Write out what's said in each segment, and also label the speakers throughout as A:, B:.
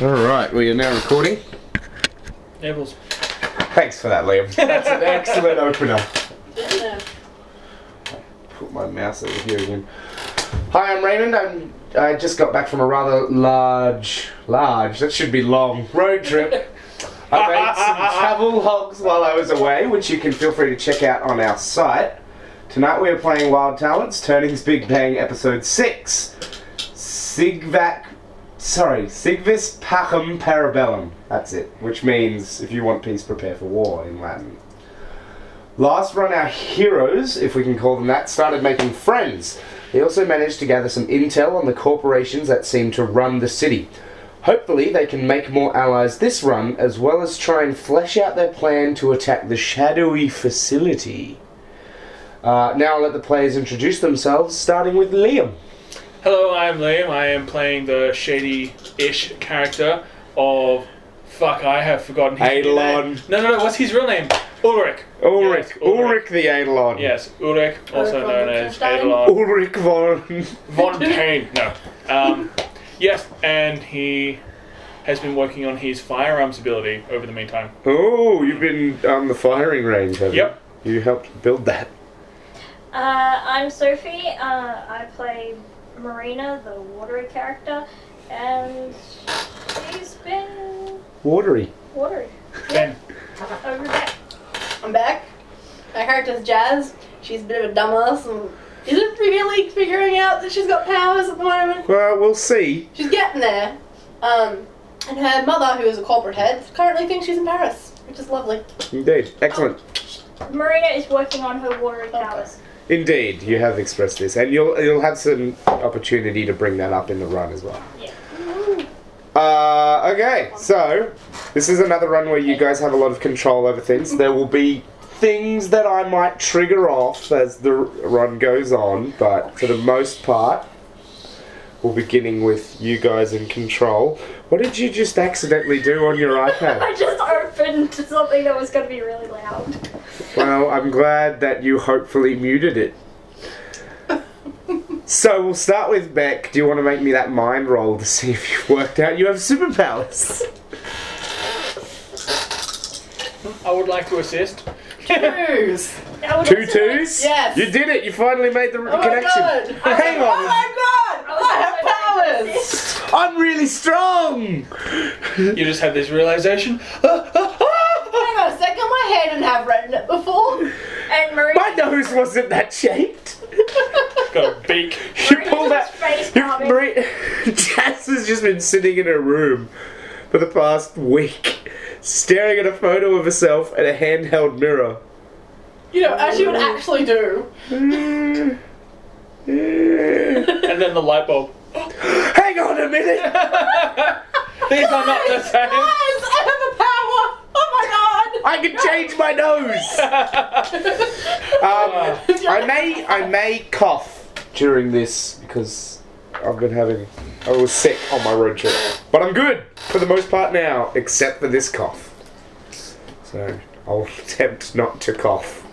A: All right, we are now recording.
B: Devils.
A: Thanks for that, Liam. That's an excellent opener.
C: Yeah.
A: Put my mouse over here again. Hi, I'm Raymond. I'm, I just got back from a rather large, large, that should be long, road trip. I made some travel hogs while I was away, which you can feel free to check out on our site. Tonight we are playing Wild Talents, Turning's Big Bang Episode 6. Sigvac. Sorry, Sigvis Pacem Parabellum. That's it, which means if you want peace, prepare for war in Latin. Last run, our heroes, if we can call them that, started making friends. They also managed to gather some intel on the corporations that seem to run the city. Hopefully, they can make more allies this run, as well as try and flesh out their plan to attack the shadowy facility. Uh, now, I'll let the players introduce themselves, starting with Liam.
B: Hello, I'm Liam. I am playing the shady-ish character of fuck. I have forgotten his real
A: Eidolon.
B: name. No, no, no. What's his real name? Ulrich.
A: Ulrich,
B: Yes,
A: Ulrich the Eidolon.
B: Yes, Ulrich, also
C: Ulrich von
B: known as
C: Liechtenstein.
B: Eidolon
A: Ulrich von.
B: von Tain. No. Um, yes, and he has been working on his firearms ability over the meantime.
A: Oh, you've been on the firing range, have
B: Yep.
A: you? You helped build that.
C: Uh, I'm Sophie. Uh, I play Marina, the watery character, and she's been
A: Watery.
C: watery
B: Ben.
C: over there.
D: I'm back. My character's Jazz. She's a bit of a dumbass and isn't really figuring out that she's got powers at the moment.
A: Well, we'll see.
D: She's getting there. Um, and her mother, who is a corporate head, currently thinks she's in Paris, which is lovely.
A: Indeed. Excellent.
C: Marina is working on her watery powers.
A: Indeed, you have expressed this, and you'll you'll have some opportunity to bring that up in the run as well.
C: Yeah.
A: Uh, okay, so this is another run where you guys have a lot of control over things. There will be things that I might trigger off as the r- run goes on, but for the most part, we're beginning with you guys in control. What did you just accidentally do on your iPad?
C: I just opened something that was going to be really loud.
A: Well, I'm glad that you hopefully muted it. So we'll start with Beck. Do you want to make me that mind roll to see if you've worked out you have superpowers?
B: I would like to assist.
D: Cruise.
C: I would
A: Two
C: also
A: twos?
D: Yes.
A: You did it. You finally made the
D: Oh
A: connection.
D: my god!
A: Hang
D: Oh
A: on. Oh
D: my god! I have powers!
A: I'm really strong.
B: You just have this realization. Ah, ah, ah, ah.
D: Hang on a second, Oh my hair didn't have red in it before.
C: like- And Marina.
A: My nose wasn't that shaped.
B: Got a beak.
A: You pulled
C: Marina's
A: that.
C: Face
A: You,
C: palming.
A: Marie, Jess has just been sitting in her room for the past week, staring at a photo of herself in a handheld mirror.
D: You know, as you would actually do.
A: Hang
B: And then the light bulb.
A: on a minute!
B: These are not the same.
D: Guys, I have a power! Oh my god!
A: I can change my nose! Um, I may I may cough during this because I've been having I was sick on my road trip. But I'm good for the most part now, except for this cough. So I'll attempt not to cough.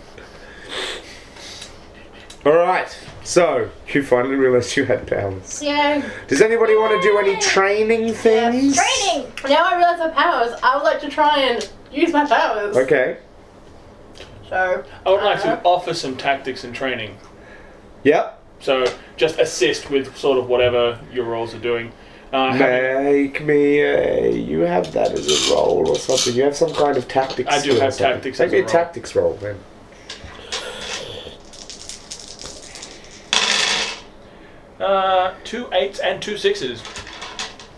A: Alright, so you finally realised you had powers.
D: Yeah.
A: Does anybody want to do any training things?
C: Training!
D: Now I realise my powers, I would like to try and use my powers.
A: Okay.
D: So,
B: I would like to
D: Uh-huh.
B: offer some tactics and training.
A: Yep.
B: So just assist with sort of whatever your roles are doing. Uh, having-
A: Make me a. You have that as a roll or something. You have some kind of tactics.
B: I do
A: skill or
B: have
A: something.
B: tactics
A: Make
B: as
A: me
B: a
A: a
B: roll.
A: tactics roll then.
B: uh, two eights and two sixes.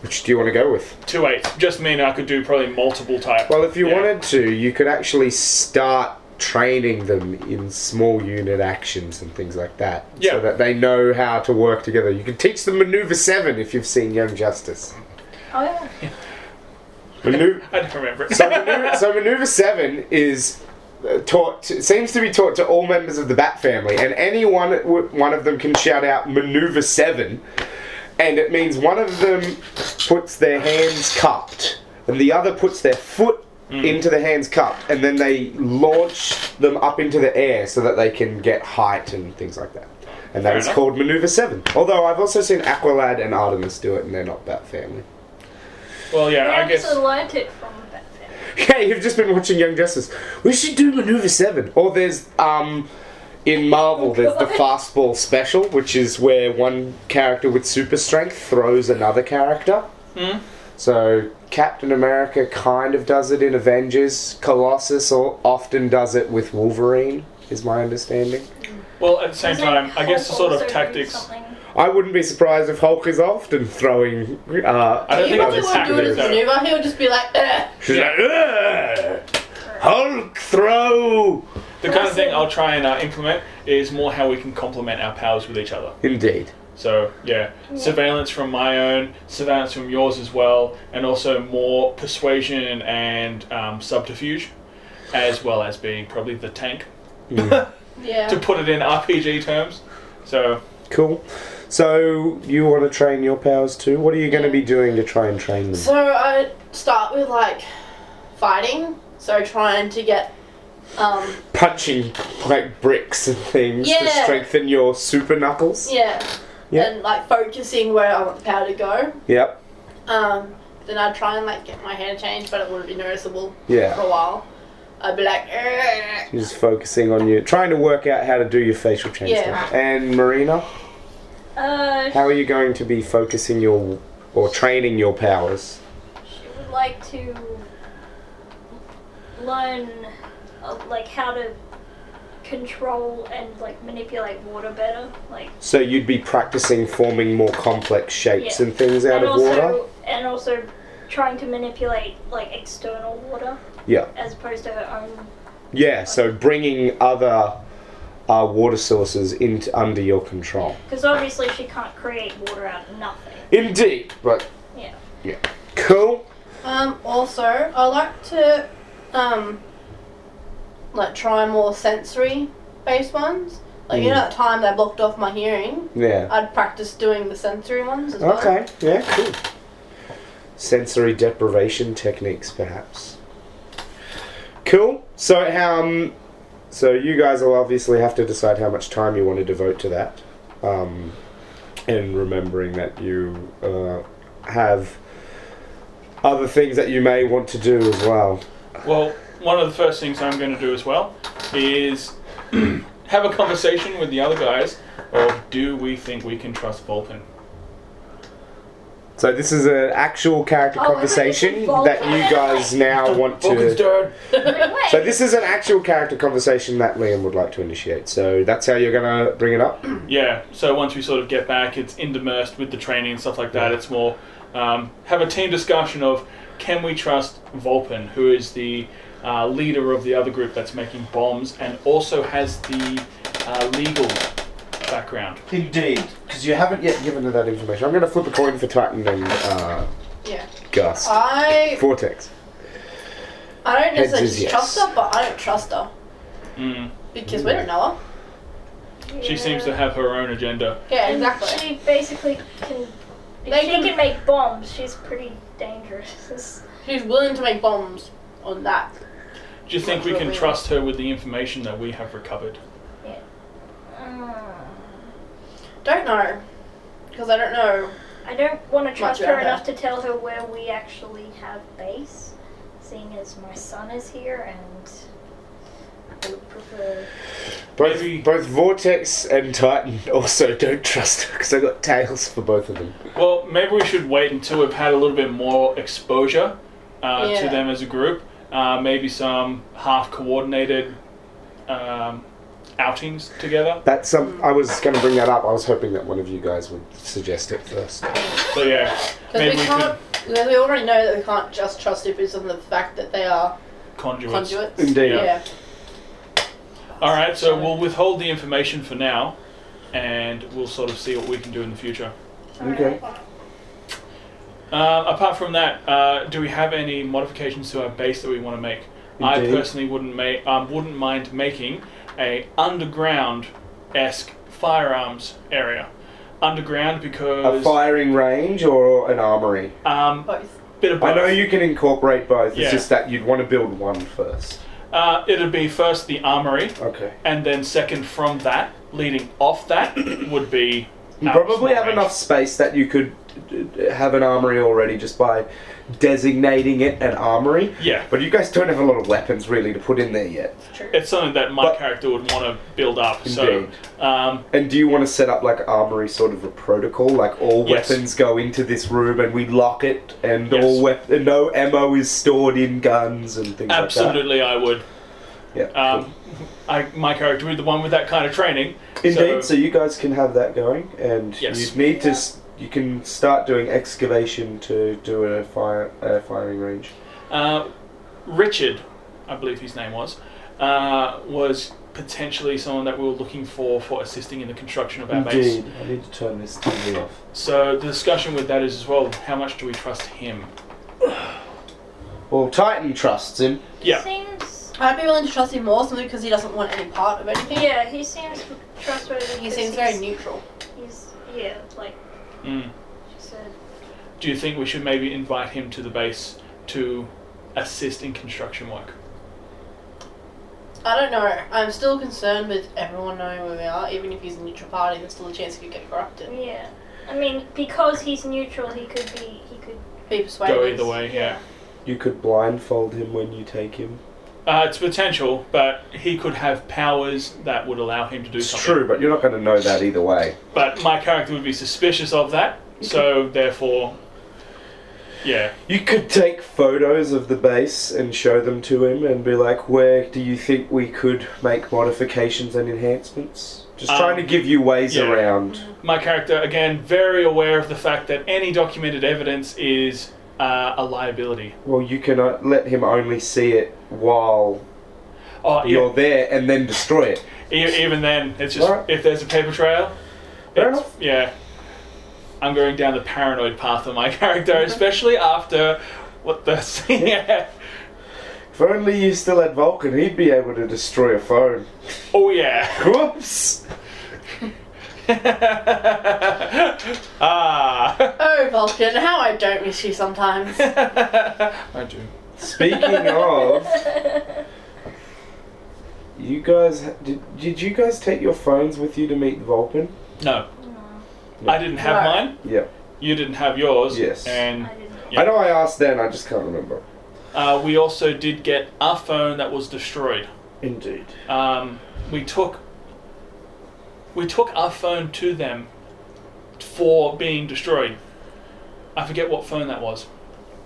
A: Which do you want to go with?
B: Two eights. Just mean I could do probably multiple types.
A: Well, if you
B: Yeah.
A: wanted to, you could actually start training them in small unit actions and things like that.
B: Yeah.
A: So that they know how to work together. You can teach them Maneuver 7 if you've seen Young Justice.
C: Oh, yeah.
A: Maneuver.
B: I don't remember it.
A: So maneuver, so maneuver seven is uh, taught. To, seems to be taught to all members of the Bat family, and any one w- one of them can shout out maneuver seven, and it means one of them puts their hands cupped, and the other puts their foot.
B: Hmm.
A: Into the hands cupped, and then they launch them up into the air so that they can get height and things like that. And that
B: Fair
A: is
B: enough.
A: called Maneuver 7. Although I've also seen Aqualad and Artemis do it, and they're not Bat family.
B: Well, yeah, I
C: I
B: guess.
C: just learnt it from Batman.
A: Okay, you've just been watching Young Justice. We should do Maneuver 7. Or there's, um, in Marvel, there's the Fastball Special, which is where one character with super strength throws another character.
B: Hmm?
A: So Captain America kind of does it in Avengers. Colossus o- often does it with Wolverine, is my understanding.
B: Well, at the same
C: It's
B: time,
C: like
B: I guess the
C: Hulk
B: sort
C: also
B: of
C: doing
B: tactics.
C: something.
A: I wouldn't be surprised if Hulk is often throwing. Uh,
B: I don't
D: he
B: think
D: probably
B: it's
D: won't do it as a
B: tactics,
D: maneuver. He'll just be like, "Eh." "Ugh."
A: She's like, "Ugh, Hulk throw.
B: The kind of thing I'll try and uh, implement is more how we can complement our powers with each other.
A: Indeed.
B: So yeah, surveillance from my own, surveillance from yours as well, and also more persuasion and um, subterfuge, as well as being probably the tank,
D: yeah.
B: to put it in RPG terms. So
A: Cool. So you want to train your powers too? What are you going to be doing to try and train them?
D: So I start with like fighting. So trying to get, um,
A: Punching like bricks and things to
D: Yeah.
A: strengthen your super knuckles.
D: yeah,
A: Yeah.
D: and like focusing where I want the power to go.
A: Yep.
D: Um, then I'd try and like get my hair changed, but it wouldn't be noticeable for a
A: Yeah.
D: while. I'd be like, "Eh." "Ugh."
A: Just focusing on you, trying to work out how to do your facial change.
D: Yeah.
A: thing. And Marina,
C: Uh,
A: how are you going to be focusing your or training your powers?
C: she would like to learn uh, like how to control and like manipulate water better like
A: So you'd be practicing forming more complex shapes
C: Yeah.
A: and things out
C: and
A: of
C: also
A: water.
C: and also trying to manipulate like external water
A: Yeah.
C: as opposed to her own
A: Yeah. So bringing other uh, water sources into under your control.
C: because obviously she can't create water out of nothing
A: Indeed. But
C: yeah
A: cool.
D: Um, also, I like to, um, like try more sensory based ones. Like
B: Mm.
D: you know that time they blocked off my hearing.
A: Yeah.
D: I'd practice doing the sensory ones as well.
A: Okay. Yeah. Cool. Sensory deprivation techniques, perhaps. Cool. So how? Um, so you guys will obviously have to decide how much time you want to devote to that, um, and remembering that you uh, have other things that you may want to do as well.
B: Well, one of the first things I'm going to do as well is have a conversation with the other guys of do we think we can trust Vulcan?
A: So this is an actual character
C: Oh, I thought you
A: conversation
C: said
A: that you guys now want to.
B: Vulcan's dead.
C: Wait,
A: So this is an actual character conversation that Liam would like to initiate. So that's how you're gonna bring it up.
B: Yeah, so once we sort of get back, it's immersed with the training and stuff like that. It's more um, have a team discussion of can we trust Vulcan, who is the uh, leader of the other group that's making bombs and also has the uh, legal background.
A: Indeed, because you haven't yet given her that information. I'm gonna flip a coin for Titan and uh,
D: Yeah. Uh,
A: Gust.
D: I
A: Vortex.
D: I don't
A: Heads
D: necessarily
A: is yes.
D: trust her, but I don't trust her
B: Mm.
D: because we don't know her.
B: She seems to have her own agenda.
D: Yeah,
C: And
D: exactly.
C: She basically can. if
D: They
C: she
D: can-
C: can make bombs. She's pretty dangerous. It's-
D: She's willing to make bombs on that.
B: Do you think we can trust her with the information that we have recovered?
C: mm,
D: Don't know because I don't know.
C: I don't want to trust her
D: rather.
C: enough to tell her where we actually have base, seeing as my son is here and I would prefer.
A: Both
B: Maybe-
A: both Vortex and Titan also don't trust her because I got tails for both of them.
B: Well, maybe we should wait until we've had a little bit more exposure uh, to
D: Yeah.
B: them as a group. Uh, maybe some half coordinated um, outings together.
A: That's um. I was gonna bring that up. I was hoping that one of you guys would suggest it first.
B: So, yeah,
D: Because
B: maybe
D: we
B: we could
D: can't. Because we already know that we can't just trust her because of the fact that they are
B: conduits.
D: conduits.
A: Indeed.
D: Yeah.
B: All right, so we'll withhold the information for now and we'll sort of see what we can do in the future.
A: Okay.
B: Um, apart from that, uh, do we have any modifications to our base that we want to make? I
A: Indeed.
B: personally wouldn't make, um, wouldn't mind making a underground esque firearms area. Underground
A: A
B: because
A: firing range or an armory.
B: um,
D: Both.
B: bit of both.
A: I know you can incorporate both. It's
B: Yeah.
A: just that you'd want to build one first.
B: Uh, it'd be first the armory,
A: Okay.
B: and then second from that, leading off that would be
A: You
B: out
A: probably
B: small
A: have
B: range.
A: enough space that you could uh, have an armory already just by designating it an armory.
B: Yeah,
A: But you guys don't have a lot of weapons really to put in there yet.
C: True.
B: it's something that my
A: But-
B: character would want to build up.
A: Indeed.
B: So, um,
A: And do you want to set up like armory sort of a protocol? Like all
B: Yes.
A: weapons go into this room and we lock it, and
B: Yes.
A: all wep- and no ammo is stored in guns and things
B: absolutely, I would.
A: like that. Yeah.
B: Um, I, my character would be the one with that kind of training.
A: cool. Indeed. So,
B: So,
A: you guys can have that going, and
B: Yes.
A: you need to. S- you can start doing excavation to do a fire uh, firing range.
B: uh, Richard, I believe his name was, uh, was potentially someone that we were looking for for assisting in the construction of our base.
A: Indeed. I need to turn this TV off.
B: So the discussion with that is as well, how much do we trust him?
A: Well, Titan trusts him.
B: Yeah.
C: Seems.
D: I'd be willing to trust him more simply because he doesn't want any part of anything.
C: Yeah, he seems trustworthy.
D: He
C: 'cause
D: seems very
C: he's-
D: neutral.
C: He's yeah, like
B: Mm.
C: just a
B: Do you think we should maybe invite him to the base to assist in construction work?
D: I don't know. I'm still concerned with everyone knowing where we are, even if he's a neutral party. There's still a chance he could get corrupted.
C: yeah. I mean, because he's neutral, he could be. He could.
D: Be persuaded.
B: Go either way, yeah.
A: You could blindfold him when you take him.
B: Uh, it's potential, but he could have powers that would allow him to do
A: It's
B: something.
A: true, but you're not going to know that either way.
B: But my character would be suspicious of that, so therefore, yeah.
A: You could take photos of the base and show them to him and be like, where do you think we could make modifications and enhancements? Just
B: Um,
A: trying to give you ways
B: yeah.
A: around.
B: My character, again, very aware of the fact that any documented evidence is uh, a liability.
A: Well, you can uh, let him only see it while
B: Oh, yeah.
A: you're there and then destroy it.
B: E- even then, it's just
A: Alright.
B: if there's a paper trail.
A: Fair
B: it's-
A: enough.
B: Yeah, I'm going down the paranoid path of my character, especially after what the yeah.
A: If only you still had Vulcan, he'd be able to destroy a phone.
B: Oh yeah.
A: Whoops!
B: ah.
D: Oh, Vulcan, how I don't miss you sometimes.
B: I do.
A: Speaking of, you guys, ha- did, did you guys take your phones with you to meet Vulcan?
B: No,
C: No,
B: I didn't have
D: No.
B: mine.
A: Yeah.
B: You didn't have yours.
A: Yes.
B: And
C: I didn't.
B: Yeah.
A: I know I asked then, I just can't remember.
B: uh, we also did get our phone that was destroyed.
A: Indeed.
B: um, we took we took our phone to them for being destroyed. I forget what phone that was.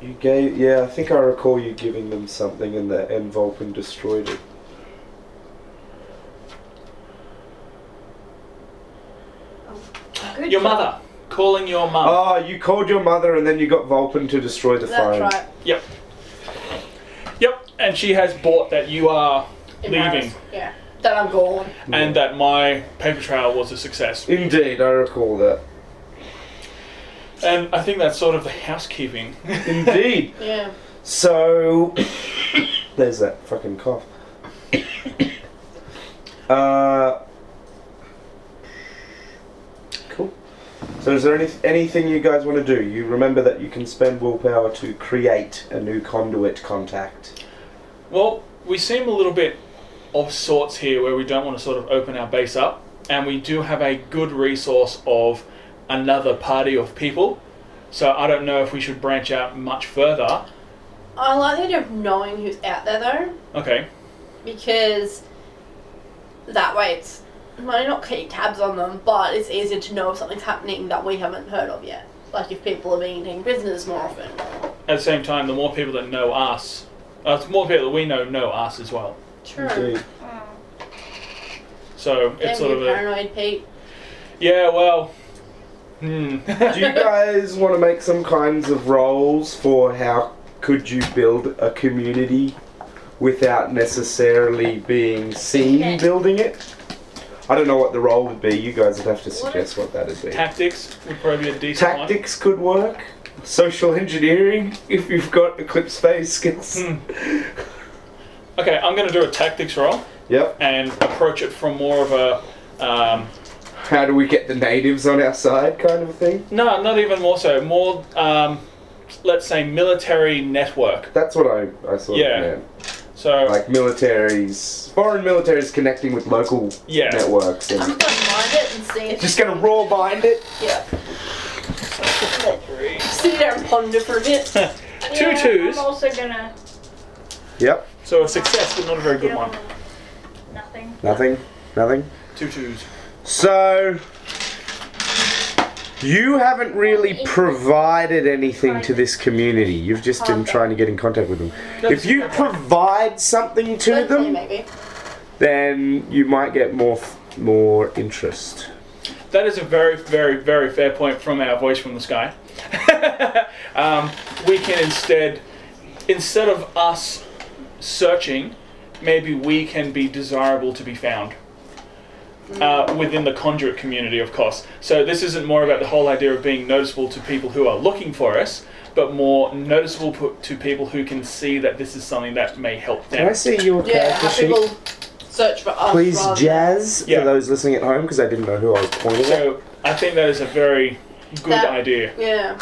A: You gave, yeah, I think I recall you giving them something and the envelope and destroyed it.
C: Good
B: Your
C: job.
B: mother. Calling your mum.
A: Ah, you called your mother and then you got Vulcan to destroy the
D: That's
A: phone.
D: right.
B: Yep.
A: Oh.
B: Yep. And she has bought that you are leaving
D: Embarrassed. Yeah. That I'm gone.
B: and that my paper trail was a success.
A: Indeed, I recall that.
B: And I think that's sort of the housekeeping.
A: Indeed.
D: Yeah.
A: so, there's that fucking cough. Uh, cool. So, is there any, anything you guys want to do? You remember that you can spend willpower to create a new conduit contact.
B: Well, we seem a little bit of sorts here where we don't want to sort of open our base up, and we do have a good resource of another party of people. So I don't know if we should branch out much further.
D: I like the idea of knowing who's out there though,
B: Okay.
D: because that way it's might not keep tabs on them, but it's easier to know if something's happening that we haven't heard of yet. Like if people are being taken prisoners more often.
B: At the same time, the more people that know us, uh, the more people that we know know us as well.
D: True.
A: Indeed.
C: Mm.
B: So it's sort of a
D: paranoid, Pete.
B: yeah. Well, hmm.
A: Do you guys want to make some kinds of roles for how could you build a community without necessarily being seen building it? I don't know what the role would be. You guys would have to suggest what that would be.
B: Tactics would probably be a decent
A: Tactics could work. Social engineering, if you've got Eclipse phase skills.
B: one. Hmm. Okay, I'm going to do a tactics roll
A: Yep.
B: and approach it from more of a um,
A: How do we get the natives on our side, kind of thing?
B: No, not even more so. More, um, let's say, military network.
A: That's what I, I saw.
B: Yeah.
A: man.
B: So,
A: Like militaries, foreign militaries connecting with local
B: yeah,
A: networks.
D: I'm
A: And
D: just gonna mind it and see.
A: Just gonna raw bind it.
D: Yeah.
B: Three.
D: Sit there and ponder for a bit.
B: Two
C: yeah,
B: twos.
C: I'm also gonna.
A: Yep.
B: So a success, but not a very good one.
C: Nothing.
A: Nothing. Nothing.
B: Two twos.
A: So you haven't really provided anything to this community. You've just been trying to get in contact with them. If you provide something to
D: Hopefully,
A: them,
D: Maybe.
A: then you might get more f- more interest.
B: That is a very, very, very fair point from our voice from the sky. um, we can instead, instead of us searching, maybe we can be desirable to be found uh, within the conduit community, of course. So this isn't more about the whole idea of being noticeable to people who are looking for us, but more noticeable po- to people who can see that this is something that may help them.
A: Can I see your
D: Yeah,
A: character
D: have
A: sheet?
D: people search for us.
A: Please,
D: rather than-
A: Jazz,
B: Yeah.
A: for those listening at home, because I didn't know who I was pointing at.
B: So I think that is a very good
D: That-
B: idea.
D: Yeah.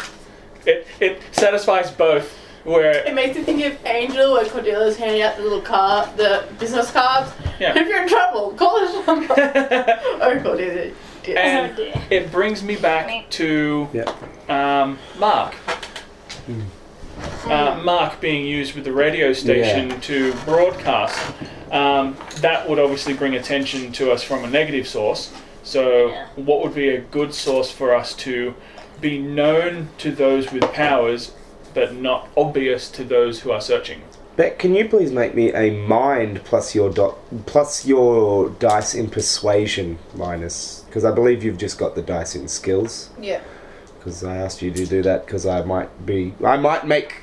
B: It, it satisfies both. Where
D: It makes me think of Angel when Cordelia's handing out the little card, the business cards.
B: Yeah.
D: If you're in trouble, call this number.
B: and
D: oh, Cordelia. Yeah.
C: Oh dear.
B: it brings me back to
A: Yeah.
B: um, Mark. Uh, Mark being used with the radio station to broadcast. Um, that would obviously bring attention to us from a negative source. So,
C: Yeah.
B: what would be a good source for us to be known to those with powers, but not obvious to those who are searching?
A: Bet, can you please make me a mind plus your dot plus your dice in persuasion minus? Because I believe you've just got the dice in skills.
D: yeah.
A: Because I asked you to do that because I might be I might make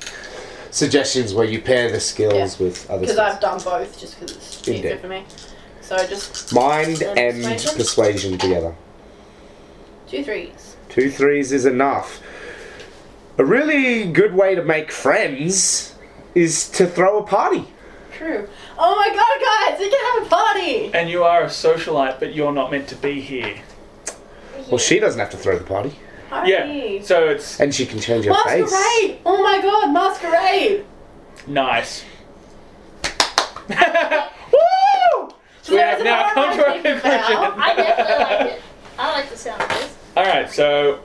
A: suggestions where you pair the skills with other
D: Because
A: skills.
D: I've done both, just because it's
A: Indeed.
D: easier for me. So I just
A: Mind
D: Or
A: and
D: persuasion?
A: persuasion together.
D: two threes.
A: Two threes is enough. A really good way to make friends is to throw a party.
D: True. Oh my god, guys, we can have a party!
B: And you are a socialite, but you're not meant to be here.
A: Well, she doesn't have to throw the party,
B: Yeah.
D: Party!
B: So it's
A: and she can change her face.
D: Masquerade! Oh my god, masquerade!
B: nice.
D: Woo!
B: We have now come to a
D: Now.
B: conclusion.
C: I definitely like it. I like the sound of this.
B: All right, so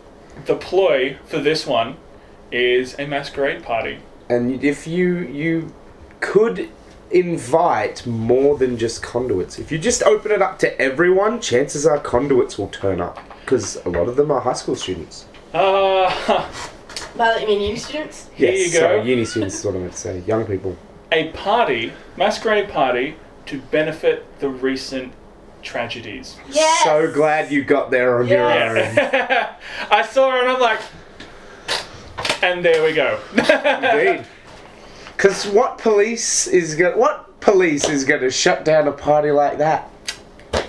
B: the ploy for this one is a masquerade party.
A: And if you you could invite more than just conduits, if you just open it up to everyone, chances are conduits will turn up because a lot of them are high school students.
B: Uh,
D: By that you mean you students?
B: Here you go.
A: sorry, uni students is what I meant to say. Young people.
B: a party, masquerade party, to benefit the recent tragedies.
C: Yes.
A: So glad you got there on your own.
B: Yeah. I saw her and I'm like, and there we go.
A: Indeed. Because what police is going what police is going to shut down a party like that? A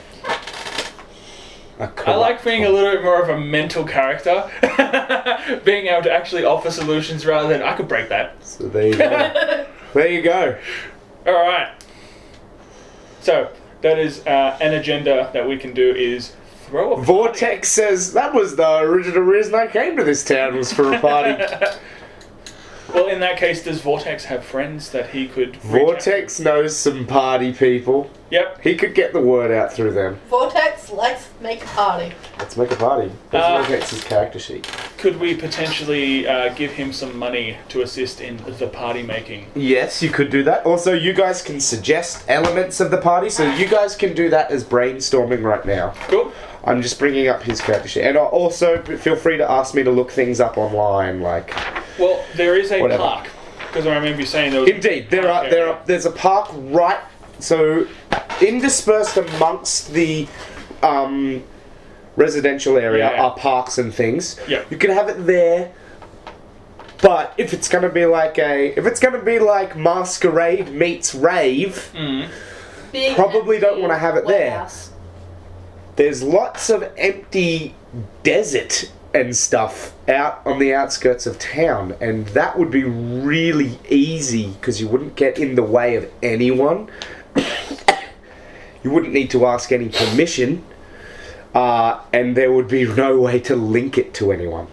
B: I like
A: corrupt-
B: being a little bit more of a mental character, being able to actually offer solutions rather than I could break that.
A: So there you go. there you go.
B: All right. So that is uh, an agenda that we can do is throw a
A: Vortex says that was the original reason I came to this town was for a party.
B: well, in that case, does Vortex have friends that he could? reach out-
A: Vortex knows some party people.
B: Yep.
A: He could get the word out through them.
D: Vortex, let's make a party.
A: Let's make a party. That's
B: Uh,
A: Vortex's character sheet.
B: Could we potentially uh, give him some money to assist in the party making?
A: Yes, you could do that. Also, you guys can suggest elements of the party, so you guys can do that as brainstorming right now.
B: Cool.
A: I'm just bringing up his character sheet, and I- also feel free to ask me to look things up online. Like,
B: Well, there is a
A: Whatever.
B: park because I remember you saying there was.
A: Indeed, there are there are there's a park right so interspersed amongst the um, residential area
B: Yeah, yeah.
A: are parks and things.
B: Yeah.
A: You can have it there. But if it's gonna be like a if it's gonna be like masquerade meets rave,
B: Mm.
D: Big
A: Probably don't
D: empty
A: wanna have it there.
D: warehouse.
A: there's lots of empty desert and stuff out on the outskirts of town and that would be really easy because you wouldn't get in the way of anyone you wouldn't need to ask any permission uh, and there would be no way to link it to anyone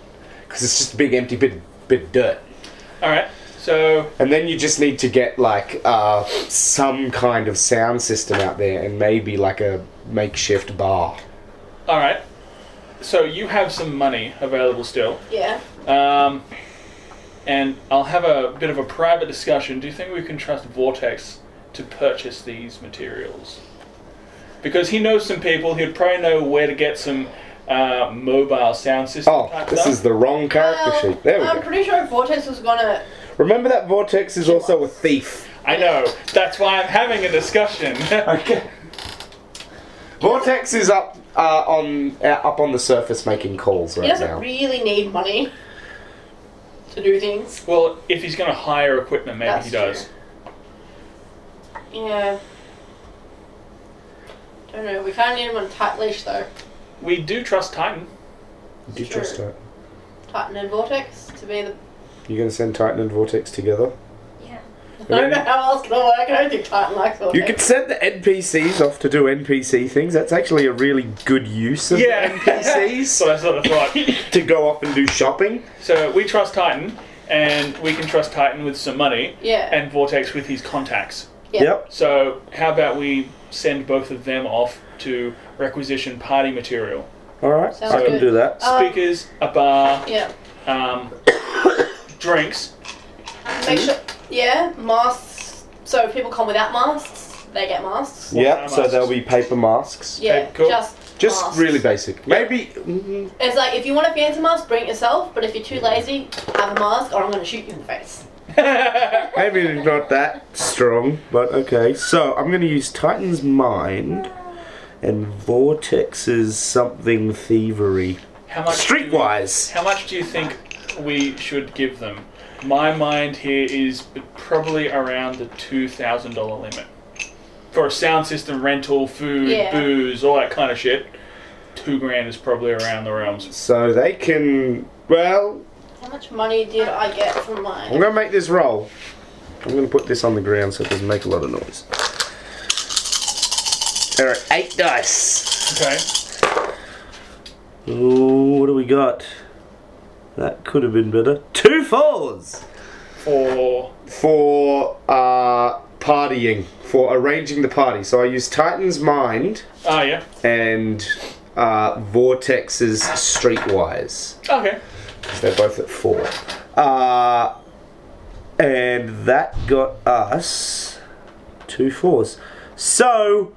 A: because it's just a big empty bit, bit of dirt
B: All right. So
A: and then you just need to get like uh, some kind of sound system out there and maybe like a makeshift bar
B: all right. so you have some money available still.
D: Yeah.
B: Um, and I'll have a bit of a private discussion. Do you think we can trust Vortex to purchase these materials? Because he knows some people, he'd probably know where to get some uh, mobile sound system.
A: Oh,
B: type
A: this
B: stuff.
A: is the wrong character
D: Well,
A: sheet. There we
D: I'm
A: go.
D: pretty sure Vortex was gonna.
A: Remember that Vortex is also a thief.
B: I know. That's why I'm having a discussion.
A: Okay. Vortex is up uh, on uh, up on the surface making calls
D: He
A: right
D: doesn't
A: now.
D: really need money to do things.
B: well, if he's going to hire equipment, maybe
D: That's
B: he does.
D: Yeah. Don't know. We kind of need him on a tight leash though.
B: We do trust Titan.
A: Do you trust
D: Sure.
A: her?
D: Titan and Vortex to be the.
A: You're gonna send Titan and Vortex together?
C: Yeah.
D: I don't know how else it'll work. I don't think Titan likes Vortex.
A: You could send the NPCs off to do NPC things. That's actually a really good use of
B: Yeah.
A: NPCs
B: So that's what I thought.
A: to go off and do shopping.
B: so we trust Titan, and we can trust Titan with some money,
D: Yeah.
B: and Vortex with his contacts.
D: yeah.
B: So how about we send both of them off to requisition party material?
A: All right,
D: Sounds
A: I can
D: good.
A: do that.
D: Um,
B: Speakers, a bar,
D: Yeah.
B: um, drinks.
D: Make
A: Hmm?
D: sure. Yeah. Masks. So if people come without masks, they get masks.
A: Yep. So there'll be paper masks.
D: Yeah.
B: cool.
D: Just.
A: Just
D: masks.
A: really basic. Maybe. mm,
D: It's like if you want a fancy mask, bring it yourself. But if you're too lazy, have a mask, or I'm gonna shoot you in the face.
A: Maybe not that strong, but okay. So I'm going to use Titan's mind and Vortex's something thievery.
B: how much? do you-
A: Streetwise.
B: How much do you think we should give them? My mind here is probably around the two thousand dollar limit for a sound system rental, food,
D: Yeah.
B: booze, all that kind of shit. Two grand is probably around the realms.
A: So they can. Well,
D: How much money did I get from
A: I'm
D: mine?
A: going to make this roll. I'm going to put this on the ground so it doesn't make a lot of noise. There are eight dice.
B: Okay.
A: Ooh, what do we got? That could have been better. Two fours!
B: For
A: for uh, partying, for arranging the party. So I use Titan's Mind
B: ah yeah.
A: and uh, Vortex's Streetwise.
B: Okay.
A: They're both at four. Uh, and that got us two fours. So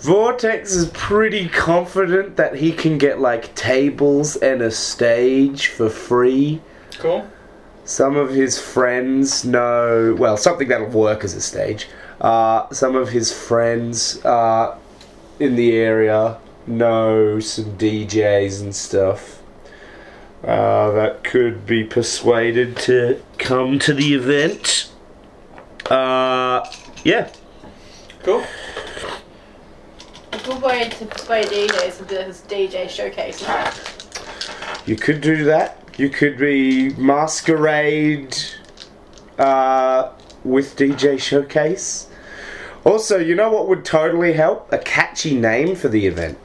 A: Vortex is pretty confident that he can get like tables and a stage for free.
B: Cool.
A: Some of his friends know, well, something that'll work as a stage. Uh, some of his friends uh, in the area know some DJs and stuff uh, that could be persuaded to come to the event. Uh, yeah.
B: Cool.
D: A good way to play DJ is to do this DJ showcase. night.
A: You could do that. You could be masquerade uh, with DJ Showcase. Also, you know what would totally help? A catchy name for the event.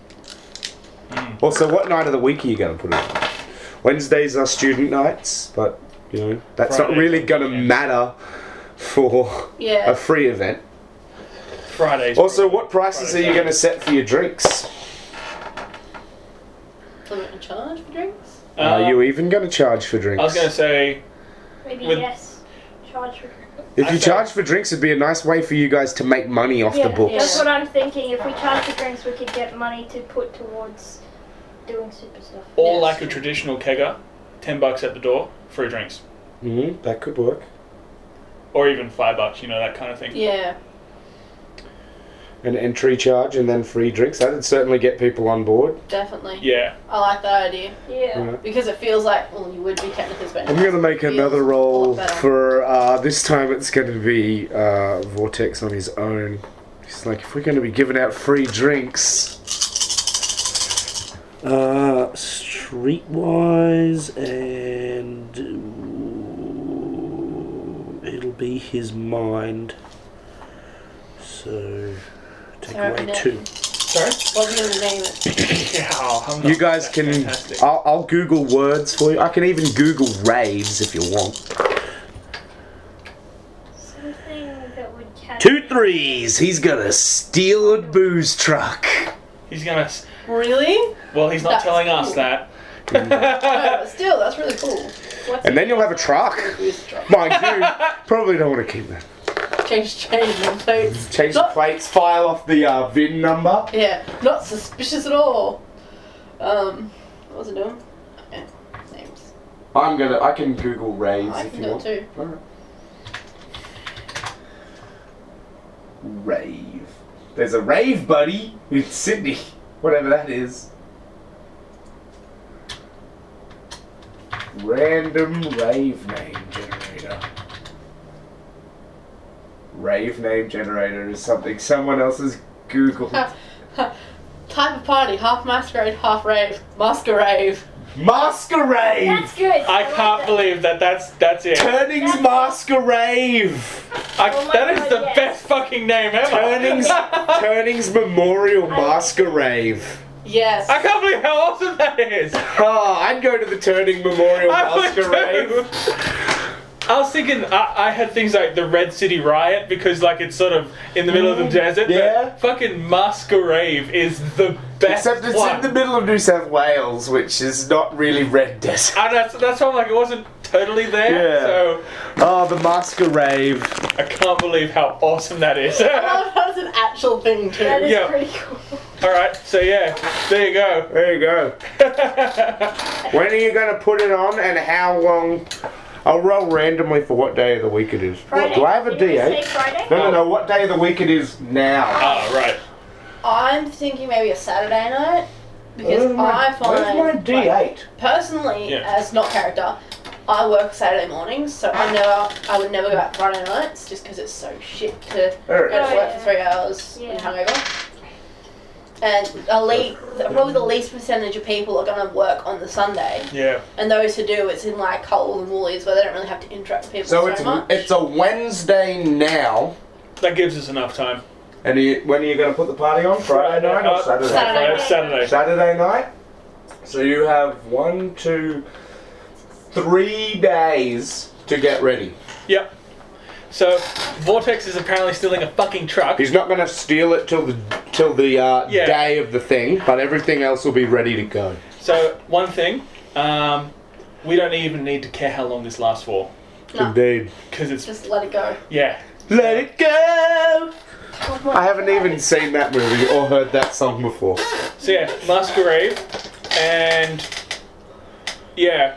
A: Also, what night of the week are you going to put it on? Wednesdays are student nights, but you know that's not
B: Fridays
A: really
B: are
A: going to
B: weekends.
A: matter for
D: Yeah.
A: a free event.
B: Fridays.
A: Also,
B: probably.
A: what prices are you
B: Fridays
A: going to set for your drinks?
D: So we're gonna charge for drinks.
B: out.
A: are
B: Um,
A: you even going to charge for drinks?
B: I was gonna say
C: Maybe
B: With-
C: yes. Charge for
A: If
B: I
A: you
B: said-
A: charge for drinks, it'd be a nice way for you guys to make money off
C: yeah,
A: the books.
C: That's what I'm thinking. If we charge for drinks, we could get money to put towards doing super stuff.
B: all
D: Yes.
B: like a traditional kegger, ten bucks at the door, free drinks,
A: Mm-hmm. That could work.
B: or even five bucks. You know that kind of thing.
D: Yeah.
A: An entry charge and then free drinks. That'd certainly get people on board.
D: Definitely.
B: Yeah.
D: I like that idea
C: Yeah.
A: Yeah.
D: because it feels like well, you would be technically spending.
A: I'm gonna make
D: Feels
A: another
D: a lot
A: roll
D: better.
A: for uh, this time. It's gonna be uh, Vortex on his own. He's like, if we're gonna be giving out free drinks, uh, Streetwise and it'll be his mind. So take
D: Sorry, away Nick. two.
B: Sorry.
D: What are you gonna name it?
B: Yeah, I'm not-
A: You guys
B: Oh, that's
A: can.
B: fantastic.
A: I'll, I'll Google words for you. I can even Google raves if you want.
C: Something that would catch.
A: Two threes. He's gonna steal a booze truck.
B: He's gonna. s-
D: Really?
B: Well, he's not
D: That's
B: telling us
D: cool.
B: that.
D: No, but still, that's really cool. What's
A: And then you'll have a truck.
D: Use the truck.
A: Mind you, probably don't want to keep that.
D: Change, change the plates.
A: Change the
D: Not-
A: plates, file off the uh, VIN number.
D: Yeah, not suspicious at all. Um, what was it doing? Okay, names.
A: I'm gonna. I can Google Rays
D: I
A: if
D: can
A: you
D: do it
A: want.
D: too.
A: Alright. Rave. There's a rave buddy in Sydney, whatever that is. Random rave name generator. Rave name generator is something someone else has Googled.
D: Type of party, half masquerade, half rave. Masquerade.
A: masquerade!
C: That's good.
B: I can't believe that. That's that's it.
A: Turning's masquerade!
B: I,
C: Oh my
B: that is
C: God,
B: the
C: yes.
B: best fucking name ever.
A: Turnings,
B: I
A: Turnings Memorial Masquerade.
D: Yes.
B: can't believe how awesome that is.
A: Oh, I'd go to the Turning Memorial
B: I would
A: Masquerade.
B: too. I was thinking I, I had things like the Red City Riot because like it's sort of in the middle of the desert. but
A: Mm-hmm. yeah.
B: Fucking Masquerade is the best
A: Except it's
B: one.
A: in the middle of New South Wales, which is not really red desert.
B: and that's that's why I'm like it wasn't totally there.
A: Yeah.
B: So
A: Oh, the Masquerade.
B: I can't believe how awesome that is. All
D: Oh, that was an actual thing too.
C: That is
B: Yeah.
C: pretty cool.
B: right. So yeah, there you go.
A: There you go. When are you going to put it on and how long? I'll roll randomly for what day of the week it is.
C: Friday.
A: Do I have a
C: Did we say
A: D8?
C: Friday?
A: No, no, no. What day of the week it is now?
B: oh, right.
D: I'm thinking maybe a Saturday night because
A: Where's Oh my-
D: I find
A: Where's my D8?
D: personally
B: Yeah.
D: as not character, I work Saturday mornings, so I never I would never go out Friday nights just because it's so shit to
A: There it
D: go
A: is.
D: to work for three hours
C: Yeah.
D: and hungover. And the least, probably the least percentage of people are going to work on the Sunday,
B: Yeah.
D: and those who do, it's in like Coles and Woolies where they don't really have to interact with people so,
A: So it's
D: much.
A: it's a Wednesday now.
B: That gives us enough time.
A: And are you, when are you going to put the party on? Friday night or
B: Uh,
A: Saturday?
D: Saturday.
B: Saturday.
A: Saturday night. So you have one, two, three days to get ready.
B: Yep. So Vortex is apparently stealing a fucking truck.
A: He's not going to steal it till the till the uh,
B: Yeah.
A: day of the thing, but everything else will be ready to go.
B: So one thing, um, we don't even need to care how long this lasts for
D: No.
A: Indeed.
B: because it's
D: just let it go.
B: yeah.
A: Let it go.
D: Oh my
A: I haven't
D: God.
A: even seen that movie or heard that song before.
B: So yeah, masquerade, and yeah,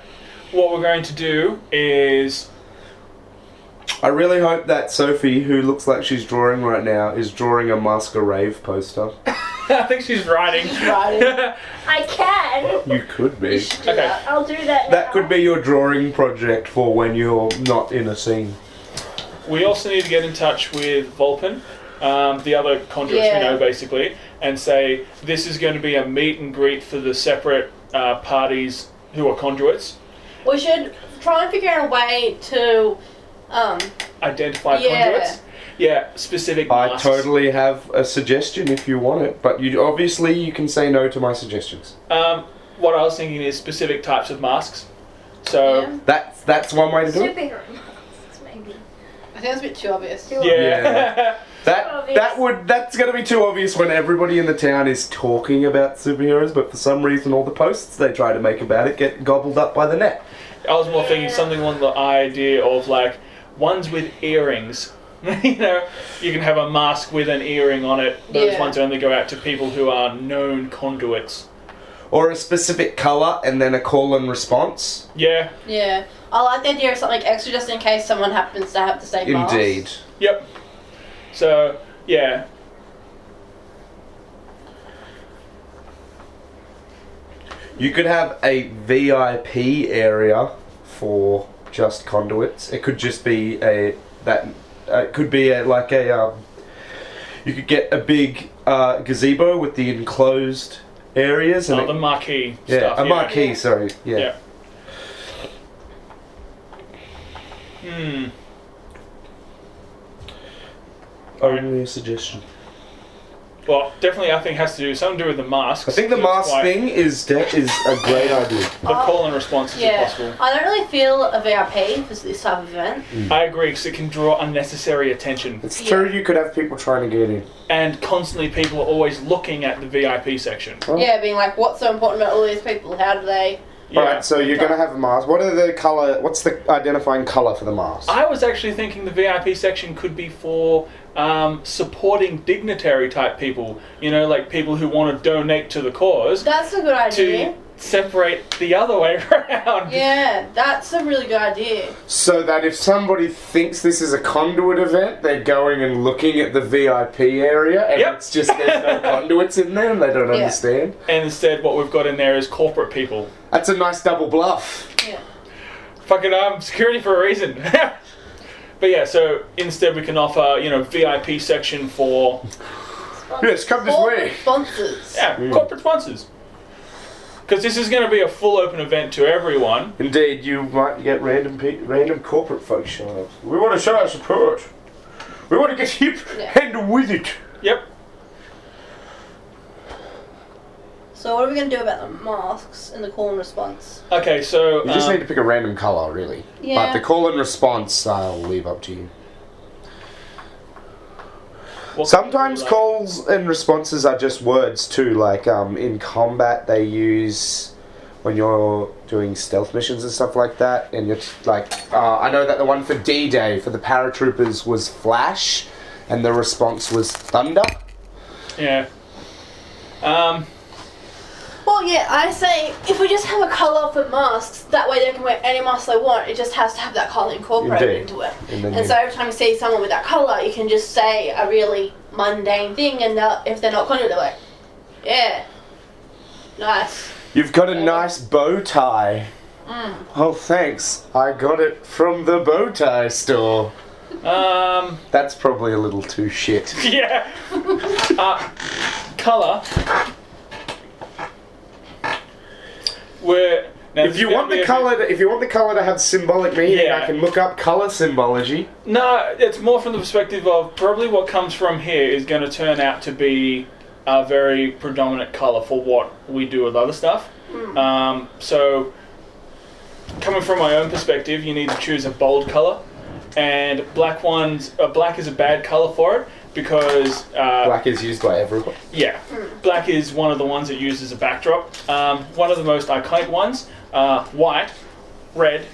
B: what we're going to do is
A: I really hope that Sophie, who looks like she's drawing right now, is drawing a masquerade poster.
B: I think she's writing.
D: She's writing.
C: I can.
A: You could
D: You
A: be.
D: should do
B: Okay.
D: that.
C: I'll do that.
A: That
C: now.
A: could be your drawing project for when you're not in a scene.
B: we also need to get in touch with Vulpin, um, the other conduits
D: Yeah.
B: we know basically, and say this is going to be a meet and greet for the separate uh, parties who are conduits.
D: We should try and figure out a way to. Um,
B: Identify
D: Yeah.
B: conduits. Yeah, specific.
A: I
B: masks.
A: totally have a suggestion if you want it, but you obviously you can say no to my suggestions.
B: Um, what I was thinking is specific types of masks.
A: Uh,
B: So.
D: yeah.
A: That's that's one way to do it.
C: Superhero masks, maybe.
D: I think that's a bit too obvious.
C: Do it.
B: Yeah.
A: That that would that's going to be too obvious when everybody in the town is talking about superheroes, but for some reason all the posts they try to make about it get gobbled up by the net.
B: I was more thinking
C: Yeah.
B: something along the idea of like ones with earrings. you know, you can have a mask with an earring on it. Those
D: Yeah.
B: ones only go out to people who are known conduits.
A: Or a specific color and then a call and response.
B: Yeah.
D: Yeah, I like the idea of something extra just in case someone happens to have the same mask.
A: Indeed.
B: Yep. So yeah.
A: You could have a VIP area for just conduits. It could just be a that uh, it could be a, like a um, you could get a big uh, gazebo with the enclosed areas and
B: Oh, the
A: it-
B: marquee
A: yeah,
B: stuff.
A: a marquee.
D: Yeah.
A: Sorry, yeah.
B: Yeah. Hmm.
A: Oh, Only a suggestion.
B: Well, definitely, I think it has to do something to do with the masks.
A: I think the
B: It's
A: mask
B: quite-
A: thing is de- is a great idea.
B: The call and response is impossible.
D: I don't really feel a VIP for this type of event.
B: I agree because it can draw unnecessary attention,
A: It's
D: Yeah.
A: true. You could have people trying to get in.
B: and constantly people are always looking at the VIP section.
A: Oh.
D: Yeah, being like, what's so important about all these people? How do they?
B: Yeah.
A: All right. So you're
D: Okay.
A: gonna have a mask. What are the color? What's the identifying color for the mask?
B: I was actually thinking the VIP section could be for um, supporting dignitary type people. You know, like people who want to donate to the cause
D: That's a good
B: to
D: idea.
B: separate the other way around.
D: Yeah, that's a really good idea.
A: So that if somebody thinks this is a conduit event, they're going and looking at the VIP area, and
B: Yep.
A: it's just there's no conduits in there, and they don't
D: Yeah.
A: understand.
B: And instead, what we've got in there is corporate people.
A: That's a nice double bluff.
D: Yeah.
B: Fucking um, security for a reason. but yeah, so instead we can offer you know VIP section for
A: Yes, come this
D: All
A: way.
D: sponsors.
B: yeah corporate sponsors. Because this is going to be a full open event to everyone.
A: Indeed, you might get random pe- random corporate folks showing up. We want to show our support. We want to get hip
D: Yeah.
A: and with it.
B: Yep.
D: So what are we gonna do about the masks and the call and response?
B: Okay, so
A: You just
B: um,
A: need to pick a random color, really.
D: Yeah.
A: But the call and response, I'll leave up to you.
B: what-
A: Sometimes
B: like-
A: calls and responses are just words too. Like um, in combat, they use when you're doing stealth missions and stuff like that. And you're t- like, uh, I know that the one for D-Day for the paratroopers was flash, and the response was thunder.
B: Yeah. Um,
D: Well, yeah, I say if we just have a colour for masks, that way they can wear any mask they want. It just has to have that colour incorporated
A: Indeed.
D: into it.
A: And
D: And,
A: then you-
D: so every time you see someone with that colour, you can just say a really mundane thing, and they'll- if they're not going to, they're like, yeah, nice.
A: You've got a nice bow tie.
D: Mm.
A: Oh, thanks. I got it from the bow tie store.
B: um,
A: That's probably a little too shit.
B: yeah. uh, color. We're. Now, this
A: If
B: is
A: you
B: gonna
A: want
B: be
A: the
B: a-
A: color, to, if you want the color to have symbolic meaning,
B: Yeah.
A: I can look up color symbology.
B: No, it's more from the perspective of probably what comes from here is going to turn out to be a very predominant color for what we do with other stuff. Um, so, coming from my own perspective, you need to choose a bold color, and black ones. Uh, black is a bad color for it because uh,
A: Black is used by everyone.
B: yeah, black is one of the ones that used as a backdrop. Um, one of the most iconic ones, uh, white, red,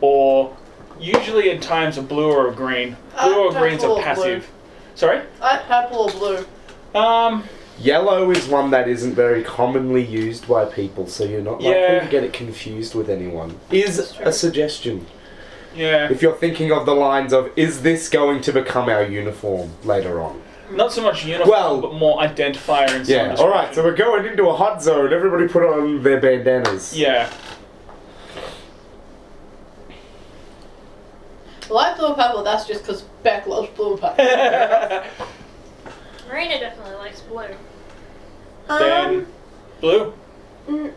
B: or usually at times a blue or a green. Blue
D: Uh,
B: or green's
D: purple
B: are
D: or
B: passive. Sorry.
D: I purple or blue.
B: Um,
A: Yellow is one that isn't very commonly used by people, so you're not likely
B: Yeah.
A: to get it confused with anyone. Is
D: true.
A: a suggestion.
B: yeah.
A: If you're thinking of the lines of, is this going to become our uniform later on?
B: Not so much uniform,
A: Well-
B: but more identifier and
A: Yeah, alright, so we're going into a hot zone. Everybody put on their bandanas.
B: yeah.
D: Light blue and purple, that's just because Beck loves blue and purple.
C: Marina definitely likes blue.
B: then
D: um,
B: blue.
D: mm,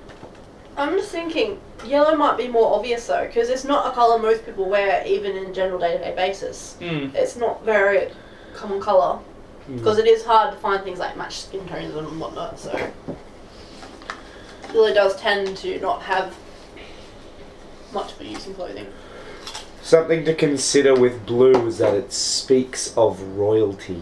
D: I'm just thinking, yellow might be more obvious though, because it's not a colour most people wear even in general day-to-day basis.
B: Mm.
D: It's not very common colour, because it is hard to find things like match skin tones and whatnot, so... Yellow does tend to not have much of a use in clothing.
A: Something to consider with blue is that it speaks of royalty.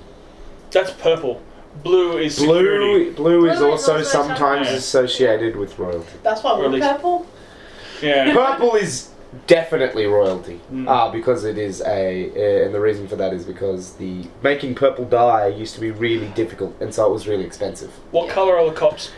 B: That's purple. Blue is security.
A: Blue, blue is
C: is
A: also,
C: also
A: sometimes
B: sometimes-
A: associated with royalty.
D: That's why
B: Or
D: we're
B: at least-
D: purple.
B: Yeah.
A: Purple is definitely royalty,
B: Mm.
A: uh, because it is a, uh, and the reason for that is because the making purple dye used to be really difficult, and so it was really expensive.
B: What
D: Yeah.
B: color are the cops?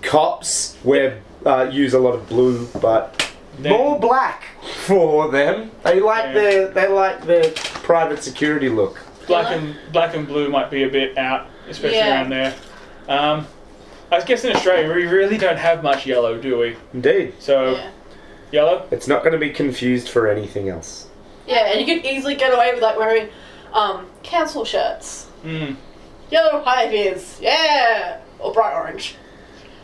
A: Cops wear uh, use a lot of blue, but
B: Then-
A: more black for them. They like
B: Yeah.
A: their they like their private security look.
B: black and black and blue might be a bit out, especially
D: Yeah.
B: around there. Um, I guess in Australia we really don't have much yellow, do we?
A: Indeed,
B: So
D: Yeah.
B: yellow.
A: it's not going to be confused for anything else.
D: Yeah, and you could easily get away with like wearing um, council shirts.
B: Mm,
D: Yellow high vis, yeah, or bright orange.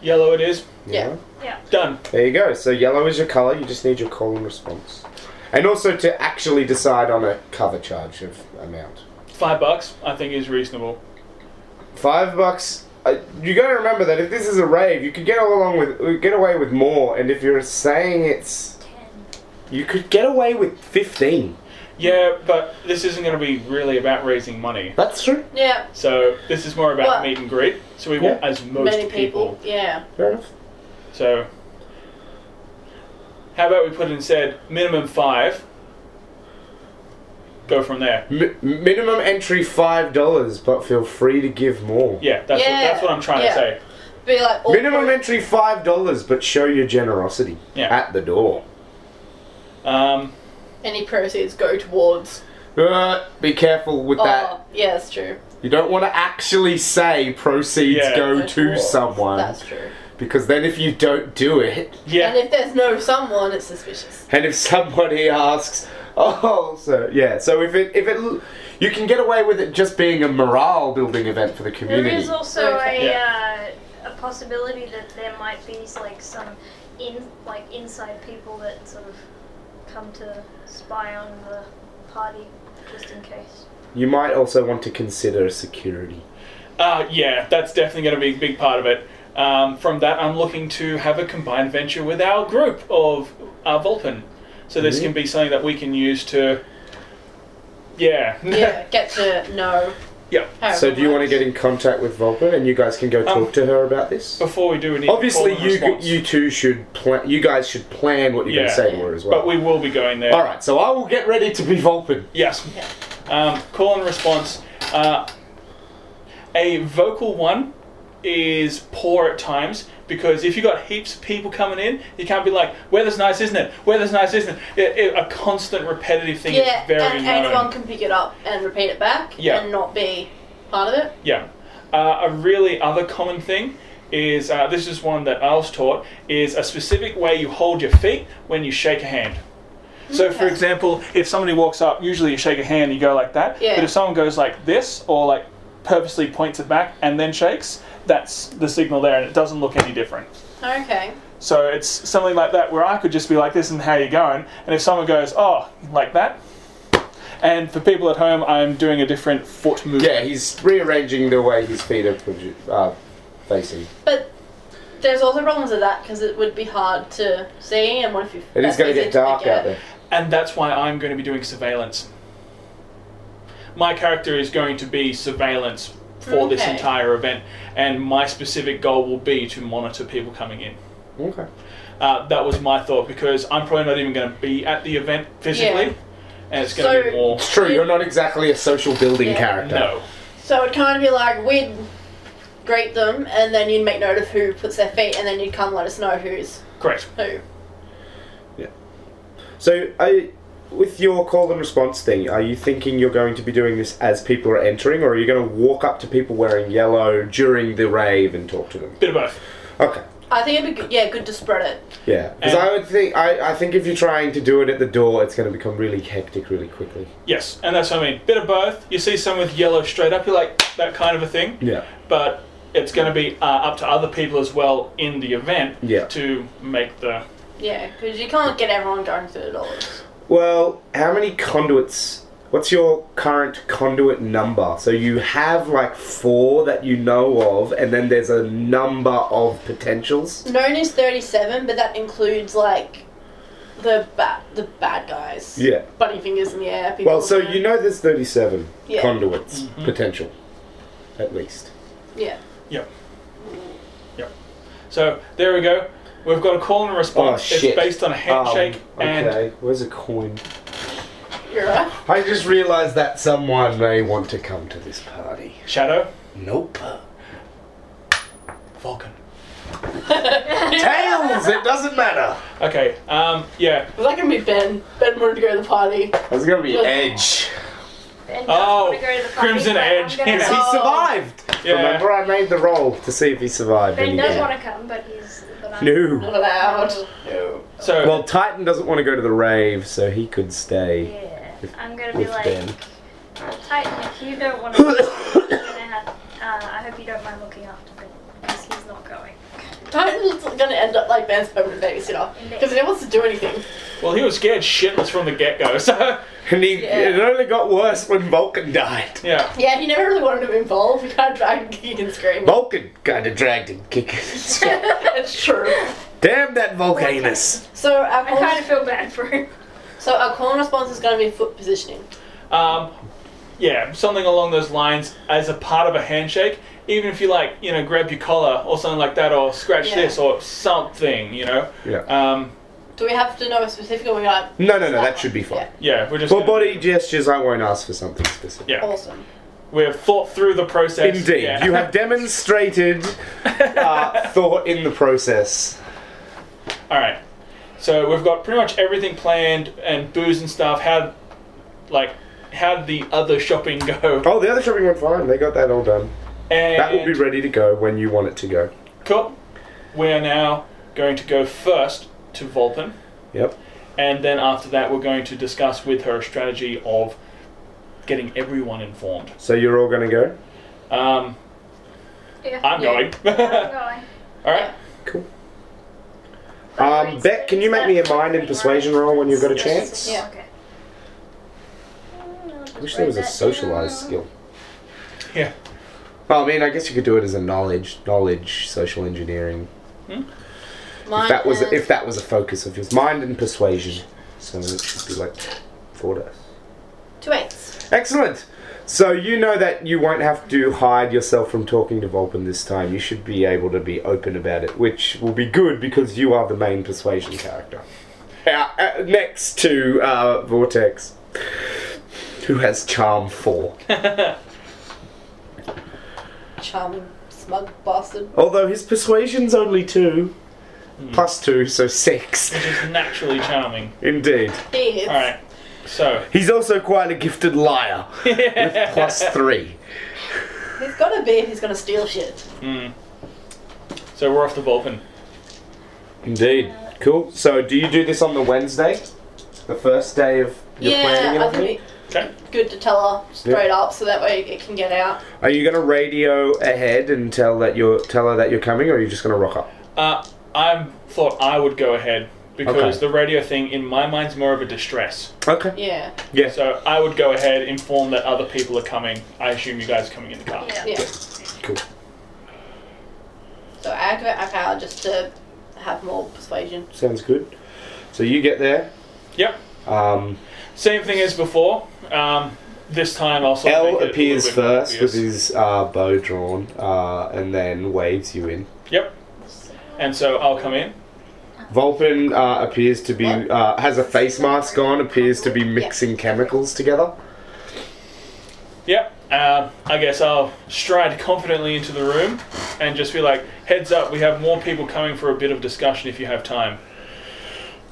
B: yellow it is.
A: you
D: Yeah.
A: know?
C: Yeah.
B: Done.
A: There you go. So yellow is your color. You just need your call and response, and also to actually decide on a cover charge of amount.
B: Five bucks I think is reasonable.
A: Five bucks. Uh, you got to remember that if this is a rave, you could get all along with uh, get away with more. And if you're saying it's,
C: Ten.
A: you could get away with fifteen.
B: Yeah, but this isn't going to be really about raising money.
A: That's true.
D: Yeah.
B: So this is more about
D: Well-
B: meet and greet. So we want as most
D: Many
B: people.
D: people. Yeah.
A: Fair enough.
B: So how about we put instead minimum five? Go from there.
A: M- minimum entry five dollars, but feel free to give more.
B: Yeah, that's What,
D: Yeah,
B: that's what I'm trying
D: yeah.
B: to say.
D: Be like all
A: Minimum entry five dollars, but show your generosity
B: Yeah.
A: at the door.
B: Um,
D: any proceeds go towards.
A: Uh, be careful with that.
D: Oh, yeah, that's true.
A: You don't want to actually say proceeds
B: Yeah.
A: go to
D: towards.
A: someone
D: That's true.
A: because then if you don't do it,
D: And
B: yeah,
D: if there's no someone, it's suspicious.
A: and if somebody asks, oh, so yeah, so if it if it you can get away with it just being a morale building event for the
C: There
A: community.
C: is also
D: Okay.
C: a uh, a possibility that there might be like some in like inside people that sort of come to spy on the party just in case.
A: you might also want to consider security.
B: uh, yeah, that's definitely going to be a big part of it. Um, from that, I'm looking to have a combined venture with our group of uh, Vulpin. So this
A: Mhm.
B: can be something that we can use to, yeah,
D: Yeah, get to know.
B: Yeah.
D: how
A: so do you want to
D: everyone
A: get in contact with Vulpin and you guys can go
B: Um,
A: talk to her about this?
B: Before we do, we need
A: Obviously,
B: a call and
A: you g-
B: response.
A: you two should plan. You guys should plan what you're
B: Yeah.
A: going to say to her as well.
B: but we will be going there.
A: All right, so I will get ready to be Vulpin.
B: Yes. Um, call and response. Uh, a vocal one is poor at times because if you got heaps of people coming in, you can't be like, "Weather's nice, isn't it? Weather's nice, isn't it?" it, it a constant repetitive thing
D: Yeah,
B: is very
D: and
B: known.
D: anyone can pick it up and repeat it back
B: Yeah.
D: and not be part of it.
B: Yeah. Uh, a really other common thing is uh, this is one that I was taught is a specific way you hold your feet when you shake a hand. So, for
D: Okay.
B: example, if somebody walks up, usually you shake a hand and you go like that.
D: Yeah.
B: But if someone goes like this or like purposely points it back and then shakes, that's the signal there and it doesn't look any different.
D: Okay.
B: So, it's something like that where I could just be like this and how you going. And if someone goes, oh, like that. And for people at home, I'm doing a different foot movement.
A: Yeah, he's rearranging the way his feet are produ- uh, facing.
D: But there's also problems with that because it would be hard to see, and what if you?
A: It is
D: that's
A: going to
D: easy
A: get dark
D: forget.
A: out there.
B: And that's why I'm going to be doing surveillance. My character is going to be surveillance for this
D: Okay.
B: entire event, and my specific goal will be to monitor people coming in.
A: Okay.
B: Uh, that was my thought because I'm probably not even going to be at the event physically,
D: Yeah.
B: and it's going to
D: So-
B: be more.
A: It's true, you're not exactly a social building
D: Yeah.
A: character.
B: No.
D: So it'd kind of be like we'd greet them, and then you'd make note of who puts their feet, and then you'd come let us know who's
B: Correct.
D: who.
A: So, I, with your call and response thing, are you thinking you're going to be doing this as people are entering, or are you going to walk up to people wearing yellow during the rave and talk to them?
B: Bit of both.
A: Okay.
D: I think it'd be good, yeah, good to spread it.
A: Yeah, because
B: And-
A: I would think I, I think if you're trying to do it at the door, it's going to become really hectic really quickly.
B: Yes, and that's what I mean. Bit of both. You see someone with yellow straight up, you're like, that kind of a thing.
A: Yeah.
B: But it's going to be uh, up to other people as well in the event
A: Yeah.
B: to make the.
D: Yeah, because you can't get everyone going through it all.
A: Well, how many conduits? What's your current conduit number? So you have like four that you know of, and then there's a number of potentials.
D: Known is thirty-seven, but that includes like the bad the bad guys.
A: Yeah.
D: bunny fingers in the air. People
A: Well, so you know there's 37
D: Yeah.
A: conduits
B: Mm-hmm.
A: potential, at least.
D: Yeah.
B: Yep. Yep. So there we go. We've got a call and
A: Oh
B: response.
A: shit!
B: It's based on a handshake
A: Um,
B: and
A: okay, where's a coin?
D: You're right.
A: I just realised that someone may want to come to this party.
B: shadow.
A: Nope.
B: Vulcan.
A: Tails. It doesn't matter.
B: Okay. Um. Yeah.
D: Was that gonna be Ben? Ben wanted to go to the party.
A: It's gonna be
D: Look.
A: Edge.
C: And
B: Oh,
C: doesn't wanna go to the party,
B: Crimson
C: but I'm
B: Edge.
C: gonna
B: Yes,
A: He
D: Oh.
A: survived.
B: Yeah.
A: Remember, I made the roll to see if he survived.
C: Ben
A: and he
C: does
A: did.
C: want to come, but he's. But I'm
A: No.
D: Not allowed. No.
B: So
A: Well, Titan doesn't want to go to the rave, so he could stay.
C: Yeah.
A: With-
C: I'm gonna be
A: with
C: like,
A: Ben.
C: Titan, if you don't want to, I'm gonna have. Uh, I hope you don't mind looking after Ben because he's not going.
D: Titan's gonna end up like Ben's permanent babysitter because he never wants to do anything.
B: Well, he was scared shitless from the get go, so.
A: And he,
D: Yeah.
A: it only got worse when Vulcan died.
B: Yeah.
D: Yeah, he never really wanted to involve. He kind of dragged Geek and Scream.
A: Vulcan kind of dragged him kicking.
D: it's true.
A: Damn that Vulcanus.
D: So our
C: I kind
D: call,
C: of feel bad for him.
D: so our call and response is gonna be foot positioning.
B: Um, yeah, something along those lines as a part of a handshake, even if you like, you know, grab your collar or something like that, or scratch
D: Yeah.
B: this or something, you know?
A: Yeah.
B: Um,
D: Do we have to know a specific or we got
A: No, no, no, that should be fine.
B: yeah, we're just.
A: For
B: gonna-
A: body gestures, I won't ask for something specific.
B: Yeah.
D: awesome?
B: We've thought through the process.
A: Indeed,
B: Yeah.
A: you have demonstrated uh, thought in the process.
B: All right. So we've got pretty much everything planned and booze and stuff. How, like, how would the other shopping go?
A: Oh, the other shopping went fine. They got that all done.
B: And
A: That will be ready to go when you want it to go.
B: cool. We are now going to go first to Vulpin,
A: Yep.
B: and then after that, we're going to discuss with her a strategy of getting everyone informed.
A: So you're all gonna go.
B: Um,
C: Yeah.
B: I'm
D: Yeah.
B: going.
C: I'm
B: All
C: going.
B: right.
A: Cool. Um, Beck, can you make me a mind and persuasion roll when you've got a chance?
D: Yeah.
C: Okay.
A: I wish there was a socialized skill.
B: Yeah.
A: Well, I mean, I guess you could do it as a knowledge, knowledge, social engineering.
D: Mine
A: If that was
D: is-
A: if that was a focus of yours, mind and persuasion. So it should be like four dice.
D: two eights.
A: Excellent. So you know that you won't have to hide yourself from talking to Vulpin this time. You should be able to be open about it, which will be good because you are the main persuasion character. Uh, uh, next to uh, Vortex, who has charm four.
D: Charming smug bastard.
A: Although his persuasion's only two, plus two, so six.
B: Which is naturally charming.
A: Indeed.
D: He is.
B: All right. So.
A: He's also quite a gifted liar, with plus three.
D: He's got to be if he's gonna steal shit.
B: Mm. So we're off to Vulpin.
A: Indeed. Cool. So, do you do this on the Wednesday? The first day of your planning?
D: yeah, I
A: and
D: think
A: everything?
D: it'd
B: Okay.
D: be good to tell her straight up so that way it can get out.
A: Are you going to radio ahead and tell that you're tell her that you're coming, or are you just going to rock up?
B: Uh, I thought I would go ahead because
A: Okay.
B: the radio thing in my mind's more of a distress.
A: Okay.
D: Yeah,
A: Yes.
B: So I would go ahead, inform that other people are coming. I assume you guys are coming in the car.
C: Yeah.
D: yeah.
A: Cool.
D: So I activate my power just to have more persuasion.
A: Sounds good. So you get there.
B: Yep.
A: Um,
B: Same thing as before. Um, this time also.
A: L appears first with his uh, bow drawn, uh, and then waves you in.
B: Yep. And so I'll come in.
A: Vulpin uh, appears to be
D: What?
A: uh, has a face mask on. Appears to be mixing chemicals together.
B: Yep. Um I guess I'll stride confidently into the room and just be like, heads up, we have more people coming for a bit of discussion if you have time.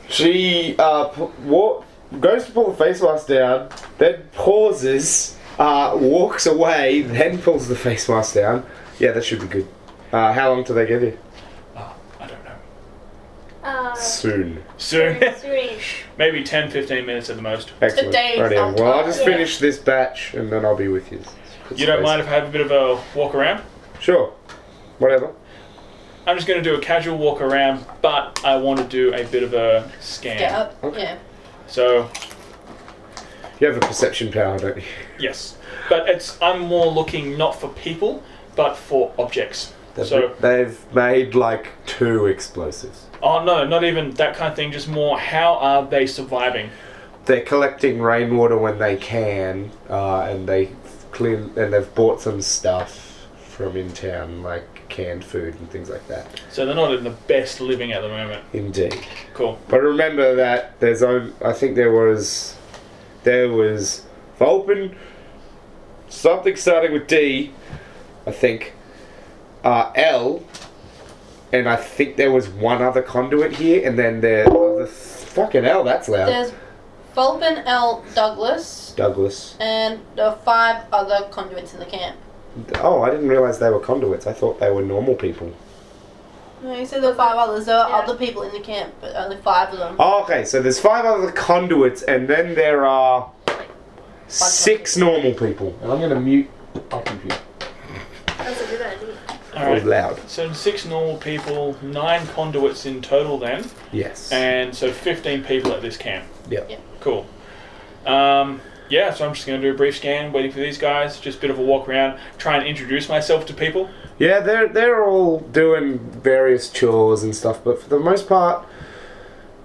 A: She uh, p- walk, goes to pull the face mask down, then pauses, uh, walks away, then pulls the face mask down. Yeah, that should be good. Uh, how long do they give you?
B: Oh, I don't know.
C: Uh,
A: Soon.
B: Soon.
C: soonish.
B: Maybe 10, 15 minutes at the most.
A: Excellent.
D: Today
A: Right on. Well, I'll just
D: sometime.
A: finish this batch and then I'll be with you.
B: You don't mind if I have a bit of a walk around?
A: Sure. Whatever.
B: I'm just going to do a casual walk around, but I want to do a bit of a scan.
D: Get up.
A: Okay.
D: Yeah.
B: So,
A: You have a perception power, don't you?
B: yes. But it's I'm more looking not for people, but for objects. So,
A: they've made like two explosives.
B: oh no, not even that kind of thing, just more how are they surviving?
A: they're collecting rainwater when they can, uh, and they clean and they've bought some stuff from in town, like canned food and things like that.
B: So they're not in the best living at the moment.
A: Indeed.
B: Cool.
A: But remember that there's on. I think there was, there was Vulpin, something starting with D, I think, uh, L, and I think there was one other conduit here, and then there. Oh, the fucking L. That's loud.
D: There's Vulpin L. Douglas
A: Douglas.
D: and the five other conduits in the camp.
A: Oh, I didn't realize they were conduits. I thought they were normal people.
D: No, you said the five others. There are
C: Yeah.
D: other people in the camp, but only five of them.
A: Oh, okay, so there's five other conduits, and then there are six normal people. And I'm going to mute my computer.
C: That's a good idea.
B: All All
A: It was
B: right.
A: loud.
B: So six normal people, nine conduits in total then,
A: Yes.
B: and so 15 people at this camp.
A: Yep.
D: Yeah.
B: Cool. Um, yeah, so I'm just going to do a brief scan, waiting for these guys, just a bit of a walk around, try and introduce myself to people.
A: Yeah, they're they're all doing various chores and stuff, but for the most part,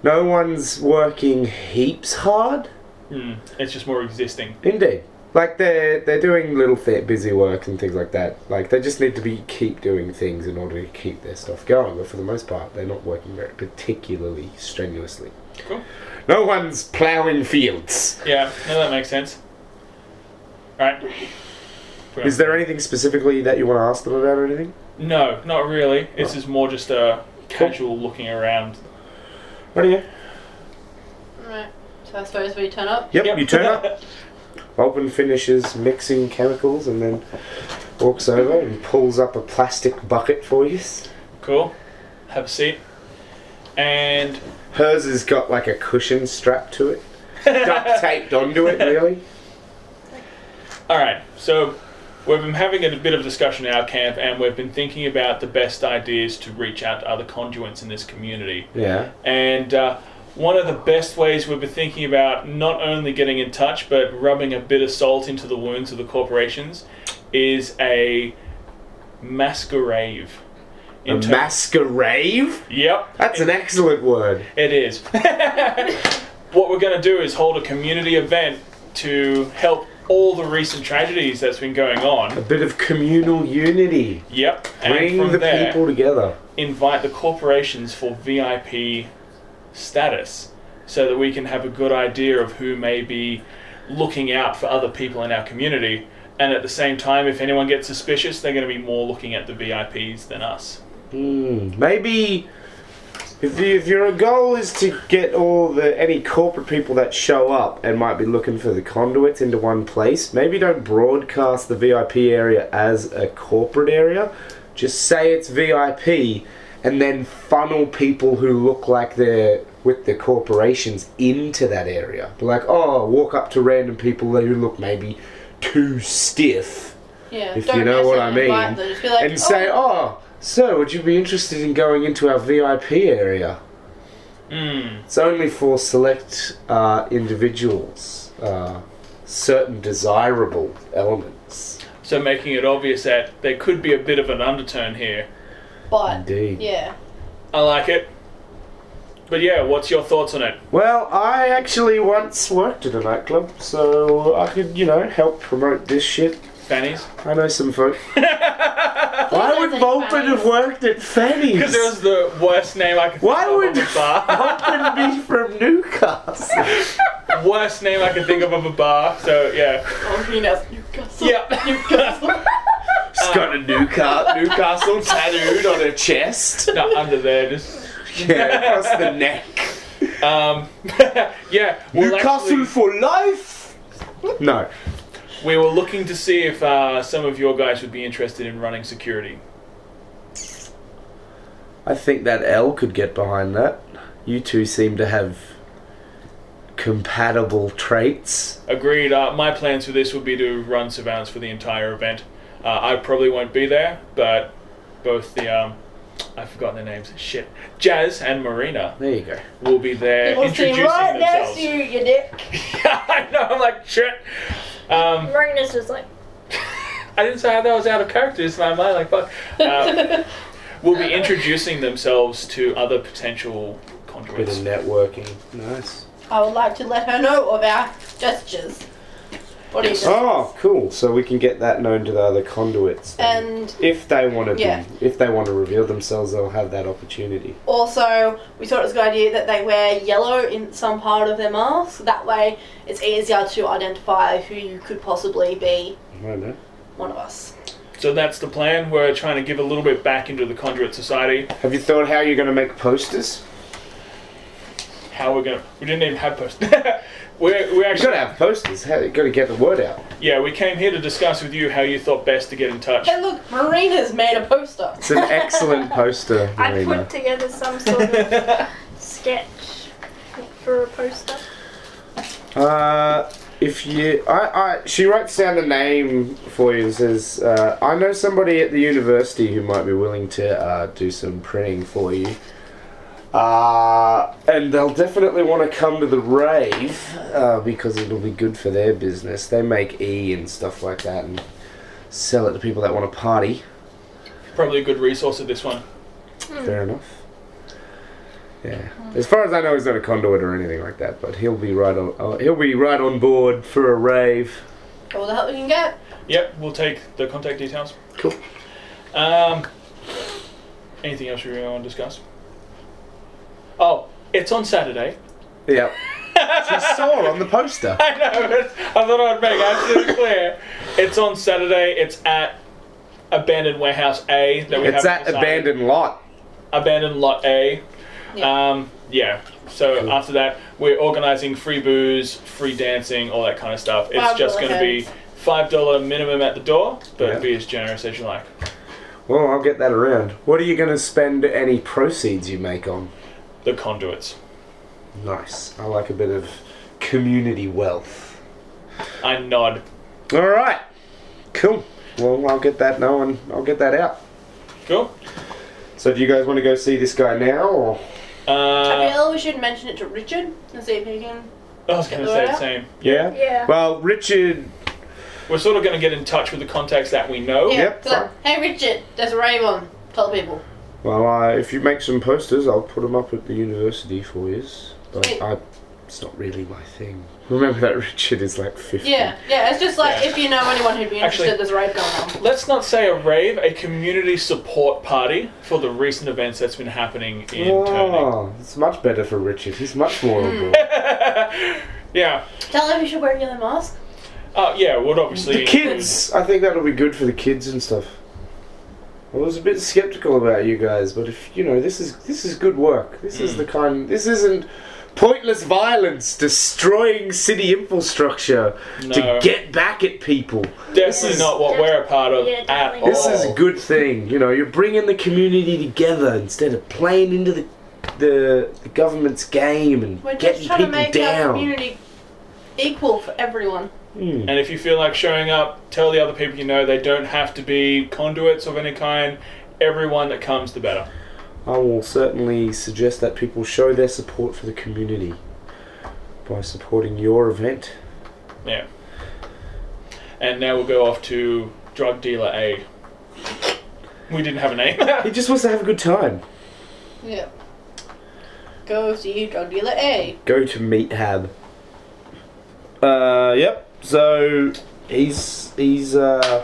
A: no one's working heaps hard.
B: Hmm, it's just more existing.
A: Indeed, like they're they're doing little th- busy work and things like that. Like they just need to be keep doing things in order to keep their stuff going. But for the most part, they're not working very particularly strenuously.
B: Cool.
A: No one's ploughing fields.
B: Yeah, no, that makes sense. All right.
A: Is there anything specifically that you want to ask them about or anything?
B: No, not really.
A: Oh.
B: This is more just a casual looking around.
A: What do you?
D: Right. So I suppose we turn up.
A: Yep, you turn up. Alban finishes mixing chemicals and then walks over and pulls up a plastic bucket for you.
B: cool. Have a seat. And
A: Hers has got like a cushion strapped to it, duct taped onto it, really.
B: All right, so we've been having a bit of discussion in our camp, and we've been thinking about the best ideas to reach out to other conduits in this community.
A: Yeah.
B: And uh, one of the best ways we've been thinking about not only getting in touch, but rubbing a bit of salt into the wounds of the corporations, is a masquerade.
A: A
B: ter-
A: masquerade?
B: yep.
A: That's an excellent word.
B: It is. what we're going to do is hold a community event to help all the recent tragedies that's been going
A: A
B: on.
A: bit of communal unity.
B: Yep. And
A: Bring
B: from
A: the
B: there,
A: people together.
B: invite the corporations for VIP status so that we can have a good idea of who may be looking out for other people in our community. And at the same time, if anyone gets suspicious, they're going to be more looking at the VIPs than us.
A: Hmm. Maybe if, you, if your goal is to get all the any corporate people that show up and might be looking for the conduits into one place, maybe don't broadcast the VIP area as a corporate area. Just say it's VIP, and then funnel people who look like they're with the corporations into that area. Like, oh, walk up to random people who look maybe too stiff
D: Yeah.
A: if
D: don't
A: you know what I
D: necessarily
A: mean,
D: invite them, just be like,
A: and say, "Oh, sir, would you be interested in going into our VIP area?"
B: Mm.
A: It's only for select uh, individuals, uh, certain desirable elements.
B: So making it obvious that there could be a bit of an undertone here.
A: "Oh,
D: But
A: Indeed.
D: yeah.
B: I like it. But yeah, what's your thoughts on it?
A: Well, I actually once worked at a nightclub, so I could, you know, help promote this shit.
B: Fannies?
A: I know some folk. Why would
D: Think
A: Vulpin
D: Fanny's.
A: have worked at Fanny's?
B: Because it was the worst name I could
A: Why
B: think of
A: would-
B: of a bar.
A: Vulpin be from Newcastle?
B: worst name I could think of of a bar. So yeah.
D: Oh, he knows Newcastle.
B: Yeah.
D: Newcastle.
A: She's got a Newcastle, Newcastle tattooed on her chest.
B: No, under there, just
A: Yeah, across the neck.
B: um, yeah. Well,
A: Newcastle
B: actually,
A: for life. No.
B: we were looking to see if uh, some of your guys would be interested in running security.
A: I think that L could get behind that. You two seem to have compatible traits.
B: Agreed. Uh, my plans for this would be to run surveillance for the entire event. Uh, I probably won't be there, but both the um, I've forgotten their names. Shit, Jazz and Marina
A: There you go.
B: will be there
D: People see
B: introducing
D: right next
B: themselves.
D: to you, you dick.
B: I know. I'm like shit. Um,
C: Marina's just like,
B: I didn't say that was out of character. It's my mind, like fuck. Um, will be introducing themselves to other potential
A: Bit of
B: conduits.
A: networking. Nice.
D: I would like to let her know of our gestures. What do you think?
A: Oh, cool. So we can get that known to the other conduits. then.
D: And
A: if they want to
D: Yeah.
A: be, if they want to reveal themselves, they'll have that opportunity.
D: also, we thought it was a good idea that they wear yellow in some part of their mask. That way, it's easier to identify who you could possibly be
A: I don't know.
D: one of us.
B: So that's the plan. We're trying to give a little bit back into the conduit society.
A: Have you thought how you're going to make posters?
B: How we're gonna? We didn't even have post. we're we
A: You've got
B: actually
A: to have posters. How, you got to get the word out.
B: yeah. We came here to discuss with you how you thought best to get in touch.
D: Hey, look, Marina's made a poster.
A: It's an excellent poster,
C: I
A: Marina.
C: put together some sort of sketch for a poster.
A: Uh, if you, I, I, she writes down the name for you and says, uh, "I know somebody at the university who might be willing to uh, do some printing for you, uh, and they'll definitely want to come to the rave uh, because it'll be good for their business. They make e and stuff like that, and sell it to people that want to party.
B: Probably a good resource at this one.
A: Fair enough. Yeah. As far as I know, he's not a conduit or anything like that, but he'll be right on. Uh, he'll be right on board for a rave.
D: All the help we can get.
B: Yep, we'll take the contact details.
A: Cool.
B: Um, anything else you really want to discuss? Oh, it's on Saturday.
A: Yeah. She saw on the poster.
B: I know. It's, I thought I'd make absolutely clear. It's on Saturday. It's at abandoned warehouse A. That we
A: It's
B: haven't
A: that
B: decided-
A: abandoned lot.
B: abandoned lot A.
D: Yeah.
B: Um, yeah. So
A: Cool.
B: after that, we're organising free booze, free dancing, all that kind of stuff. It's just
D: $5
B: going to be five dollar minimum at the door, but
A: Yeah.
B: be as generous as you like.
A: Well, I'll get that around. What are you going to spend any proceeds you make on?
B: The conduits.
A: Nice. I like a bit of community wealth.
B: I nod.
A: All right. Cool. Well, I'll get that known. I'll get that out.
B: Cool.
A: So, do you guys want to go see this guy now, or
D: I
B: Uh,
D: feel we should mention it to Richard and see if he can.
B: I was going to say the same.
A: yeah?
C: Yeah.
A: Well, Richard.
B: We're sort of going to get in touch with the contacts that we know.
D: Yeah.
A: Yep,
D: so like, hey Richard, there's a rave on. Tell people.
A: Well, uh, if you make some posters, I'll put them up at the university for you. But
D: Sweet.
A: I, it's not really my thing. Remember that Richard is like fifty.
D: Yeah, yeah. It's just like
B: Yeah.
D: if you know anyone who'd be interested,
B: Actually-
D: there's a rave going on.
B: Let's not say a rave, a community support party for the recent events that's been happening in Turning.
A: Oh, it's much better for Richard. He's much
D: Hmm.
A: more on board.
B: Yeah.
D: Tell them you should wear a yellow mask.
B: Oh, yeah, would obviously.
A: The kids! I think that'll be good for the kids and stuff. I was a bit skeptical about you guys, but if you know, this is this is good work. This
D: Hmm.
A: is the kind. This isn't pointless violence, destroying city infrastructure to
B: No.
A: get back at people. This
B: Definitely
A: is-
B: not what we're a part of
C: Yeah,
B: at all.
C: definitely
A: This
D: Oh.
A: is a good thing. You know, you're bringing the community together instead of playing into the the, the government's game and
D: We're just
A: getting
D: trying to
A: people
D: make our
A: down.
D: community equal for everyone.
A: Hmm.
B: And if you feel like showing up, tell the other people you know they don't have to be conduits of any kind. Everyone that comes, the better.
A: I will certainly suggest that people show their support for the community by supporting your event.
B: Yeah. And now we'll go off to drug dealer A. We didn't have a name.
A: He just wants to have a good time.
D: Yeah. Go see drug dealer A.
A: Go to meet Hab. Uh, yep. So he's he's uh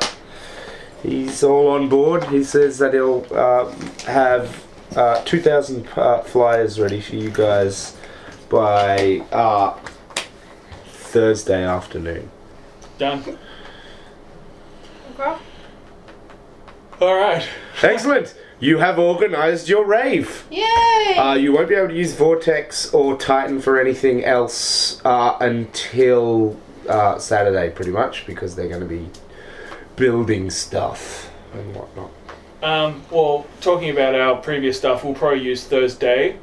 A: he's all on board. He says that he'll uh, have uh, two thousand uh, flyers ready for you guys by uh, Thursday afternoon.
B: Done. All right.
A: Excellent. You have organised your rave.
D: Yay!
A: Uh, you won't be able to use Vortex or Titan for anything else uh, until uh, Saturday, pretty much, because they're going to be building stuff and whatnot.
B: Um, well, talking about our previous stuff, we'll probably use Thursday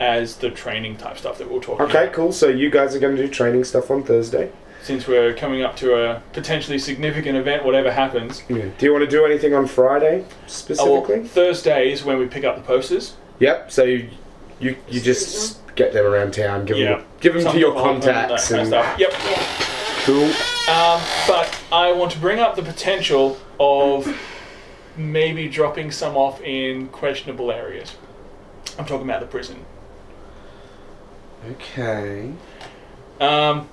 B: as the training type stuff that we'll talk about.
A: Okay, cool. So you guys are going to do training stuff on Thursday.
B: Since we're coming up to a potentially significant event, whatever happens.
A: Do you want to do anything on Friday
B: Oh,
A: specifically?
B: well, Thursday is when we pick up the posters.
A: Yep. So you you, you just get them around town, give
B: Yeah.
A: them give them to
B: Something
A: your
B: on-
A: contacts,
B: on
A: and
B: that kind of stuff.
D: yeah.
A: cool.
B: Yep. Um, but I want to bring up the potential of maybe dropping some off in questionable areas. I'm talking about the prison.
A: Okay.
B: Um,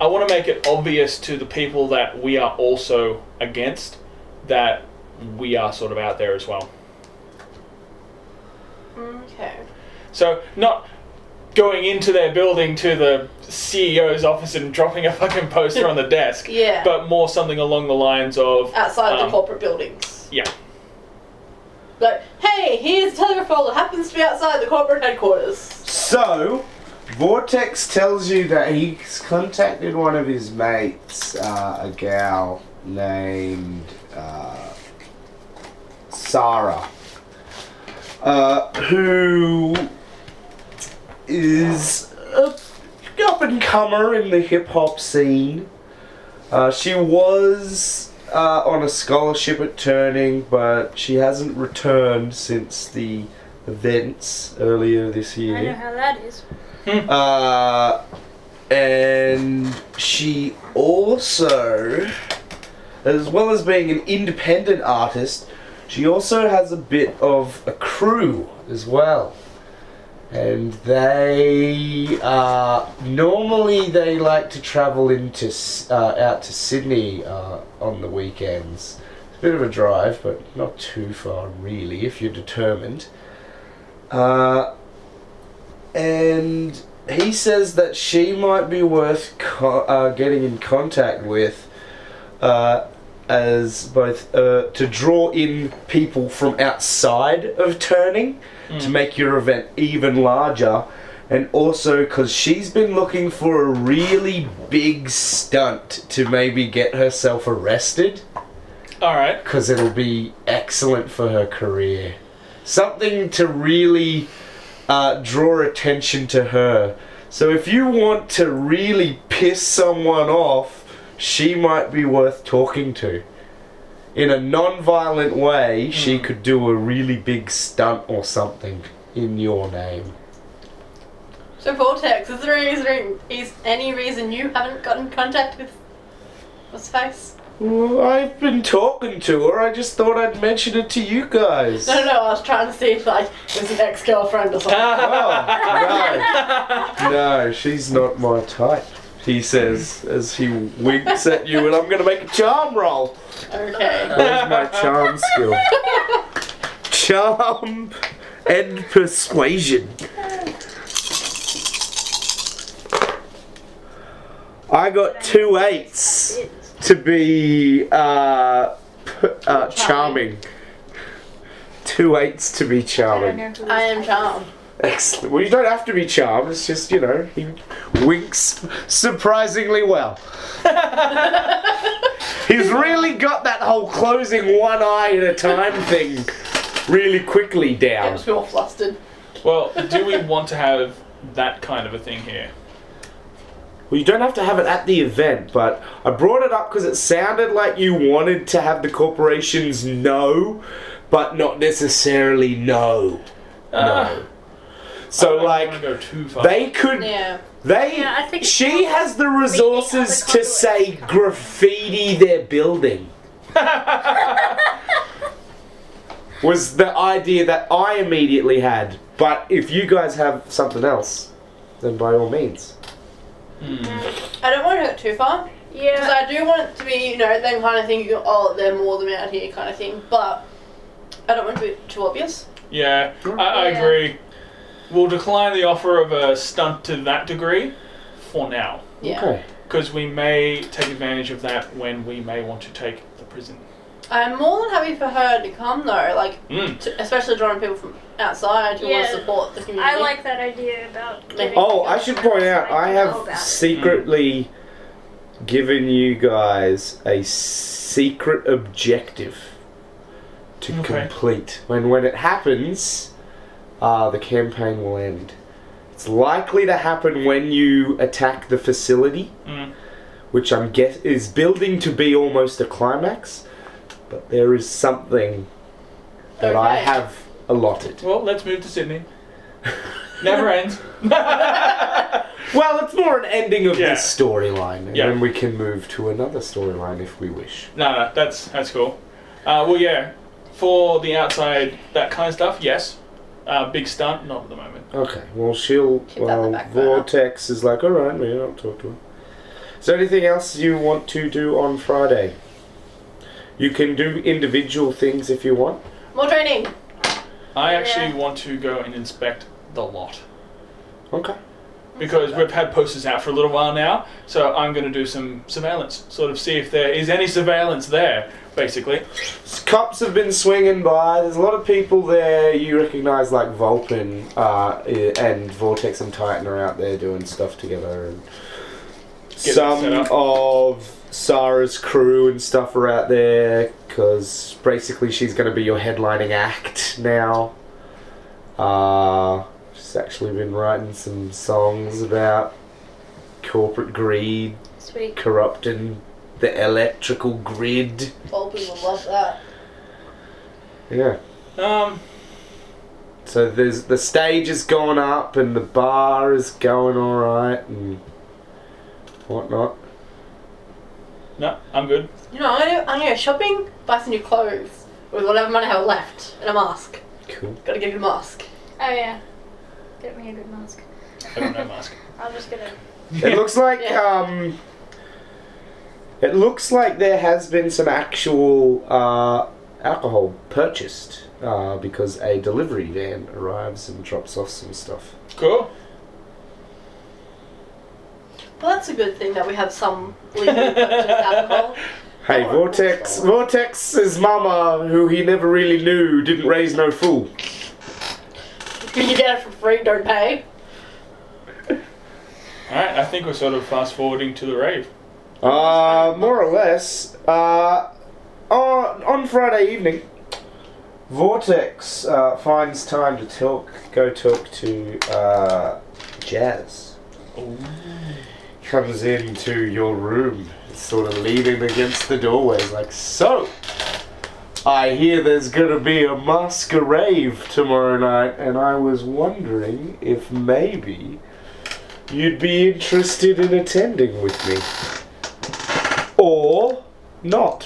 B: I want to make it obvious to the people that we are also against that we are sort of out there as well.
D: Okay.
B: So not going into their building to the CEO's office and dropping a fucking poster on the desk,
D: Yeah.
B: but more something along the lines of
D: Outside of the
B: um,
D: corporate buildings.
B: Yeah,
D: Like, hey, here's a telegraph pole that happens to be outside the corporate headquarters.
A: So, Vortex tells you that he's contacted one of his mates, uh, a gal named uh, Sarah, uh, who is up, up and comer in the hip hop scene. Uh, she was uh, on a scholarship at Turning, but she hasn't returned since the events earlier this year.
C: I know how that is.
A: Uh, and she also, as well as being an independent artist, she also has a bit of a crew as well. And they uh, normally they like to travel into S- uh, out to Sydney uh, on the weekends. It's a bit of a drive, but not too far really if you're determined. Uh, and he says that she might be worth co- uh, getting in contact with uh, as both uh, to draw in people from outside of turning to make your event even larger and also because she's been looking for a really big stunt to maybe get herself arrested
B: All right.
A: because it'll be excellent for her career. Something to really uh, draw attention to her. So if you want to really piss someone off, she might be worth talking to. In a non-violent way,
D: Hmm.
A: she could do a really big stunt or something in your name.
D: So Vortex, is there any reason, is any reason you haven't got in contact with what's face?
A: Well, I've been talking to her. I just thought I'd mention it to you guys.
D: No, no, no. I was trying to see if like it was an ex-girlfriend or something.
A: Oh, no. No, she's not my type, he says as he winks at you, and I'm going to make a charm roll.
D: okay.
A: Where's my charm skill? Charm and persuasion. I got two eights
C: It
A: to be uh, p- uh, charming. Two eights to be
C: I don't
A: charming.
C: know who
D: I
C: this
D: am
C: guy
D: charmed.
A: Excellent. Well, you don't have to be charmed. It's just you know he winks surprisingly well. He's really got that whole closing one eye at a time thing really quickly
D: It
A: down.
D: was all flustered.
B: Well, do we want to have that kind of a thing here?
A: Well, you don't have to have it at the event, but I brought it up because it sounded like you wanted to have the corporations know, but not necessarily know.
B: Ah.
A: No. So
B: I don't
A: like
B: wanna go too far.
A: they could
D: Yeah.
A: They,
C: Yeah, I think
A: she has the resources
C: other
A: to say graffiti their building.
B: Hmm.
A: was the idea that I immediately had. But if you guys have something else, then by all means.
D: I don't want to hurt too far because
C: Yeah.
D: I do want it to be, you know, that kind of thing. You go, oh, they're more than out here, kind of thing. But I don't want to be too obvious.
B: Yeah, I, I
C: Yeah.
B: agree. We'll decline the offer of a stunt to that degree for now,
D: Yeah.
A: Okay.
B: because we may take advantage of that when we may want to take the prison.
D: I'm more than happy for her to come though, like
B: Mm.
D: to, especially drawing people from outside who want
C: Yeah.
D: to support the community.
C: I like that idea about.
D: Maybe.
C: getting
A: Oh, I should point out,
C: people
A: I
C: know
A: have
C: about it.
A: secretly given you guys a secret objective to
B: Okay.
A: complete. When when it happens, uh, the campaign will end. It's likely to happen when you attack the facility,
B: Mm.
A: which I'm guess is building to be almost a climax. But there is something that I
D: Okay.
A: have allotted.
B: Well, let's move to Sydney. Never ends.
A: Well, it's more an ending of
B: Yeah.
A: this storyline, and
B: Yeah.
A: then we can move to another storyline if we wish.
B: No, no, that's that's cool. Uh, well, yeah, for the outside that kind of stuff, yes. Uh, big stunt, not at the moment.
A: Okay. Well, she'll.
D: Keep that in the
A: Well,
D: back burner.
A: Vortex is like, all right, man, I'll talk to her. Is there anything else you want to do on Friday? You can do individual things if you want.
D: more training.
B: I actually
C: Yeah.
B: want to go and inspect the lot
A: Okay.
B: because we've had posters out for a little while now. So I'm going to do some surveillance, sort of see if there is any surveillance there, basically.
A: S- Cops have been swinging by. There's a lot of people there you recognise, like Vulpin uh, i- and Vortex and Titan are out there doing stuff together. And
B: Getting set
A: some
B: up.
A: of Sarah's crew and stuff are out there because basically she's going to be your headlining act now. Uh, she's actually been writing some songs about corporate greed
C: Sweet.
A: corrupting the electrical grid.
D: Volpe will love that.
A: Yeah.
B: Um,
A: So there's the stage has gone up and the bar is going all right and whatnot.
B: no, I'm good.
D: You know, I'm gonna, I'm gonna go shopping, buy some new clothes with whatever money I have left, and a mask.
A: Cool.
D: Gotta get a mask.
C: Oh yeah. Get me a good mask.
B: I don't know mask.
C: I'm just gonna.
A: It looks like
D: Yeah.
A: um, it looks like there has been some actual uh, alcohol purchased uh, because a delivery van arrives and drops off some stuff.
B: cool.
D: Well, that's a good thing that we have some legally purchased alcohol.
A: Hey,
D: Oh,
A: Vortex!
D: that's all.
A: Vortex's mama, who he never really knew, didn't raise no fool.
D: You get it for free, don't pay.
B: All right, I think we're sort of fast forwarding to the rave.
A: Uh, more or less. Uh, on, on Friday evening, Vortex uh, finds time to talk, go talk to uh, Jazz. Comes into your room, sort of leaning against the doorway, like, So, I hear there's gonna be a masquerade tomorrow night, and I was wondering if maybe you'd be interested in attending with me or not.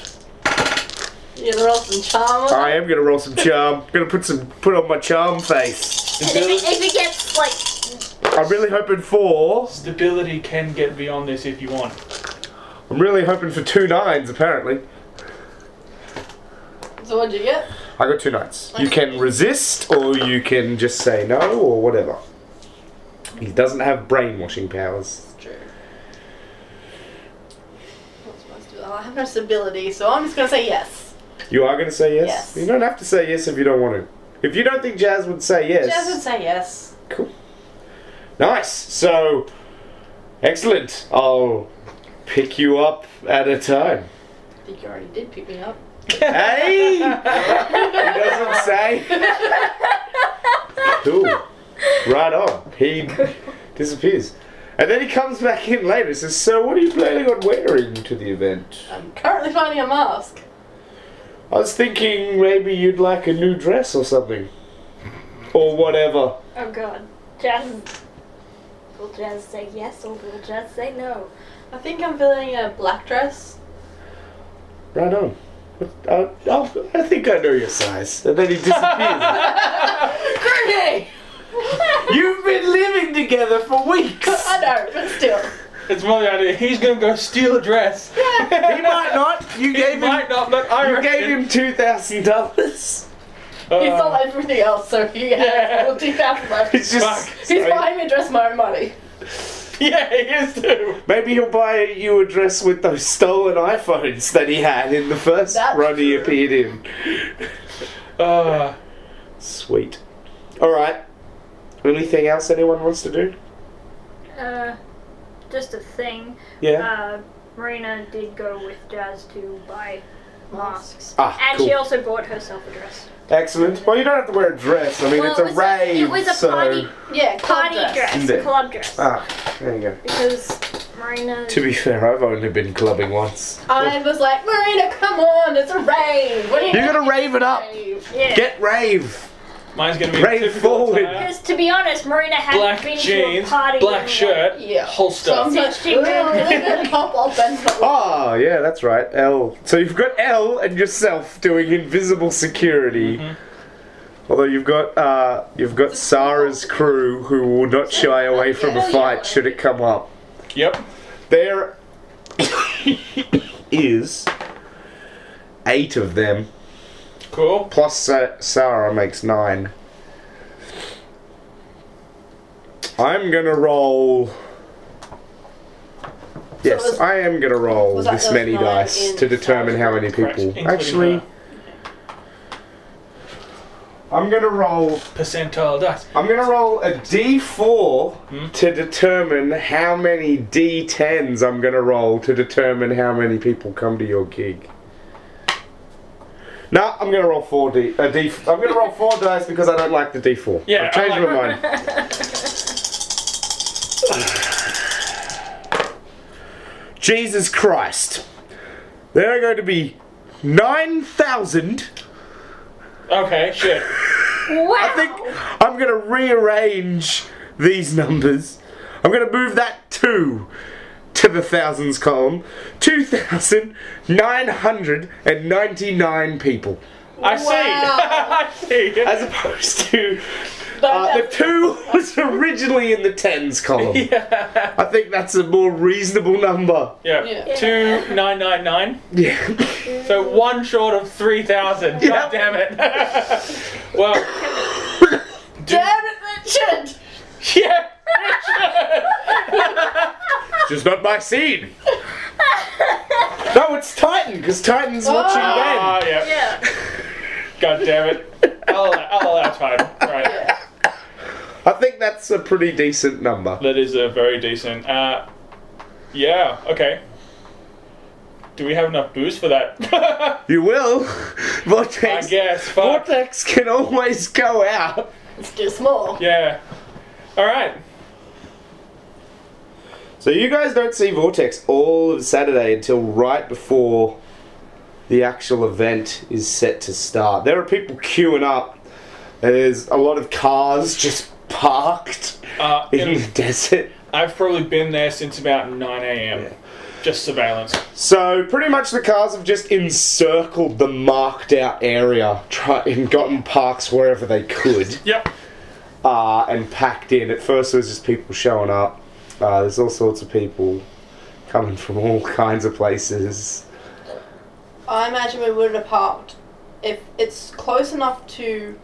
D: You're the Rolls Charmer.
A: I am gonna roll some charm. gonna put some put on my charm face.
C: And if it, if it gets like
A: I'm really hoping for.
B: Stability can get beyond this if you want.
A: I'm really hoping for two nines. Apparently,
D: So what'd you get?
A: I got two nines. You can resist, or you can just say no, or whatever. He doesn't have brainwashing powers.
D: True. What supposed to do? I have no stability, so I'm just gonna say yes.
A: You are gonna say yes.
D: Yes.
A: You don't have to say yes if you don't want to. If you don't think Jazz would say yes,
D: Jazz would say yes.
A: Cool. Nice. So, excellent. I'll pick you up at a time.
D: I think you already did pick me up.
A: hey! He doesn't say. Cool. Right on. He disappears. And then he comes back in later and says, So, what are you planning on wearing to the event?
D: I'm currently finding a mask.
A: I was thinking maybe you'd like a new dress or something. Or whatever.
C: oh god, Jazz. Will Jazz say yes or will Jazz say no?
D: I think I'm feeling a black dress.
A: Right on. I, I, I think I know your size. And then he disappears.
D: Groovy!
A: You've been living together for weeks.
D: I know, but still.
B: It's more the idea he's gonna go steal a dress.
A: He might not. You
B: He
A: gave
B: might
A: him.
B: not, but I
A: You
B: reckon-
A: gave him two thousand dollars.
B: Uh,
D: He sold everything else, so he
B: Yeah.
D: has all 2,000 left.
A: It's just.
B: Fuck.
D: He's buying me a dress my own money.
B: yeah, he is too.
A: Maybe he'll buy you a dress with those stolen iPhones that he had in the first
D: That's
A: run he
D: true.
A: appeared in.
B: Uh,
A: Sweet. All right. Anything else anyone wants to do?
C: Uh, just a thing.
A: Yeah.
C: Uh, Marina did go with Jazz to buy masks.
A: Ah,
C: and
A: cool.
C: she also bought herself a dress.
A: Excellent. Well, you don't have to wear a dress. I mean,
C: Well,
A: it's a
C: it was a- it
A: rave,
C: was a
A: so.
C: party-
D: Yeah, club
C: Party dress,
A: Indeed.
C: club dress.
A: Ah, there you go.
C: because Marina.
A: To be fair, I've only been clubbing once.
D: I was like, Marina, come on, it's a rave. What are you
A: You're
D: doing?
A: gonna rave it up.
D: Rave.
C: yeah.
A: Get rave.
B: mine's gonna be
A: Brave
B: typical
A: forward.
B: attire.
C: because to be honest, Marina hadn't
B: Black
C: been
B: jeans,
C: to a party.
B: black
C: in,
B: shirt,
D: Yeah.
B: holster.
D: So I'm like,
C: Stitch
D: "Ooh,
C: chicken."
D: we're gonna pop off Ben's butt."
A: Oh, yeah, that's right. L. So you've got L and yourself doing invisible security. Although you've got uh, you've got Sarah's crew who will not shy away from a fight should it come up.
B: Yep.
A: There is eight of them
B: Cool.
A: plus Sa- Sarah makes nine. I'm gonna roll. Yes,
D: was-
A: I am gonna roll
D: was that
A: this
D: those
A: many
D: nine
A: dice
D: in
A: to determine how many
B: Correct,
A: people.
B: including
A: Actually,
B: her.
A: I'm gonna roll.
B: percentile dice.
A: I'm gonna roll a D4 to determine how many D10s I'm gonna roll to determine how many people come to your gig. No, I'm gonna roll four D. A D. I'm gonna roll four dice because I don't like the D4.
B: Yeah,
A: I've changed
B: I like-
A: my mind. Jesus Christ. There are going to be 9,000.
B: Okay, shit.
C: Wow.
A: I think I'm going to rearrange these numbers. I'm going to move that 2 to the thousands column. 2,999 people.
B: I see.
D: Wow.
B: I see.
A: As opposed to. Uh, the 2 was originally in the tens column.
B: yeah.
A: I think that's a more reasonable number.
B: yeah.
D: Yeah.
B: Two nine nine nine.
A: Yeah.
B: So one short of three thousand.
A: Yeah.
B: God damn it. well,
D: Damn it, Richard!
B: yeah.
A: Just not my scene. no, it's Titan, because Titan's watching
B: Ah,
A: them.
B: yeah.
C: Yeah.
B: God damn it. I'll allow, I'll allow time. Right.
A: I think that's a pretty decent number.
B: That is a very decent. Uh, yeah. Okay. Do we have enough booze for that?
A: You will.
B: I
A: Vortex.
B: guess. Fuck.
A: Vortex can always go out.
D: It's too small.
B: Yeah. All right.
A: So you guys don't see Vortex all of Saturday until right before the actual event is set to start. There are people queuing up. There's a lot of cars just parked
B: Uh,
A: in the
B: and
A: desert.
B: I've probably been there since about 9 a.m.
A: Yeah.
B: Just surveillance.
A: So pretty much the cars have just encircled the marked out area try, and gotten parks wherever they could
B: Yep.
A: uh, and packed in. At first it was just people showing up. Uh, there's all sorts of people coming from all kinds of places.
D: I imagine we would have parked if it's close enough to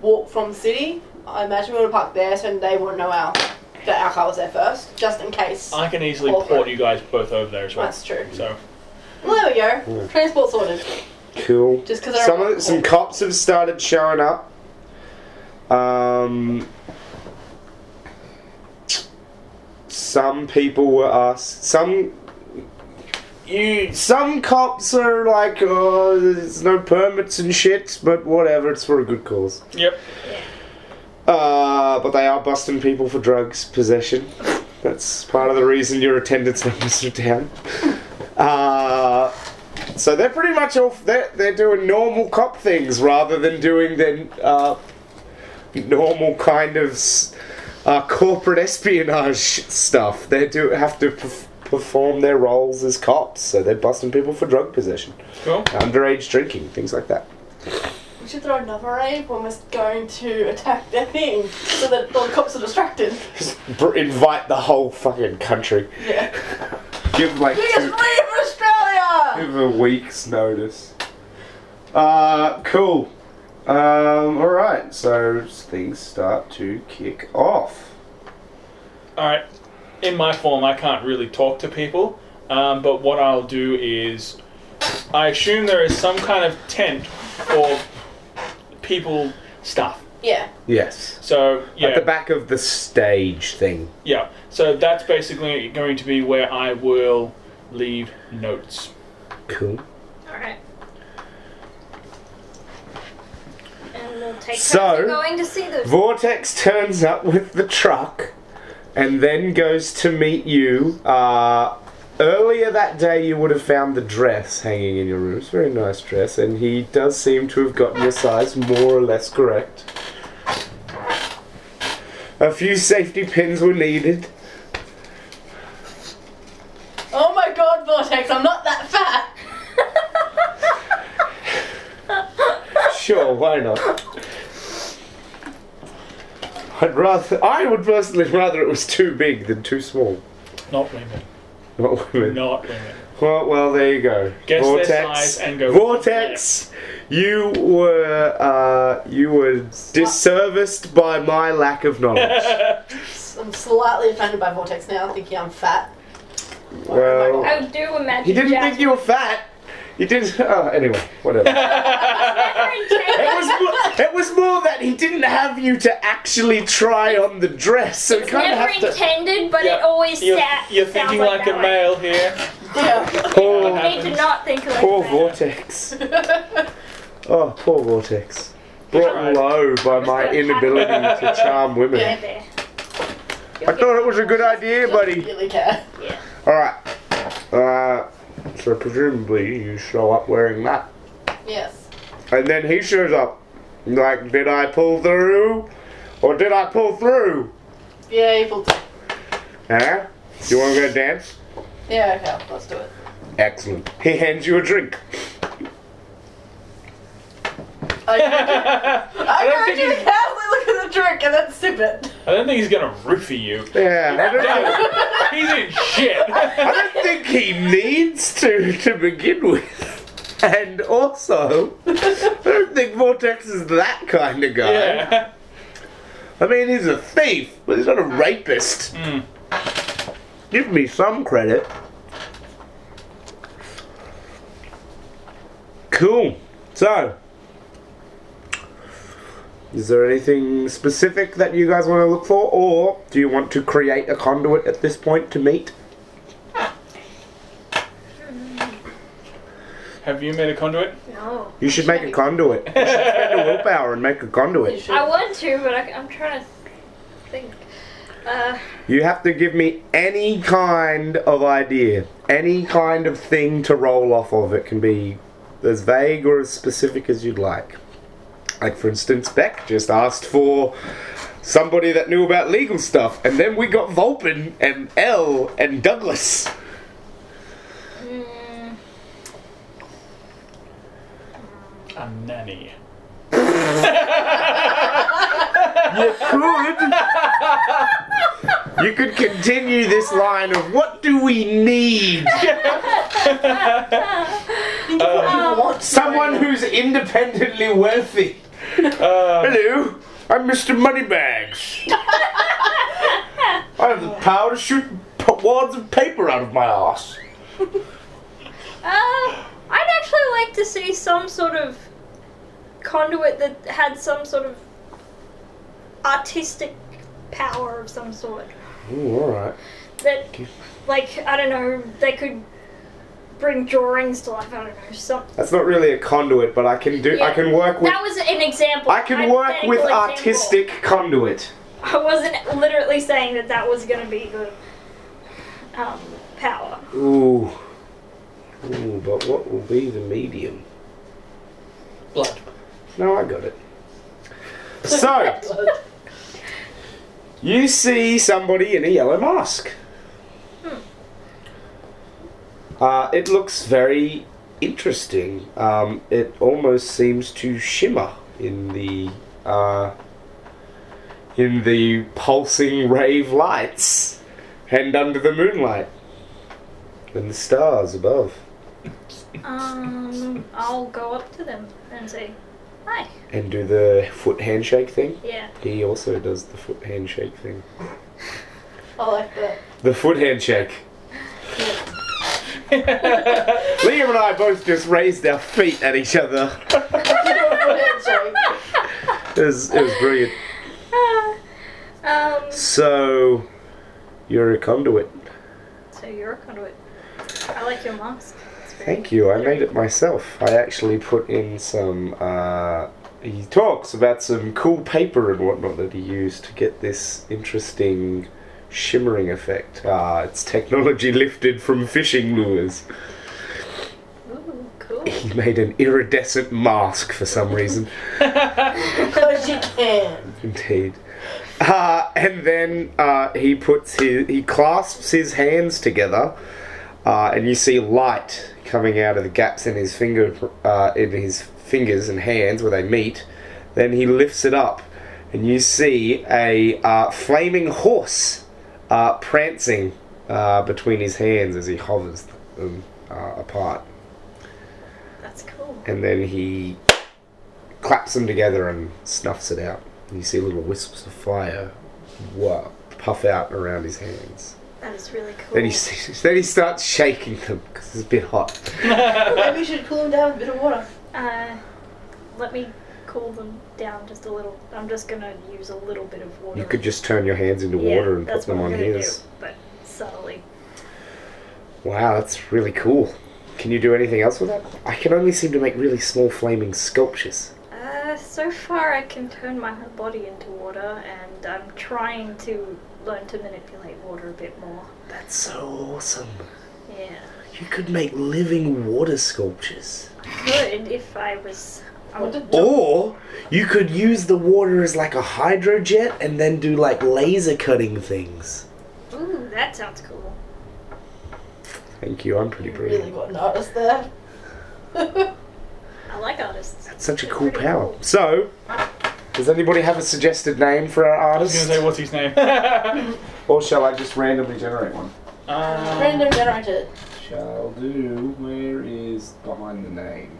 D: walk from the city. I imagine we would have parked there so they wouldn't know our that our car was there first, just in case.
B: I can easily
D: Awful.
B: port you guys both over there as well.
D: That's true.
B: So,
D: Well, there we
A: Yeah.
D: go. Transport sorted.
A: Cool.
D: Just 'cause they're
A: some
D: all
A: of, some
D: cool.
A: cops have started showing up. Um, some people were asked. Some you some cops are like, oh, there's no permits and shit, but whatever, it's for a good cause.
B: yep.
A: Uh, but they are busting people for drugs possession. That's part of the reason your attendance numbers are down. Uh, so they're pretty much all they're, they're doing normal cop things rather than doing their uh, normal kind of s- uh, corporate espionage stuff. They do have to perf- perform their roles as cops, so they're busting people for drug possession,
B: Cool.
A: underage drinking, things like that.
D: We should throw another raid when we're going to attack their thing, so that all the cops are distracted.
A: Just br- invite the whole fucking country.
D: Yeah.
A: Give like
D: Biggest raid
A: two-
D: for Australia!
A: Give a week's notice. Uh, cool. Um, alright, so things start to kick off.
B: All right. In my form, I can't really talk to people, um, but what I'll do is, I assume there is some kind of tent for people stuff.
D: Yeah.
A: Yes.
B: So yeah,
A: At the back of the stage thing.
B: yeah. So that's basically going to be where I will leave notes.
A: Cool.
C: Alright. And we'll take
A: So-
C: turns in going to see those.
A: Vortex turns up with the truck and then goes to meet you. Uh, earlier that day, you would have found the dress hanging in your room. It's a very nice dress, and he does seem to have gotten your size more or less correct. A few safety pins were needed.
D: Oh my god, Vortex, I'm not that fat!
A: Sure, why not? I'd rather. I would personally rather it was too big than too small.
B: Not women.
A: Not women.
B: Not women.
A: Well, well, there you go.
B: Guess their size and go-
A: Vortex, you were uh, you were disserviced by my lack of knowledge.
D: I'm slightly offended by Vortex now, thinking I'm fat.
A: well,
C: I do imagine
A: he didn't
C: Jack
A: think you were fat. He didn't. Oh, anyway, whatever. it
C: very
A: was
C: changed.
A: more, it was more that he didn't have you to actually try on the dress, so you kind of
C: Never
A: have to.
C: intended, but it
B: Yeah.
C: always
B: You're,
C: sat.
B: you're
C: sounds
B: thinking like,
C: like, that
B: a
C: way.
B: male here.
D: Yeah.
A: Poor,
C: I need to not think like
A: poor
C: that.
A: Vortex. Oh, poor Vortex. Brought
B: Right.
A: low by my inability to charm women.
C: There, there.
A: I thought it was a good idea, buddy.
D: Really care.
A: All right. Uh, so presumably you show up wearing that.
D: Yes.
A: And then he shows up. Like, did I pull through? Or did I pull through?
D: Yeah, you pulled it.
A: Huh? You want to go dance?
D: Yeah, okay, let's do it.
A: Excellent. He hands you a drink.
D: I, I
B: I,
D: go
B: don't
D: to
B: think
D: the
B: he's,
D: cabinet, look at the drink, and then sip it.
B: I don't think he's gonna roofie you.
A: Yeah, I don't know.
B: He's in shit.
A: I don't think he needs to to begin with. And also, I don't think Vortex is that kind of guy.
B: yeah.
A: I mean, he's a thief, but he's not a rapist.
B: Mm.
A: Give me some credit. Cool. So, is there anything specific that you guys want to look for, or do you want to create a conduit at this point to meet?
B: Have you made a conduit?
C: No.
A: You should make a conduit. You should spend a willpower and make a
D: You
A: conduit.
D: should.
C: I want to, but I, am trying to think. Uh,
A: You have to give me any kind of idea, any kind of thing to roll off of. It can be as vague or as specific as you'd like. Like, for instance, Beck just asked for somebody that knew about legal stuff, and then we got Vulpin and L and Douglas.
C: mm,
B: A nanny.
A: You could. you could continue this line of what do we need?
D: I want
A: Um, Someone who's independently wealthy.
B: Uh,
A: Hello, I'm Mr. Moneybags. I have the power to shoot p- wads of paper out of my ass.
C: uh, I'd actually like to see some sort of conduit that had some sort of artistic power of some sort.
A: Ooh, alright.
C: That, like, I don't know, they could bring drawings to life. I don't know, something.
A: That's not really a conduit, but I can do. I
C: Yeah.
A: can work with.
C: That was an example.
A: I can work with
C: hypothetical example.
A: artistic conduit.
C: I wasn't literally saying that that was going to be the um, power.
A: Ooh. Ooh, but what will be the medium?
B: blood.
A: No, I got it. So, you see somebody in a yellow mask. Uh, it looks very interesting. Um, it almost seems to shimmer in the uh, in the pulsing rave lights and under the moonlight and the stars above.
C: Um, I'll go up to them and say, "Hi."
A: And do the foot handshake thing.
C: Yeah.
A: He also does the foot handshake thing.
D: I like that.
A: The foot handshake. Liam and I both just raised our feet at each other. It was, it was brilliant.
C: Ah. um.
A: So, you're a conduit.
C: So you're a conduit. I like your mask. It's very-
A: Thank you. I made it myself. I actually put in some. Uh, he talks about some cool paper and whatnot that he used to get this interesting shimmering effect. Ah, it's technology lifted from fishing lures.
C: Ooh, cool.
A: He made an iridescent mask for some reason.
D: Because you can.
A: Indeed. Uh, and then uh, he puts his, he clasps his hands together, uh, and you see light coming out of the gaps in his finger, uh, in his fingers and hands where they meet. Then he lifts it up, and you see a uh, flaming horse uh, prancing uh, between his hands as he hovers them uh, apart.
C: That's cool.
A: And then he claps them together and snuffs it out. And you see little wisps of fire wha- puff out around his hands.
C: That is really cool.
A: Then he, s- then he starts shaking them because it's a bit hot.
D: Maybe you should cool him down with a bit of water.
C: uh, let me cool them down just a little. I'm just gonna use a little bit of water.
A: You could just turn your hands into
C: yeah,
A: water and put
C: that's
A: them
C: what I'm
A: on
C: gonna
A: his.
C: do, but subtly.
A: Wow, that's really cool. Can you do anything else with that? I can only seem to make really small flaming sculptures.
C: Uh, so far, I can turn my whole body into water, and I'm trying to learn to manipulate water a bit more.
A: That's so awesome.
C: Yeah.
E: You could make living water sculptures.
C: Good if I was. I
D: What
C: would,
D: did
E: Or you could use the water as like a hydrojet and then do like laser cutting things.
C: ooh, that sounds cool.
A: Thank you, I'm pretty
D: you really
A: brilliant.
D: got noticed there?
C: I like artists.
A: That's such a cool power. So, does anybody have a suggested name for our
B: I was going
A: artist?
B: to say, what's his name? um,
A: Or shall I just randomly generate one?
D: Random generated.
A: Shall do. Where is behind the name?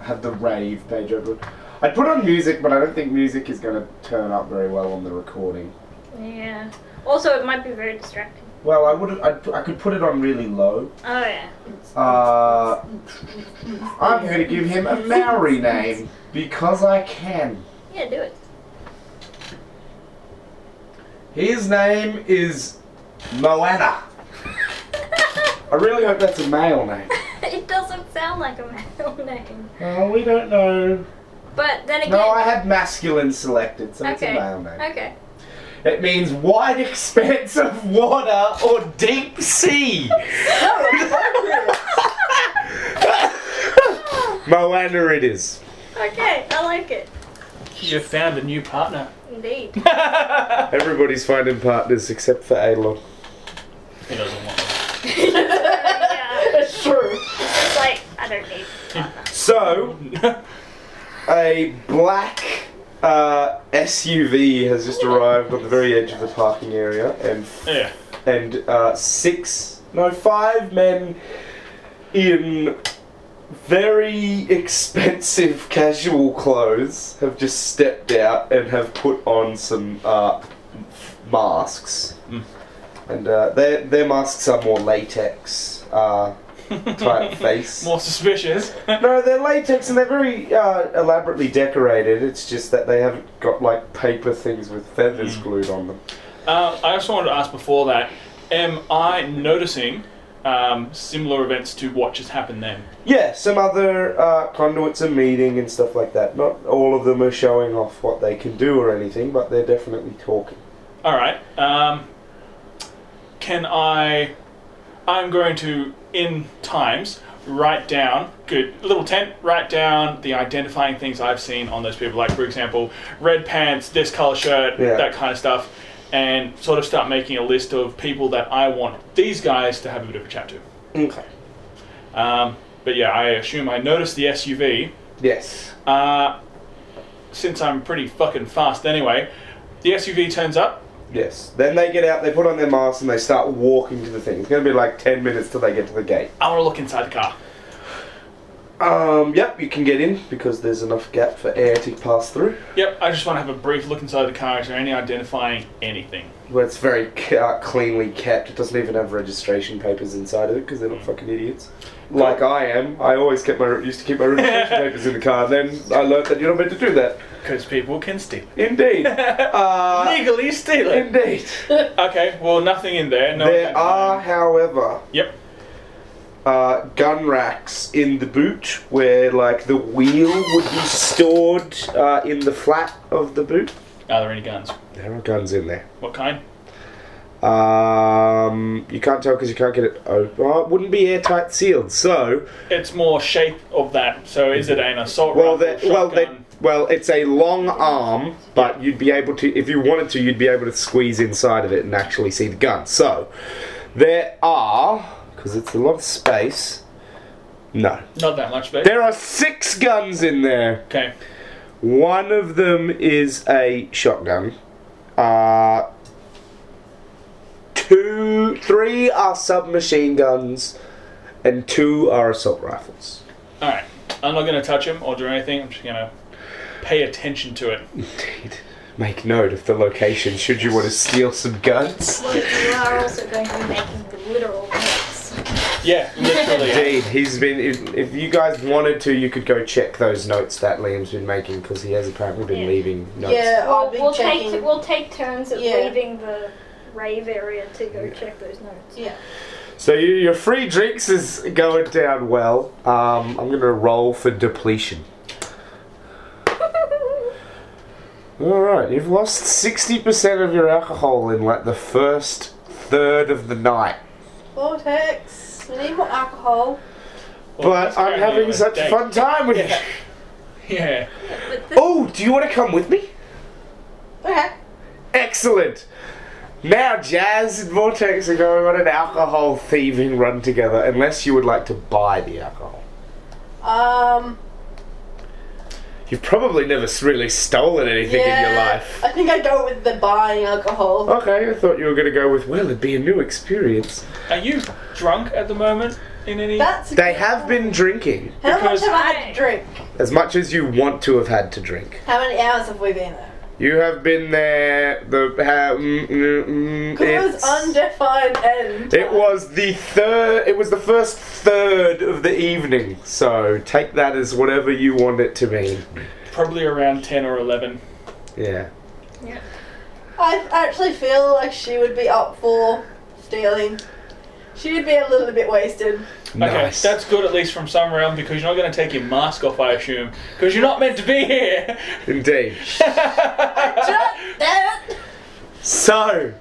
A: I have the rave page open. I put on music, but I don't think music is going to turn up very well on the recording.
C: Yeah. Also, it might be very distracting.
A: Well, I would. I, I could put it on really low.
C: Oh yeah.
A: Uh, I'm going to give him a Maori name because I can.
C: Yeah, do it.
A: His name is Moana. I really hope that's a male name.
C: it doesn't sound like a male name.
A: Oh, we don't know.
C: But then again.
A: No, I had masculine selected, so it's a
C: Okay.
A: male name.
C: Okay.
A: It means wide expanse of water or deep sea.
D: No, appropriate.
A: Moana it is.
C: Okay, I like it.
B: you found a new partner.
C: Indeed.
B: he
A: Everybody's finding partners except for Alon.
B: doesn't want one.
C: yeah.
D: it's true.
C: It's like I don't need.
A: So, a black uh, SUV has just arrived on the very edge of the parking area, and
B: yeah.
A: and uh, six, no, five men in very expensive casual clothes have just stepped out and have put on some uh, masks.
B: Mm.
A: And uh, their, their masks are more latex uh, type face.
B: More suspicious.
A: No, they're latex and they're very uh, elaborately decorated. It's just that they haven't got like paper things with feathers glued on them.
B: Uh, I also wanted to ask before that, am I noticing um, similar events to what just happened then?
A: Yeah, some other uh, conduits are meeting and stuff like that. Not all of them are showing off what they can do or anything, but they're definitely talking.
B: All right. Um, can I? I'm going to, in times, write down. Good little tent. Write down the identifying things I've seen on those people. Like for example, red pants, this color shirt,
A: Yeah.
B: that kind of stuff, and sort of start making a list of people that I want these guys to have a bit of a chat to.
A: Okay.
B: Um, but yeah, I assume I noticed the SUV.
A: Yes.
B: Uh, since I'm pretty fucking fast anyway, the SUV turns up.
A: Yes. Then they get out, they put on their masks, and they start walking to the thing. It's going to be like 10 minutes till they get to the gate.
B: I want to look inside the car.
A: Um, yep, you can get in because there's enough gap for air to pass through.
B: Yep, I just want to have a brief look inside the car. Is there any identifying anything?
A: Where it's very c- uh, cleanly kept. It doesn't even have registration papers inside of it because they're not fucking idiots. Hmm. Like I am, I always kept my used to keep my registration papers in the car. Then I learnt that you're not meant to do that.
B: Because people can steal.
A: Indeed. Uh,
B: Legally steal
A: indeed.
B: Okay, well, nothing in there. No
A: there
B: identifying.
A: are, however,
B: Yep.
A: uh, gun racks in the boot where, like, the wheel would be stored uh, in the flat of the boot.
B: Are there any guns?
A: There are guns in there.
B: What kind?
A: Um, you can't tell because you can't get it open. Well, it wouldn't be airtight sealed, so
B: It's more shape of that. So is it an assault
A: well,
B: rifle?
A: that well, that
B: shotgun?
A: well, it's a long arm, but you'd be able to, if you wanted to, you'd be able to squeeze inside of it and actually see the gun. So there are, because it's a lot of space. No,
B: Not that much, but
A: there are six guns in there.
B: okay.
A: One of them is a shotgun. Uh, two, three are submachine guns, and two are assault rifles.
B: All right. I'm not going to touch him or do anything. I'm just going to pay attention to it.
A: Indeed. Make note of the location should you want to steal some guns.
C: Well, you are also going to be making the literal notes.
B: Yeah, literally.
A: Indeed, he's been. If, if you guys wanted to, you could go check those notes that Liam's been making because he has apparently been
C: Yeah.
A: leaving notes.
D: Yeah, I'll
C: We'll,
D: be
C: we'll
D: checking.
C: take we'll take turns at
D: Yeah.
C: leaving the rave area to go check those notes.
D: yeah.
A: So you, your free drinks is going down well. Um, I'm gonna roll for depletion. All right, you've lost sixty percent of your alcohol in like the first third of the night.
D: Vortex.
B: Yes.
D: We need more alcohol.
B: Well,
A: but
B: that's
A: I'm
B: apparently
A: having
B: a
A: such a
B: date.
A: fun time with
B: Yeah.
A: you.
B: Yeah.
C: But this,
A: Oh, do you want to come with me?
D: Okay.
A: Excellent. Now Jazz and Vortex are going on an alcohol thieving run together, unless you would like to buy the alcohol.
D: Um.
A: You've probably never s- really stolen anything in your
D: yeah,
A: life.
D: I think I go with the buying alcohol.
A: Okay, I thought you were going to go with, well, it'd be a new experience.
B: Are you drunk at the moment in any?
D: That's a
A: They
D: good
A: have
D: one.
A: been drinking
D: How much
B: because-
D: have I had to drink?
A: as much as you want to have had to drink.
D: How many hours have we been there?
A: You have been there. The ha- mm, mm, mm,
D: Because it was
A: it's-
D: undefined end.
A: It was the third. It was the first third of the evening. So take that as whatever you want it to mean.
B: Probably around ten or eleven.
A: Yeah.
D: I actually feel like she would be up for stealing. She would be a little bit wasted.
B: Okay, that's good at least from some realm because you're not going to take your mask off, I assume, because you're not meant to be here.
A: Indeed.
D: Shut it!
A: So,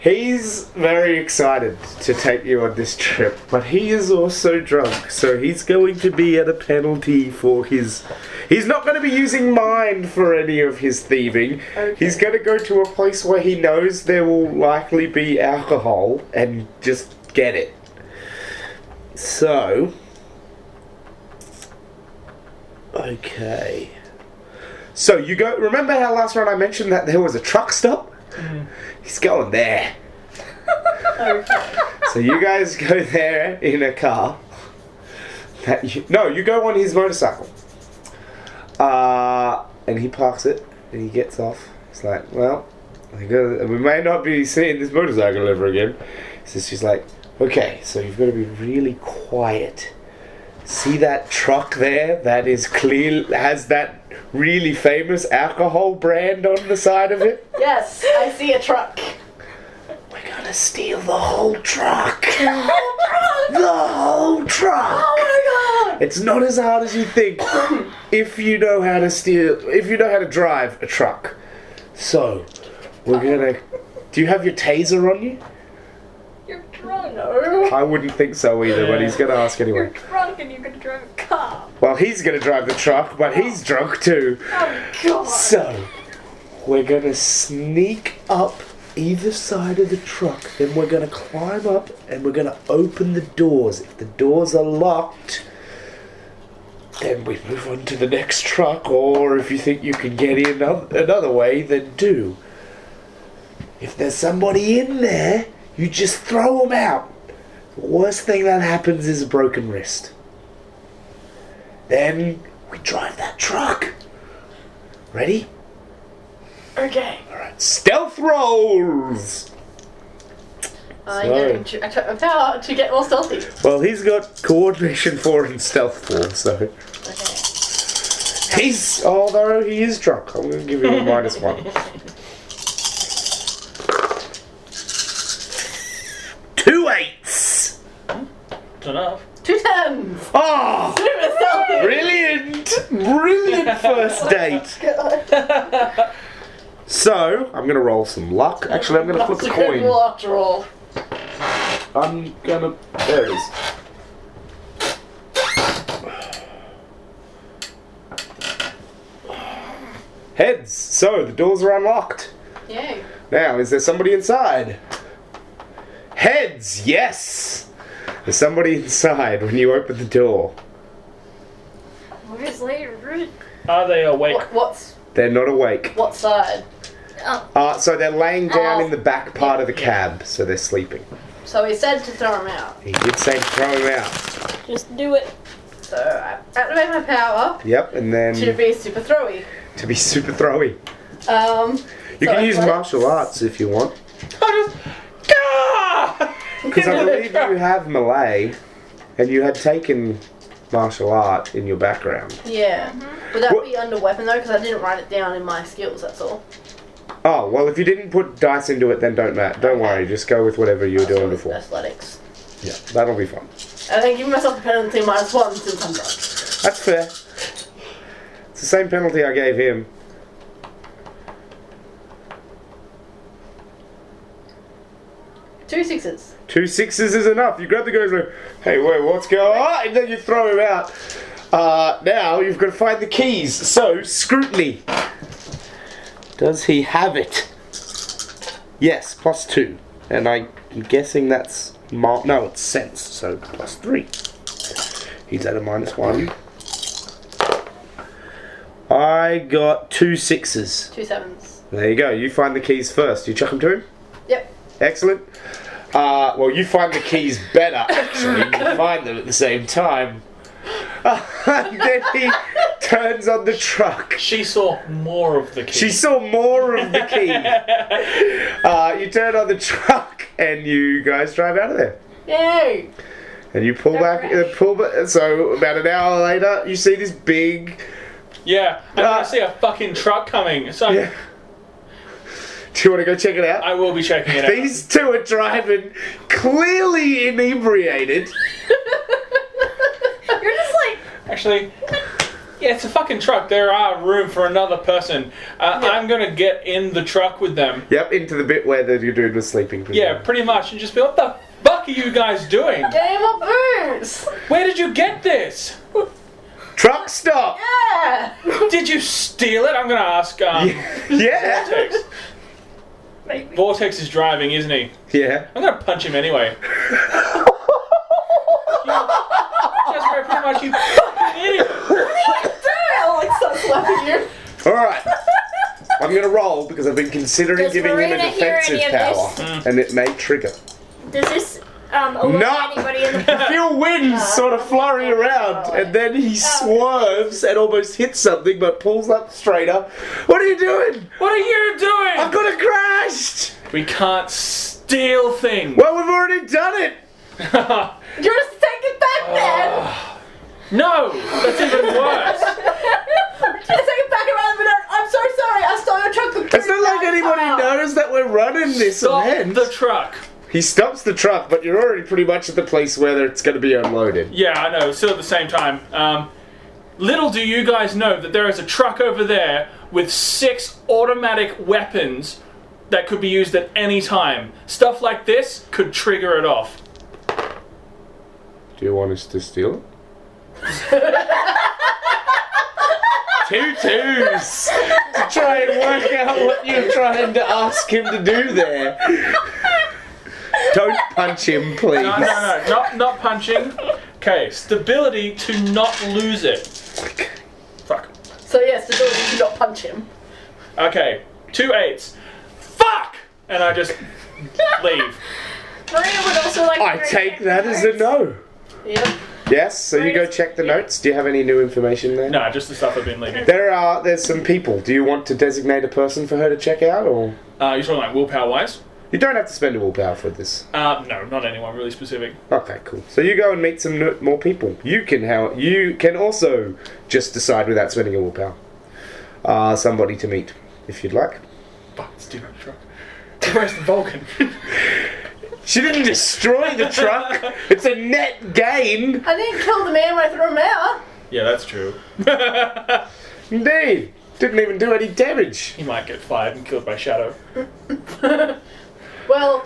A: he's very excited to take you on this trip, but he is also drunk, so he's going to be at a penalty for his. He's not going to be using mind for any of his thieving. He's going to go to a place where he knows there will likely be alcohol and just get it. So. Okay. So you go. Remember how last round I mentioned that there was a truck stop? He's going there. so you guys go there in a car. That you, no, you go on his motorcycle. Uh, and he parks it and he gets off. He's like, well, I gotta- we may not be seeing this motorcycle ever again. So she's like, okay, so you've got to be really quiet. See that truck there that is clear, has that really famous alcohol brand on the side of it?
D: Yes, I see a truck.
A: We're gonna steal the whole truck. The whole truck. The whole truck.
D: Oh my god!
A: It's not as hard as you think if you know how to steal. If you know how to drive a truck. So, we're gonna. Do you have your taser on you?
C: you're drunk.
D: No.
A: I wouldn't think so either, but he's gonna ask
C: You're
A: anyway.
C: drunk and you're gonna drive a car.
A: Well, he's gonna drive the truck, but he's drunk too.
C: Oh god.
A: So, we're gonna sneak up either side of the truck, then we're gonna climb up and we're gonna open the doors. If the doors are locked, then we move on to the next truck, or if you think you can get in anoth- another way, then do. If there's somebody in there, you just throw them out. The worst thing that happens is a broken wrist. Then we drive that truck. Ready?
D: Okay.
A: Alright, stealth rolls!
D: I'm
A: Sorry.
D: getting to, I'm about to get more stealthy.
A: Well, he's got coordination 4 and stealth 4, so.
D: Okay.
A: He's. Although he is drunk, I'm gonna give him a minus 1. Two eights!
B: It's enough.
D: Two tens!
A: Oh!
D: Super stealthy!
A: Brilliant! Brilliant first date! So, I'm gonna roll some luck. Actually, I'm gonna flip
D: That's
A: a
D: a good
A: coin.
D: rule after all.
A: I'm gonna. There it is. Heads! So, the doors are unlocked.
D: Yay.
A: Now, is there somebody inside? Heads! Yes! There's somebody inside when you open the door.
C: Where's later?
B: Are they awake?
D: What, what's
A: They're not awake.
D: what side?
C: Oh,
A: Uh, so they're laying down
D: Ow.
A: in the back part of the cab, so they're sleeping.
D: So he said to throw him out.
A: He did say throw him out.
C: just do it.
D: So I activate my power
A: Yep, and
D: to
A: then
D: be super throwy.
A: to be super throwy.
D: Um,
A: You
D: So
A: can use
D: athletics?
A: martial arts if you want.
B: I just. Ah!
A: Because I believe you have Malay, and you had taken martial art in your background.
D: yeah. Would that
A: What-
D: be under weapon though? Because I didn't write it down in my skills. That's all.
A: Oh well, if you didn't put dice into it, then don't matter. Don't worry, just go with whatever you were doing before.
D: Athletics.
A: Yeah, that'll be fun.
D: And then give myself a penalty minus one since I'm drunk.
A: That's fair. It's the same penalty I gave him.
D: Two sixes.
A: Two sixes is enough. You grab the guy and go, hey, wait, what's going on? And then you throw him out. Uh, now you've got to find the keys. So, scrutiny. Does he have it? Yes, plus two. And I'm guessing that's. Mar- no, it's sense, so plus three. He's at a minus one. I got two sixes.
D: Two sevens.
A: There you go. You find the keys first. You chuck them to him.
D: Yep.
A: Excellent. Uh, well, you find the keys better. Actually, you find them at the same time. and then he turns on the truck.
B: She saw more of the key.
A: She saw more of the key. Uh, you turn on the truck, and you guys drive out of there.
D: Yay!
A: And you pull back. Uh, pull. Ba- so about an hour later, you see this big.
B: yeah, and I
A: Ah.
B: see a fucking truck coming, so
A: Yeah. Do you want to go check it out?
B: I will be checking it out.
A: These two are driving clearly inebriated.
C: You're just like,
B: Actually, yeah, it's a fucking truck. There are room for another person. Uh, I'm gonna get in the truck with them.
A: Yep, into the bit where the dude was sleeping.
B: Yeah, pretty much, and just be what the fuck are you guys doing?
D: Game of booze!
B: Where did you get this?
A: Truck stop!
D: Yeah!
B: Did you steal it? I'm gonna ask. Um,
A: Yeah!
B: Vortex.
C: maybe.
B: Vortex is driving, isn't he?
A: Yeah.
B: I'm gonna punch him anyway. Just very pretty much you fucking idiot.
D: Damn! Like, start slapping you.
A: Alright. I'm gonna roll because I've been considering
C: Does
A: giving him
C: Marina
A: a
C: hear
A: defensive
C: any of
A: power.
C: this?
B: Mm.
A: And it may trigger.
C: Does this um, alert
A: No.
C: anybody in the
A: Phil winds
B: Uh-huh.
A: sort of flurry around
B: Oh,
A: and then he swerves and almost hits something but pulls up straighter. What are you doing?
B: What are you doing?
A: I've got it crashed!
B: we can't steal things.
A: Well, we've already done it!
D: You just take it back then!
B: no, that's even worse.
D: Just take it back around the minute. I'm so sorry, I stole your chocolate
A: It's not like anybody knows that we're running this
B: Stop
A: event.
B: the truck.
A: He stops the truck, but you're already pretty much at the place where it's going to be unloaded.
B: Yeah, I know. Still at the same time. Um, little do you guys know that there is a truck over there with six automatic weapons that could be used at any time. Stuff like this could trigger it off.
A: Do you want us to steal it? Two twos to try and work out what you're trying to ask him to do there. Don't punch him, please.
B: No, no, no, not not punching. Okay, stability to not lose it. Fuck.
D: So, yes, the door, you should not punch him.
B: Okay, two eights. Fuck! And I just leave.
C: Maria would also like.
A: I take that as a no.
D: Yep.
A: Yes, so you go check the notes. Do you have any new information there?
B: No, just the stuff I've been leaving.
A: There are there's some people. Do you want to designate a person for her to check out or
B: Uh, you're talking like willpower wise?
A: you don't have to spend a willpower for this.
B: Uh, no, not anyone really specific.
A: Okay, cool. So you go and meet some n- more people. You can how you can also just decide without spending a willpower. Uh, somebody to meet if you'd like.
B: Fuck, it's too much truck. Where's the Vulcan?
A: She didn't destroy the truck. It's a net gain.
D: I didn't kill the man when I threw him out.
B: yeah, that's true.
A: Indeed. Didn't even do any damage.
B: he might get fired and killed by Shadow.
D: Well,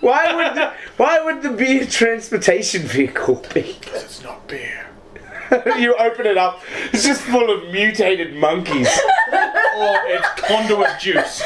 A: Why would the, why would the beer transportation vehicle be?
B: It's not beer.
A: you open it up. It's just full of mutated monkeys.
B: Or Oh, it's conduit juice.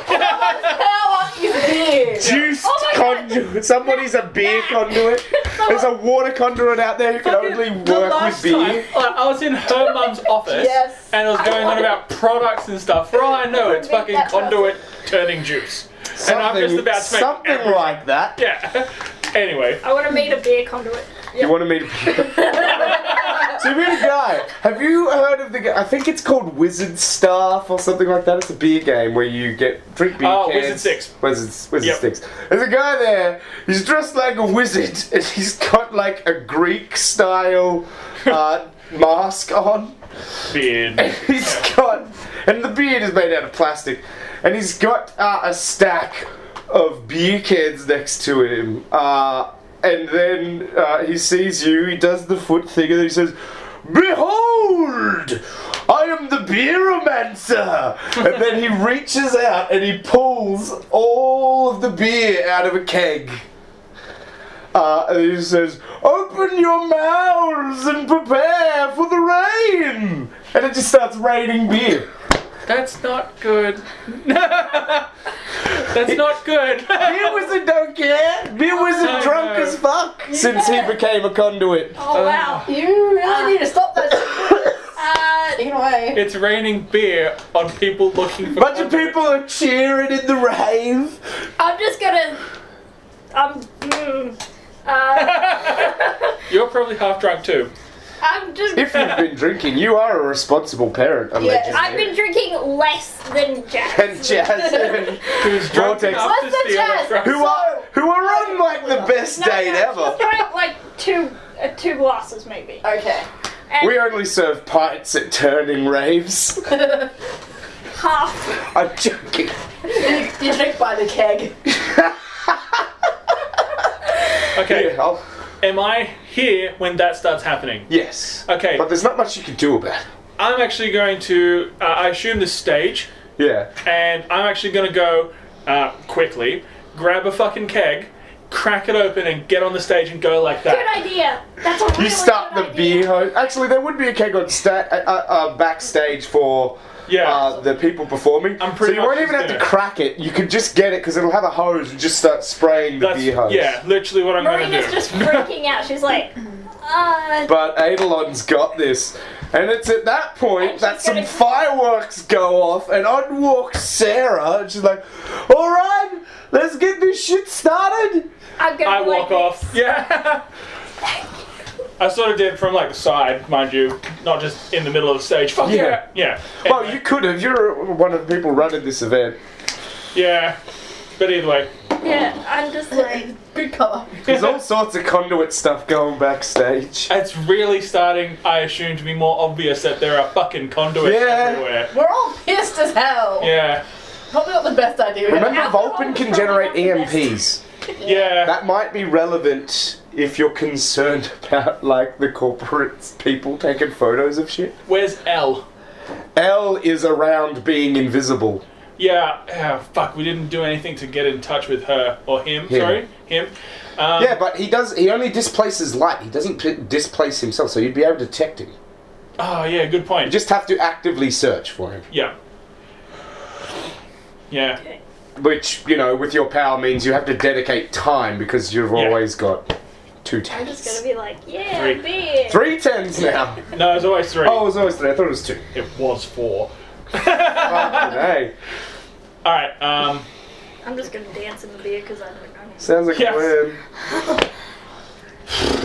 D: power is big.
A: Juiced
B: Oh
A: conduit. Somebody's a beer conduit. There's a water conduit out there who can only
B: The
A: work with
B: last
A: beer.
B: time, like, I was in her mum's office
D: Yes.
B: and I was going on about products and stuff. For all I know, it's
D: Make
B: fucking
D: that
B: conduit turning juice. and I'm just about to make
A: something
B: every-
A: like that.
B: Yeah. Anyway,
C: I want to meet a beer conduit.
A: You want to meet? so you meet a guy. Have you heard of the? g- I think it's called Wizard Staff or something like that. It's a beer game where you get drink beer
B: Oh,
A: cans.
B: Wizard Six.
A: Wizards, Wizard
B: Yep.
A: Sticks. There's a guy there. He's dressed like a wizard, and he's got like a Greek style uh, mask on.
B: beard.
A: He's got, and the beard is made out of plastic, and he's got uh, a stack of beer cans next to him. Uh, and then uh, he sees you, he does the foot thing, and then he says, Behold! I am the beeromancer! and then he reaches out and he pulls all of the beer out of a keg. Uh, and he says, Open your mouths and prepare for the rain! And it just starts raining beer.
B: That's not good. That's not good.
A: Beer Wizard don't care! Beer
B: Oh,
A: Wizard drunk
B: no.
A: as fuck since he became a conduit.
C: Oh wow.
D: You really need to stop that.
C: Uh,
D: Taking away.
B: It's raining beer on people looking for.
A: Bunch of people are cheering in the rave.
C: I'm just gonna. I'm. Mm, uh,
B: You're probably half drunk too.
C: I'm just.
A: If you've been drinking, you are a responsible parent, allegedly.
D: Yes.
C: I've been drinking less than Jack.
A: and Jasmine,
B: Who's drunk
A: Vortex.
B: enough
D: What's
B: to
D: the
B: steal
D: chance?
B: from-
A: who are who are on like the best
C: No,
A: date
C: no,
A: ever.
C: Just drank like two, uh, two glasses maybe.
D: Okay.
C: And
A: We only serve pints at turning raves.
C: half.
A: I'm joking.
D: you, you drink by the keg.
B: Okay.
A: Yeah, I'll-
B: Am I here when that starts happening?
A: yes.
B: Okay.
A: But there's not much you can do about it.
B: I'm actually going to. Uh, I assume this stage,
A: Yeah.
B: and I'm actually going to go uh, quickly, grab a fucking keg, crack it open, and get on the stage and go like
C: Good
B: that.
C: idea. That's a really
A: You stop
C: good
A: the
C: idea.
A: beer hose. Actually, there would be a keg on sta- uh, uh, uh, backstage for
B: Yeah.
A: uh, the people performing.
B: I'm
A: so
B: pretty
A: you won't
B: much
A: even have to
B: there.
A: crack it. You could just get it because it'll have a hose and just start spraying the
B: That's
A: beer hose.
B: yeah, literally what I'm going to do.
C: Marina's just freaking out. She's like, uh,
A: But Adelon's got this. And it's at that point
C: And
A: that
C: she's
A: some
C: gonna-
A: fireworks go off, and on walks Sarah, and she's like, Alright, let's get this shit started.
C: I'm gonna.
B: I
C: be
B: walk
C: like,
B: off. Yeah. I sort of did from like the side, mind you, not just in the middle of the stage. Fuck
A: Yeah.
B: yeah. Yeah.
A: Well,
B: Anyway,
A: you could have. You're one of the people running this event.
B: yeah. But either way,
C: Yeah, I'm just like.
D: Good colour.
A: There's all sorts of conduit stuff going backstage.
B: it's really starting, I assume, to be more obvious that there are fucking conduits
A: Yeah.
B: everywhere.
D: We're all pissed as hell.
B: Yeah.
D: Probably not the best idea. we
A: Remember,
D: had.
C: alcohol
A: Vulcan can
C: is
A: generate E
C: probably not the
A: EMPs.
B: Yeah.
A: That might be relevant if you're concerned about, like, the corporate people taking photos of shit.
B: Where's L?
A: L is around being invisible.
B: Yeah. Ah, fuck, we didn't do anything to get in touch with her or him.
A: Him.
B: Sorry. Him. Um,
A: Yeah, but he does. He only displaces light. He doesn't p- displace himself, so you'd be able to detect him.
B: Oh, yeah, good point.
A: You just have to actively search for him,
B: yeah. Yeah.
A: which you know, with your power means you have to dedicate time because you've
B: Yeah.
A: always got two
C: I'm just
A: tens.
C: gonna be like, yeah,
B: Three.
C: beer.
A: Three tens now.
B: No, it's always three.
A: Oh, it was always three. I thought it was two.
B: It was four.
A: Fucking hey,
B: All right. Um,
C: I'm just gonna dance in the beer because I don't know.
A: sounds like um,
B: Yes.
A: a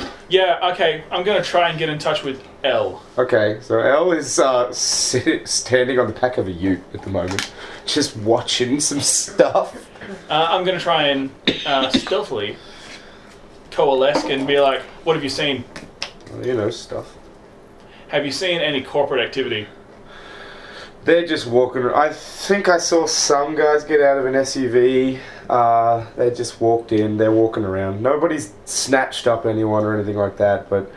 A: win.
B: yeah. Okay. I'm gonna try and get in touch with L.
A: Okay, so L is uh, sit, standing on the back of a Ute at the moment, just watching some stuff.
B: Uh, I'm gonna try and uh, stealthily coalesce and be like, "What have you seen?
A: You know, stuff.
B: Have you seen any corporate activity?"
A: They're just walking. ar- I think I saw some guys get out of an SUV. Uh, they just walked in. They're walking around. Nobody's snatched up anyone or anything like that. But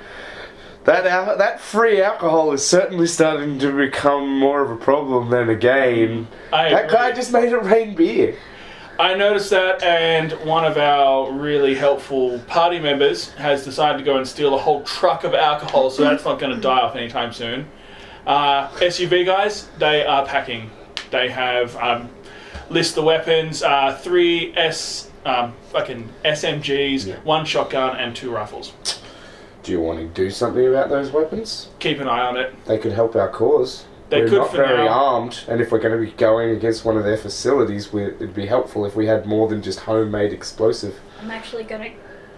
A: that al- that free alcohol is certainly starting to become more of a problem than a game.
B: I
A: That
B: agree.
A: guy just made it rain beer.
B: I noticed that, and one of our really helpful party members has decided to go and steal a whole truck of alcohol, so that's not going to die off anytime soon. Uh, SUV guys, they are packing. They have um, list the weapons: uh, three S um, fucking SMGs,
A: Yeah.
B: one shotgun, and two rifles.
A: Do you want to do something about those weapons?
B: Keep an eye on it.
A: They could help our cause.
B: They
A: we're
B: could
A: not
B: for
A: very
B: now.
A: armed, and if we're going to be going against one of their facilities, we it'd be helpful if we had more than just homemade explosive.
C: I'm actually gonna.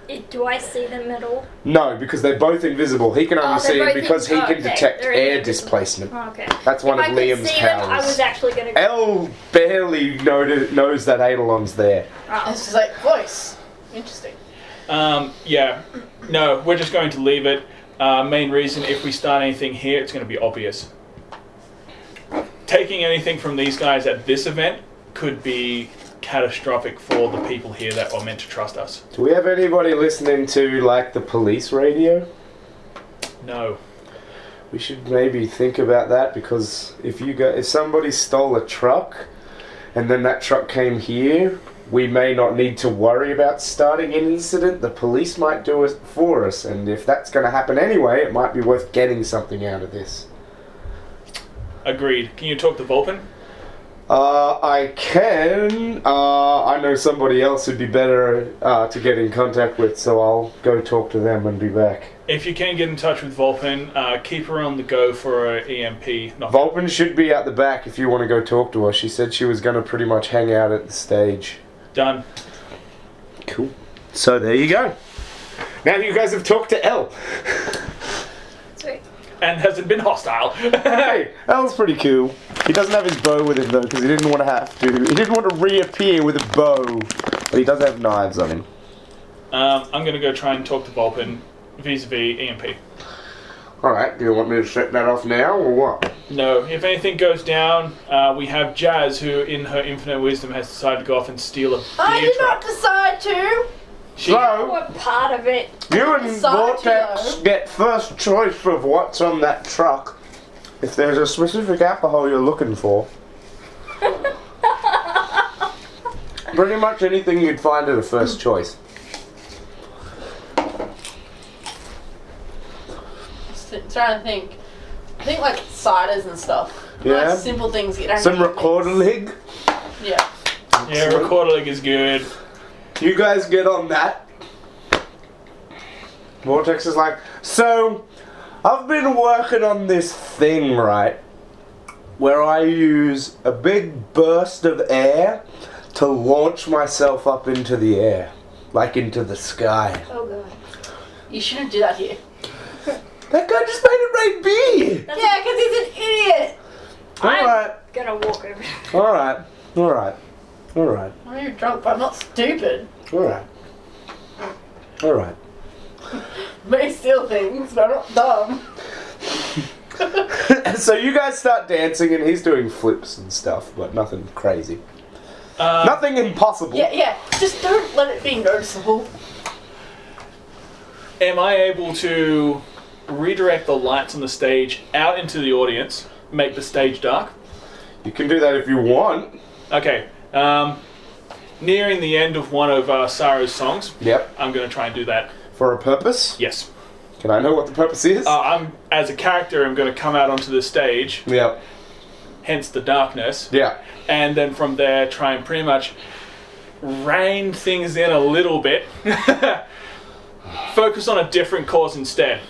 C: It, do I see them at all?
A: No, because they're both invisible. He can only
C: Oh,
A: see
C: they're
A: it
C: both
A: because he
C: in- oh,
A: can
C: okay.
A: detect
C: They're
A: air
C: in-
A: displacement.
C: Oh, okay.
A: That's one
C: if
A: of
C: I
A: Liam's
C: could see
A: powers.
C: them, I was actually gonna. go
A: L barely know- knows that Eidolon's there.
D: It's
C: oh,
D: just like voice. Interesting.
B: Um, yeah, no, we're just going to leave it. Uh, main reason, if we start anything here, it's going to be obvious. Taking anything from these guys at this event could be catastrophic for the people here that are meant to trust us.
A: Do we have anybody listening to like the police radio?
B: No.
A: We should maybe think about that because if you go, if somebody stole a truck, and then that truck came here, we may not need to worry about starting an incident. The police might do it for us, and if that's going to happen anyway, it might be worth getting something out of this.
B: Agreed. Can you talk to Vulpin?
A: Uh, I can. Uh, I know somebody else who'd be better uh, to get in contact with, so I'll go talk to them and be back.
B: If you can get in touch with Vulpin, uh, keep her on the go for an EMP. Not
A: Vulpin should be out the back if you want to go talk to her. She said she was going to pretty much hang out at the stage.
B: done.
A: Cool. So there you go. Now you guys have talked to Elle.
C: Sweet.
B: And hasn't been hostile.
A: Hey, Elle's pretty cool. He doesn't have his bow with him though, because he didn't want to have to. He didn't want to reappear with a bow, but he does have knives on him.
B: um, I'm going to go try and talk to Vulpin E vis a vis EMP.
A: All right. Do you want me to set that off now or what?
B: No, if anything goes down, uh, we have Jazz, who in her infinite wisdom has decided to go off and steal a beer
D: I did not
B: truck.
D: decide to.
B: She-
A: So
C: What part of it?
A: you and
D: Sorry,
A: Vortex
D: though.
A: get first choice of what's on that truck. If there's a specific alcohol you're looking for, pretty much anything you'd find at a first choice.
D: St- trying to think. I think like ciders and stuff.
A: Yeah.
D: Like simple things. You don't
A: Some
D: have to mix.
A: recorder leg.
D: Yeah.
B: yeah, Recorderling is good.
A: You guys get on that. Vortex is like, so I've been working on this thing, right? Where I use a big burst of air to launch myself up into the air, like into the sky.
C: Oh god.
D: You shouldn't do that here.
A: That guy just made it right
C: That's
D: Yeah, because he's an idiot.
A: B! Alright,
C: gonna walk over.
A: alright, alright, alright,
D: I know you're drunk, but I'm not stupid.
A: alright, alright.
D: May steal things, but I'm not dumb.
A: so you guys start dancing and he's doing flips and stuff, but nothing crazy.
B: Uh,
A: nothing impossible.
D: Yeah, yeah. Just don't let it be noticeable.
B: Am I able to redirect the lights on the stage out into the audience, make the stage dark?
A: You can do that if you want.
B: Okay. Um, nearing the end of one of uh, Saro's songs,
A: Yep.
B: I'm going to try and do that.
A: For a purpose.
B: Yes.
A: Can I know what the purpose is?
B: Uh, I'm as a character, I'm going to come out onto the stage,
A: yep.
B: hence the darkness,
A: Yeah.
B: and then from there try and pretty much rein things in a little bit. Focus on a different cause instead.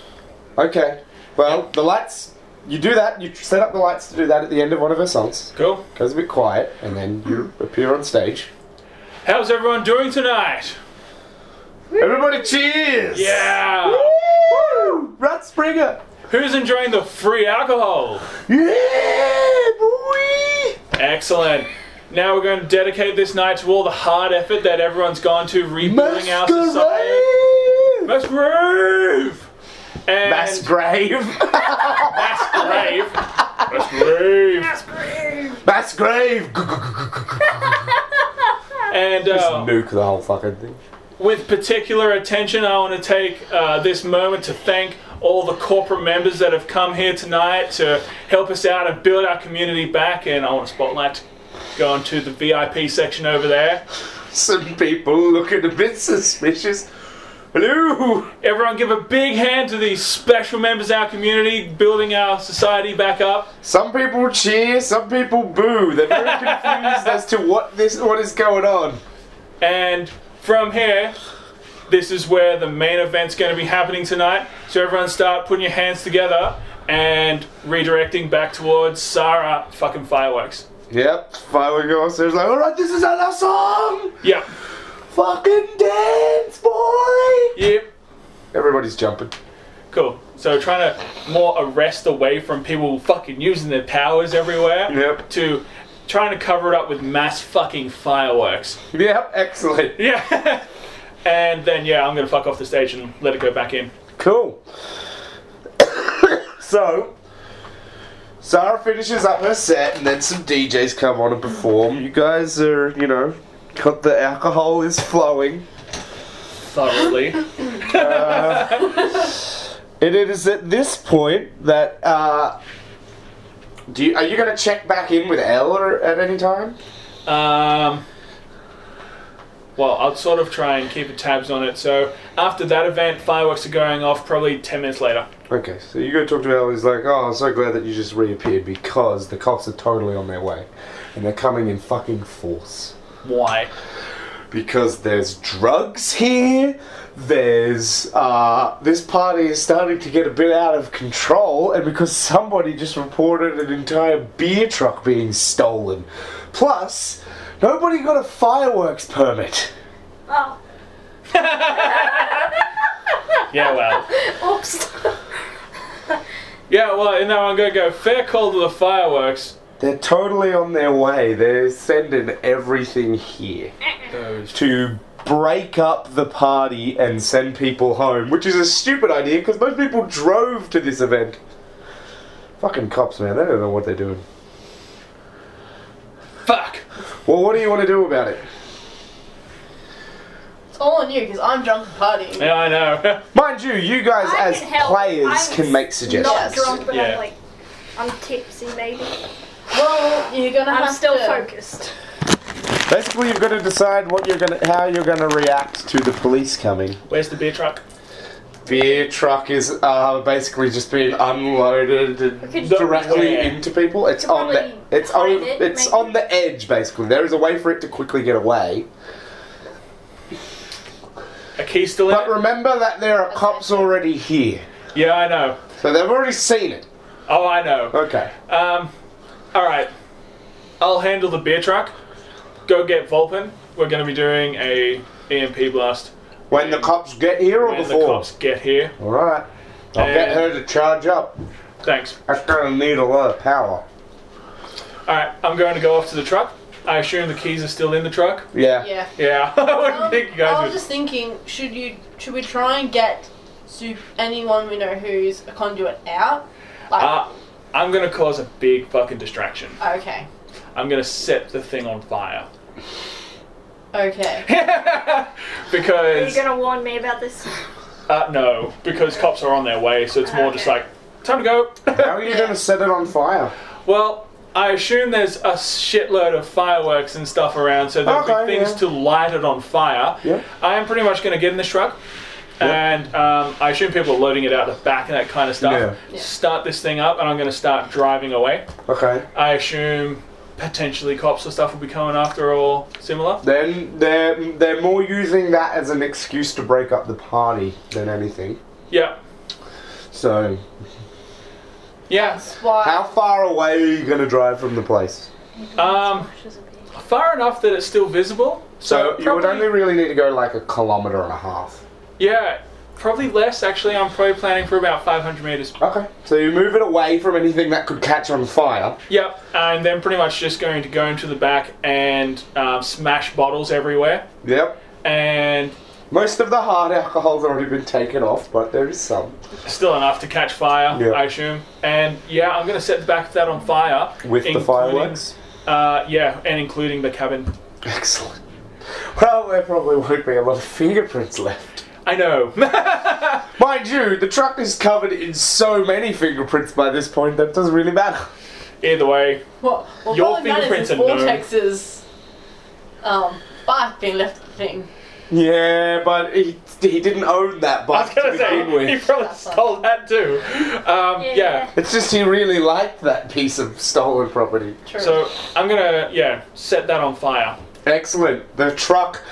A: Okay. Well, the lights. You do that. You set up the lights to do that at the end of one of her songs.
B: Cool.
A: Goes a bit quiet, and then you appear on stage.
B: How's everyone doing tonight?
A: Everybody cheers!
B: Yeah.
A: Woo! Rat Springer!
B: Who's enjoying the free alcohol?
A: Yeah, boy!
B: Excellent. Now we're going to dedicate this night to all the hard effort that everyone's gone to rebuilding our society.
A: Masquerade!
B: Mass grave. And
A: Mass grave!
B: mass grave. Mass grave. Oh.
A: Mass grave!
B: And uh,
A: Nuke the whole fucking thing.
B: with particular attention, I want to take uh, this moment to thank all the corporate members that have come here tonight to help us out and build our community back. And I want to spotlight going to the VIP section over there.
A: Some people looking a bit suspicious. Hello!
B: Everyone, give a big hand to these special members of our community, building our society back up.
A: Some people cheer, some people boo. They're very confused as to what this what is going on.
B: And from here, this is where the main event's going to be happening tonight. So everyone start putting your hands together and redirecting back towards Sarah fucking fireworks.
A: Yep, finally go upstairs like, alright, this is our song!
B: Yep.
A: Fucking dance, boy!
B: Yep.
A: Everybody's jumping.
B: Cool. So trying to more arrest away from people fucking using their powers everywhere
A: Yep.
B: to trying to cover it up with mass fucking fireworks.
A: Yep, excellent.
B: Yeah. and then yeah, I'm going to fuck off the stage and let it go back in.
A: Cool. so, Sarah finishes up her set, and then some DJs come on and perform. You guys are, you know, got the alcohol is flowing.
B: Thoroughly.
A: It is at this point that. Uh, do you, are you going to check back in with Elle or, at any time?
B: Um, well, I'll sort of try and keep tabs on it. So after that event, fireworks are going off probably 10 minutes later.
A: Okay, so you go talk to Elle. He's like, "Oh, I'm so glad that you just reappeared because the cops are totally on their way, and they're coming in fucking force."
B: Why?
A: because there's drugs here. There's uh, this party is starting to get a bit out of control, and because somebody just reported an entire beer truck being stolen. Plus, nobody got a fireworks permit.
C: Oh,
B: Yeah, well.
C: oops.
B: Yeah, well, and now I'm going to go fair call to the fireworks.
A: They're totally on their way. They're sending everything here
B: Those.
A: to break up the party and send people home, which is a stupid idea because most people drove to this event. Fucking cops, man. They don't know what they're doing.
B: Fuck!
A: Well, what do you want to do about it?
D: It's all on you because I'm drunk and partying.
B: Yeah, I know.
A: Mind you, you guys
C: I
A: as
C: can help.
A: players
C: I'm
A: can make
C: Not
A: suggestions.
C: drunk, but
B: Yeah.
C: I'm like, I'm tipsy maybe.
D: Well, you're gonna
C: I'm
D: have
C: still
D: to.
C: focused.
A: Basically, you've got to decide what you're gonna, how you're gonna react to the police coming.
B: Where's the beer truck?
A: Beer truck is uh, basically just being unloaded and
C: could-
A: directly
B: Yeah.
A: into people. It's
C: Could
A: on the,
C: probably
A: it's on,
C: hide it,
A: it's
C: maybe.
A: on the edge. Basically, there is a way for it to quickly get away.
B: A key still in
A: But
B: it?
A: remember that there are cops already here,
B: Yeah, I know.
A: so they've already seen it.
B: Oh, I know.
A: Okay.
B: Um, alright. I'll handle the beer truck. Go get Vulpin. We're going to be doing a EMP blast
A: When the cops get here, or
B: when
A: before.
B: the cops get here.
A: All right. I'll get
B: And-
A: her to charge up.
B: Thanks.
A: That's gonna need a lot of power.
B: Alright, I'm going to go off to the truck. I assume the keys are still in the truck.
A: Yeah.
D: Yeah.
B: Yeah, I wouldn't
D: Um,
B: think you
D: I
B: guys
D: was
B: would.
D: just thinking, should you should we try and get Su anyone we know who's a conduit out? Like,
B: Uh, I'm going to cause a big fucking distraction.
D: okay,
B: I'm going to set the thing on fire.
D: okay.
C: Are you
B: because
C: gonna warn me about this?
B: uh, no, because cops are on their way, so it's more just like time to go.
A: How are you gonna set it on fire?
B: well, I assume there's a shitload of fireworks and stuff around, so there'll
A: Okay,
B: be things
A: yeah.
B: to light it on fire.
A: Yeah.
B: I am pretty much going to get in this truck. And um, I assume people are loading it out the back and that kind of stuff.
A: Yeah.
D: Yeah.
B: Start this thing up, and I'm going to start driving away.
A: Okay.
B: I assume potentially cops or stuff will be coming after or similar.
A: Then they're they're more using that as an excuse to break up the party than anything.
B: Yeah.
A: So
B: Yeah.
D: Why?
A: how far away are you gonna drive from the place?
B: Um, far enough that it's still visible.
A: So
B: So,
A: you would
B: probably-
A: only really need to go like a kilometer and a half.
B: Yeah, probably less actually. I'm probably planning for about 500 meters.
A: Okay. So you move it away from anything that could catch on fire.
B: Yep, and then pretty much just going to go into the back and um, smash bottles everywhere.
A: Yep.
B: And
A: Most of the hard alcohol's already been taken off, but there is some.
B: still enough to catch fire,
A: Yeah.
B: I assume. And yeah, I'm going to set the back of that on fire.
A: With the
B: including-
A: fireworks?
B: Uh, yeah, and including the cabin.
A: Excellent. Well, there probably won't be a lot of fingerprints left.
B: I know.
A: Mind you, the truck is covered in so many fingerprints by this point that it doesn't really matter.
B: Either way,
D: What? Well,
B: Your
D: what matters
B: fingerprints
D: is
B: are known.
D: Vortex's um, bike being left at the thing.
A: Yeah, but he, he didn't own that
B: I was
A: bike to
B: going to
A: begin
B: say, he
A: with.
B: probably stole that too. Um, yeah.
A: It's just he really liked that piece of stolen property.
D: True.
B: So I'm going to, yeah, set that on fire.
A: Excellent. The truck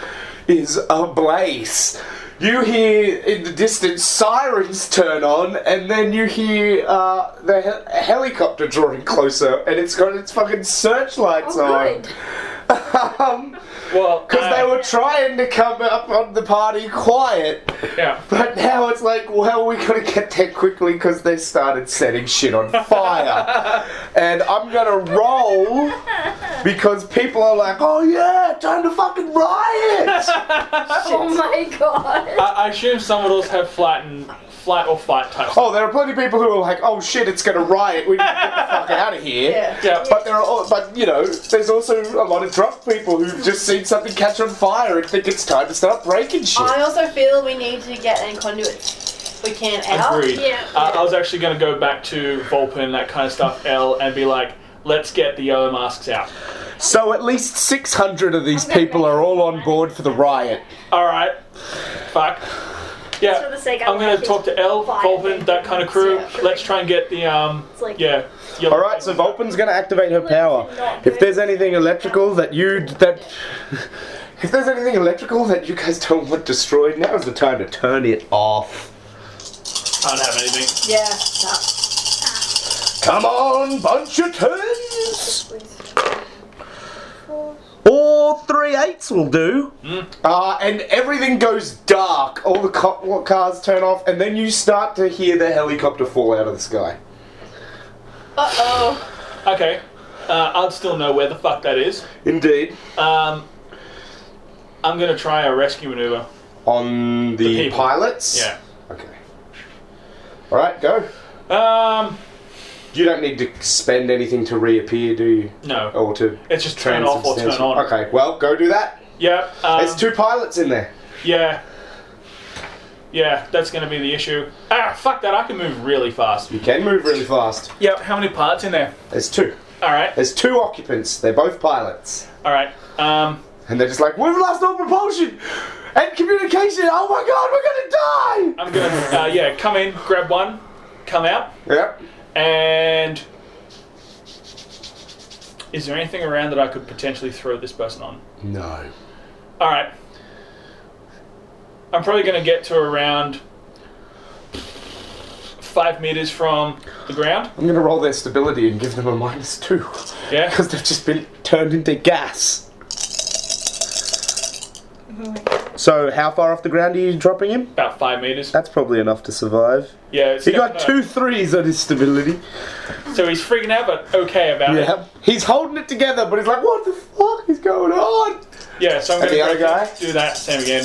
A: is ablaze. You hear in the distance sirens turn on, and then you hear uh, the he- helicopter drawing closer, and it's got its fucking searchlights
C: Oh,
A: on.
C: good.
A: um,
B: Well,
A: Because they
B: uh,
A: were trying to come up on the party quiet,
B: Yeah.
A: but now it's like, well, we gotta get there quickly because they started setting shit on fire. and I'm gonna roll because people are like, oh yeah, time to fucking riot!
C: Oh my god.
B: I, I assume some of those have flat and flat or fight types.
A: oh, there are plenty of people who are like, oh shit, it's gonna riot, we need to get the fuck out of here.
D: yeah.
B: Yeah.
A: But there are, al- but you know, there's also a lot of drunk people who've just seen something catch on fire and think it's time to start breaking shit.
D: I also feel we need to get any conduits. we can out.
B: Agreed.
C: Yeah.
B: Uh, I was actually going to go back to Vulpin and that kind of stuff, L, and be like, let's get the yellow masks out.
A: So at least 600 of these people are all on board for the riot.
B: All right. Fuck.
C: Just for
B: Yeah.
C: the sake
B: I'm going to talk to L,
C: Five
B: Vulpin, that kind of crew.
D: Yeah.
B: Let's try and get the, um,
C: It's like-
B: yeah. yellow-
A: All right, so Vulpin's going to activate her power. If there's anything electrical that you that if there's anything electrical that you guys don't want destroyed, now is the time to turn it off.
B: Can't have anything.
D: Yeah. Nah.
A: Come on, bunch of turns. All three eights will do. Uh, and everything goes dark. All the co- cars turn off, and then you start to hear the helicopter fall out of the sky.
D: Uh oh.
B: Okay. Uh, I'd still know where the fuck that is.
A: Indeed.
B: Um, I'm going to try a rescue maneuver.
A: On the,
B: people.
A: pilots?
B: Yeah.
A: Okay. Alright, go.
B: Um,
A: You don't need to spend anything to reappear, do you?
B: no.
A: Or to
B: It's just turn off or turn
A: transubstantiate-
B: on.
A: Okay, well, go do that.
B: Yeah. Um,
A: There's two pilots in there.
B: Yeah. Yeah, that's going to be the issue. Ah, fuck that. I can move really fast.
A: You can move really fast.
B: Yep. How many parts in there?
A: There's two.
B: All right.
A: There's two occupants. They're both pilots.
B: All right. Um,
A: And they're just like, we've lost all propulsion and communication. Oh my god, we're gonna die!
B: I'm going to, uh, yeah, come in, grab one, come out,
A: Yep.
B: and. Is there anything around that I could potentially throw this person on?
A: No.
B: All right. I'm probably going to get to around five meters from the ground.
A: I'm gonna roll their stability and give them a minus two.
B: Yeah.
A: Because they've just been turned into gas. So, how far off the ground are you dropping him?
B: About five meters.
A: That's probably enough to survive.
B: Yeah. it's
A: Uh, He got
B: definitely-
A: two threes on his stability.
B: So he's freaking out, but okay about it.
A: Yeah. He's holding it together, but he's like, what the fuck is going on?
B: Yeah, so I'm
A: And
B: going
A: the other guy?
B: to do that same again.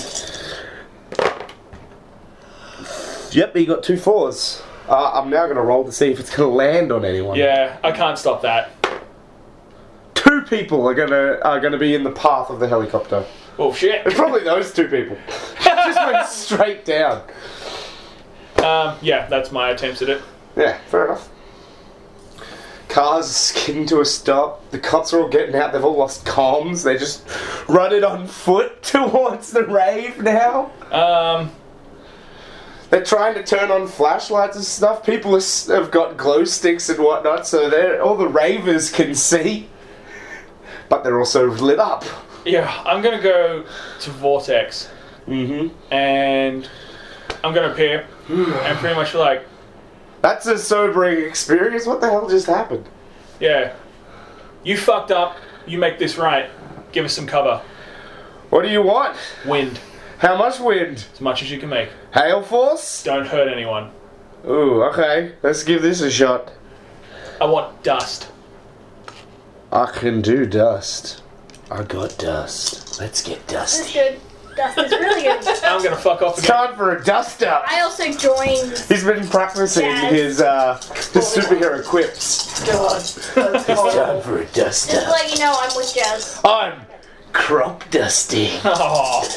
A: Yep, he got two fours. Uh, I'm now going to roll to see if it's going to land on anyone.
B: Yeah, I can't stop that.
A: Two people are going to are going to be in the path of the helicopter.
B: Oh shit.
A: It's probably those two people. Just went straight down.
B: Um, yeah, that's my attempts at it.
A: Yeah, fair enough. Cars skidding to a stop. The cops are all getting out. They've all lost comms. They're just running on foot towards the rave now.
B: Um,
A: They're trying to turn on flashlights and stuff. People are s- have got glow sticks and whatnot, so they're all the ravers can see. But they're also lit up.
B: yeah, I'm gonna go to Vortex
A: Mm-hmm.
B: and I'm gonna appear and pretty much like,
A: That's a sobering experience. What the hell just happened?
B: yeah, you fucked up. You make this right. Give us some cover.
A: What do you want?
B: Wind
A: How much wind?
B: as much as you can make.
A: Hail force?
B: Don't hurt anyone.
A: Ooh, okay. Let's give this a shot.
B: I want dust.
A: I can do dust.
E: I got dust. Let's get
C: This is
E: dusty.
C: good. Dust is really good.
B: I'm gonna fuck off
A: It's
B: again.
A: time for a dust up.
C: I also joined.
A: He's been practicing
C: Yes.
A: his uh, his superhero quips.
D: God. That's
E: Time
D: horrible.
E: for a dust
C: Just to
E: up.
C: let you know, I'm with Jazz.
A: I'm
E: Crop dusty.
B: Oh,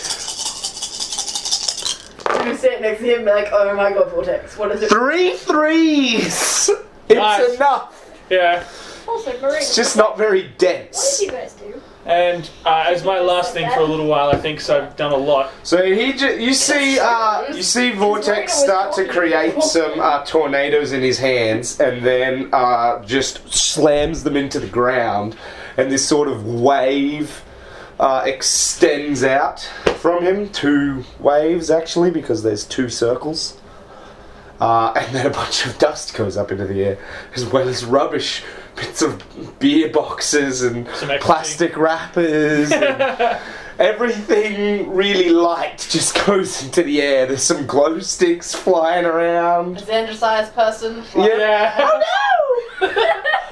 D: I'm gonna sit next to him and be like, oh my god, Vortex, what is it?
A: three threes. It's
B: Nice.
A: enough.
B: yeah.
C: Also, Marine.
A: It's just not very
C: What
A: dense.
C: did you guys do?
B: And uh, as my last thing for a little while, I think so. I've done a lot.
A: So he, ju- you see, uh, you see Vortex start to create some uh, tornadoes in his hands, and then uh, just slams them into the ground, and this sort of wave uh, extends out from him. Two waves actually, because there's two circles. Uh, and then a bunch of dust goes up into the air, as well as rubbish, bits of beer boxes and
B: Some equity.
A: plastic wrappers. and- Everything really light just goes into the air. There's some glow sticks flying around.
D: Xander-sized person. Oh,
B: Yeah.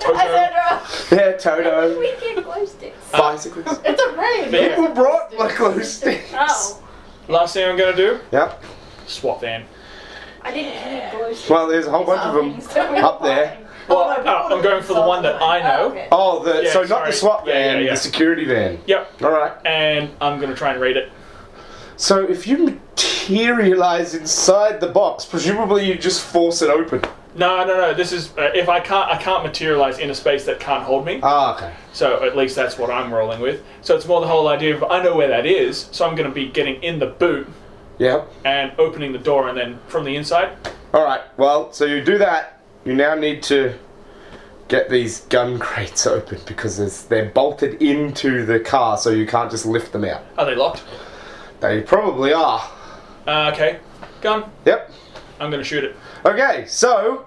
D: Xandra!
A: Yeah, Toto.
C: We did glow sticks.
D: Oh.
A: Bicycles.
D: It's a ring!
B: Uh, Yeah.
A: People brought my glow sticks.
C: Oh,
B: Last thing I'm gonna do,
A: Yep.
B: swap van.
C: I didn't need glow sticks.
A: Well, there's a whole bunch of them up there.
B: Well,
D: Oh, no,
B: no, I'm going for the one that I know.
D: okay.
A: Oh, the
B: Yeah,
A: so not
B: sorry.
A: the swap
B: Yeah, yeah,
A: van,
B: yeah.
A: the security van.
B: Yep.
A: All right.
B: And I'm gonna try and read it.
A: So if you materialize inside the box, presumably you just force it open.
B: No, no, no. This is uh, if I can't I can't materialize in a space that can't hold me.
A: Ah, okay.
B: So at least that's what I'm rolling with. So it's more the whole idea of I know where that is, so I'm going to be getting in the boot
A: Yeah.
B: and opening the door, and then from the inside.
A: All right. Well, so you do that. You now need to get these gun crates open because there's, they're bolted into the car, so you can't just lift them out.
B: Are they locked?
A: They probably are.
B: Uh, okay, gun.
A: Yep.
B: I'm going to shoot it.
A: Okay. So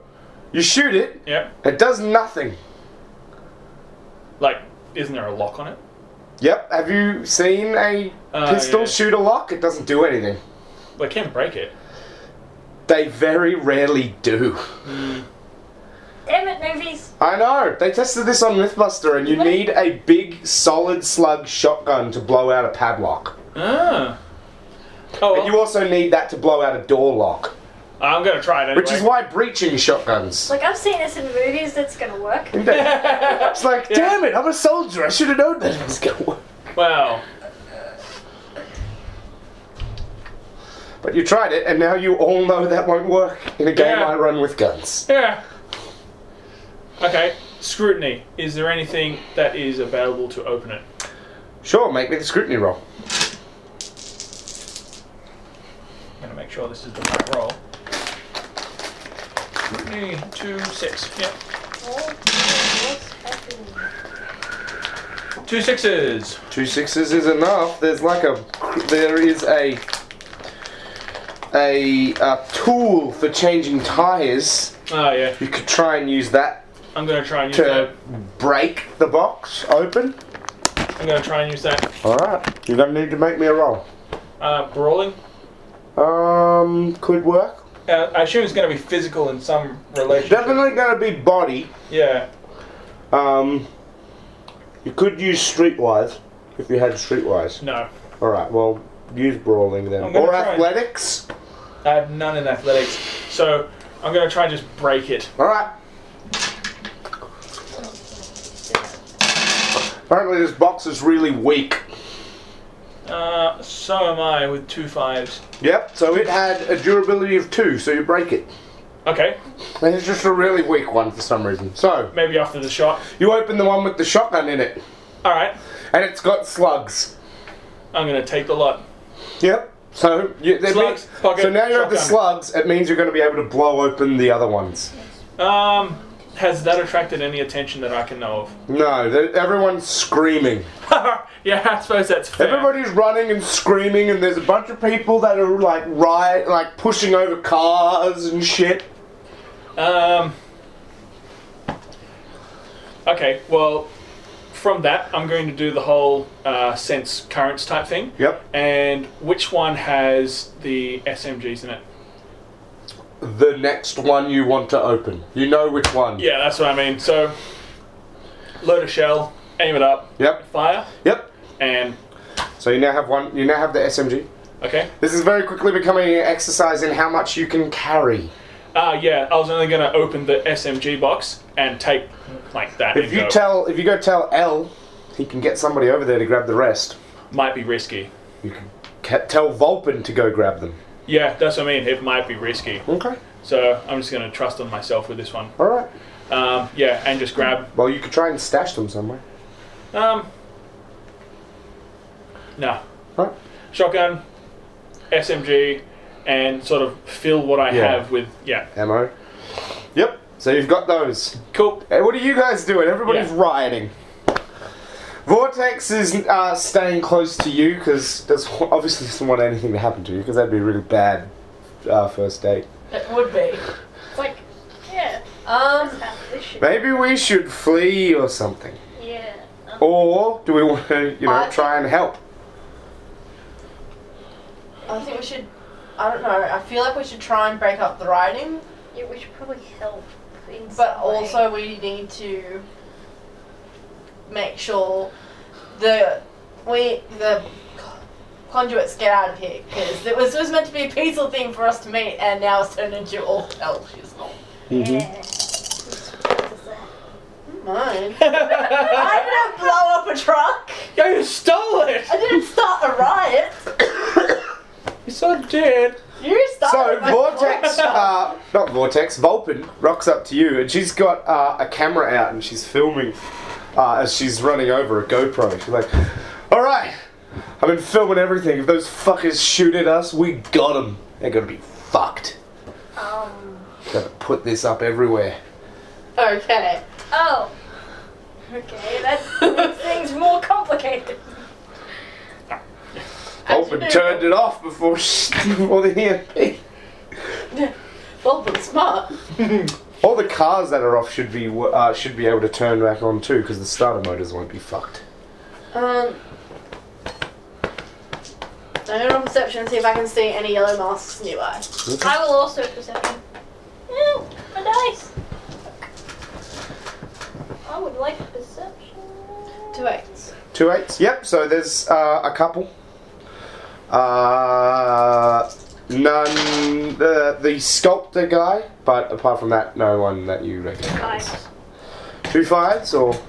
A: you shoot it.
B: Yep.
A: It does nothing.
B: Like, isn't there a lock on it?
A: Yep. Have you seen a
B: Uh,
A: pistol
B: yeah.
A: shoot a lock? It doesn't do anything.
B: They can break it.
A: They very rarely do.
C: Damn it, movies!
A: I know. They tested this on MythBuster, and you need a big, solid slug shotgun to blow out a padlock.
B: Ah. Oh,
A: But
B: well,
A: you also need that to blow out a door lock,
B: I'm going to try it anyway.
A: which is why breaching shotguns.
C: Like I've seen this in movies. That's gonna work.
A: it's like,
B: Yeah.
A: damn it! I'm a soldier. I should have known that it was going. to work.
B: Wow.
A: But you tried it, and now you all know that won't work in a game
B: Yeah.
A: I run with guns.
B: Yeah. Okay. Scrutiny. Is there anything that is available to open it?
A: Sure, make me the scrutiny roll.
B: I'm gonna make sure this is the right roll. Scrutiny two six. Yep.
C: Oh, what's happening?
B: Two sixes.
A: Two sixes is enough. There's like a, there is a, a, a tool for changing tires.
B: Oh yeah.
A: You could try and use that
B: I'm gonna try and use
A: to
B: that.
A: break the box open.
B: I'm gonna try and use that.
A: All right, you're gonna need to make me a roll.
B: Uh, brawling.
A: Um, could work.
B: Uh, I assume it's gonna be physical in some relation.
A: Definitely gonna be body.
B: Yeah.
A: Um, you could use streetwise if you had streetwise.
B: No.
A: All right, well, use brawling then,
B: I'm gonna
A: or
B: try.
A: athletics.
B: I have none in athletics, so I'm gonna try and just break it.
A: All right. Apparently, this box is really weak.
B: Uh, so am I with two fives.
A: Yep. So it had a durability of two, so you break it.
B: Okay.
A: And it's just a really weak one for some reason. So
B: Maybe after the shot.
A: you open the one with the shotgun in it,
B: All right.
A: and it's got slugs.
B: I'm gonna take the lot.
A: Yep. So you, that
B: Slugs,
A: means-
B: pocket,
A: so now you have the
B: shotgun.
A: slugs. It means you're going to be able to blow open the other ones.
B: Um, has that attracted any attention that I can know of?
A: No, they- everyone's screaming.
B: yeah, I suppose that's fair.
A: Everybody's running and screaming, and there's a bunch of people that are like riot, like pushing over cars and shit.
B: Um. Okay, well, from that, I'm going to do the whole uh, sense currents type thing.
A: Yep.
B: And which one has the SMGs in it?
A: The next one you want to open, you know which one.
B: Yeah, that's what I mean. So, load a shell, aim it up,
A: Yep.
B: fire,
A: Yep.
B: and
A: So you now have one. You now have the SMG.
B: okay.
A: This is very quickly becoming an exercise in how much you can carry.
B: Ah, yeah, I was only going to open the SMG box and take like that.
A: If
B: and
A: you
B: go.
A: tell, if you go tell L, he can get somebody over there to grab the rest.
B: might be risky.
A: You can ca- tell Vulpin to go grab them.
B: Yeah, that's what I mean. It might be risky.
A: Okay.
B: So I'm just going to trust on myself with this one.
A: All right.
B: Um, yeah, and just grab.
A: Well, you could try and stash them somewhere.
B: Um, no.
A: All right.
B: Shotgun, SMG, and sort of fill what I
A: Yeah.
B: have with. Yeah.
A: Ammo. Yep. So you've got those.
B: Cool.
A: Hey, what are you guys doing? Everybody's
B: Yeah.
A: rioting. Vortex is uh, staying close to you because obviously doesn't want anything to happen to you because that'd be a really bad uh, first date.
D: It would be.
C: It's like, yeah,
D: Um,
C: that's how this should.
A: Maybe we should flee or something.
C: Yeah. Um,
A: Or do we want to, you know,
D: I-
A: try and help?
D: I think we should. I don't know. I feel like we should try and break up the rioting,
C: yeah, we should probably help. In
D: but
C: some way.
D: also we need to make sure the we the conduits get out of here because it was, it was meant to be a peaceful thing for us to meet, and now it's turned into all hell. She's not
A: Mm-hmm.
C: Yeah. Whose fault is that?
D: mine.
B: yeah,
D: I didn't blow up a truck.
B: you stole it!
D: I didn't start a riot.
B: He's so dead.
D: You're
A: So
D: starting.
A: Vortex, uh, not Vortex, Vulpin rocks up to you, and she's got uh, a camera out and she's filming uh, as she's running over a GoPro. She's like, "All right, I've been filming everything. If those fuckers shoot at us, we got them. They're gonna be fucked.
C: Um.
A: Gonna put this up everywhere."
D: okay.
C: Oh. Okay, that makes things more complicated.
A: Vulpin turned it off before before the E EMP.
D: Well, but smart.
A: All the cars that are off should be uh, should be able to turn back on too, because the starter motors won't be fucked.
D: Um. I'm gonna roll perception and see if I can see any yellow masks nearby.
C: I will also perception. Yeah, a dice. I would like perception.
D: Two eights.
A: Two eights. Yep. So there's uh, a couple. Uh, none. The the sculptor guy, but apart from that, no one that you recognize.
C: Five.
A: Two fives or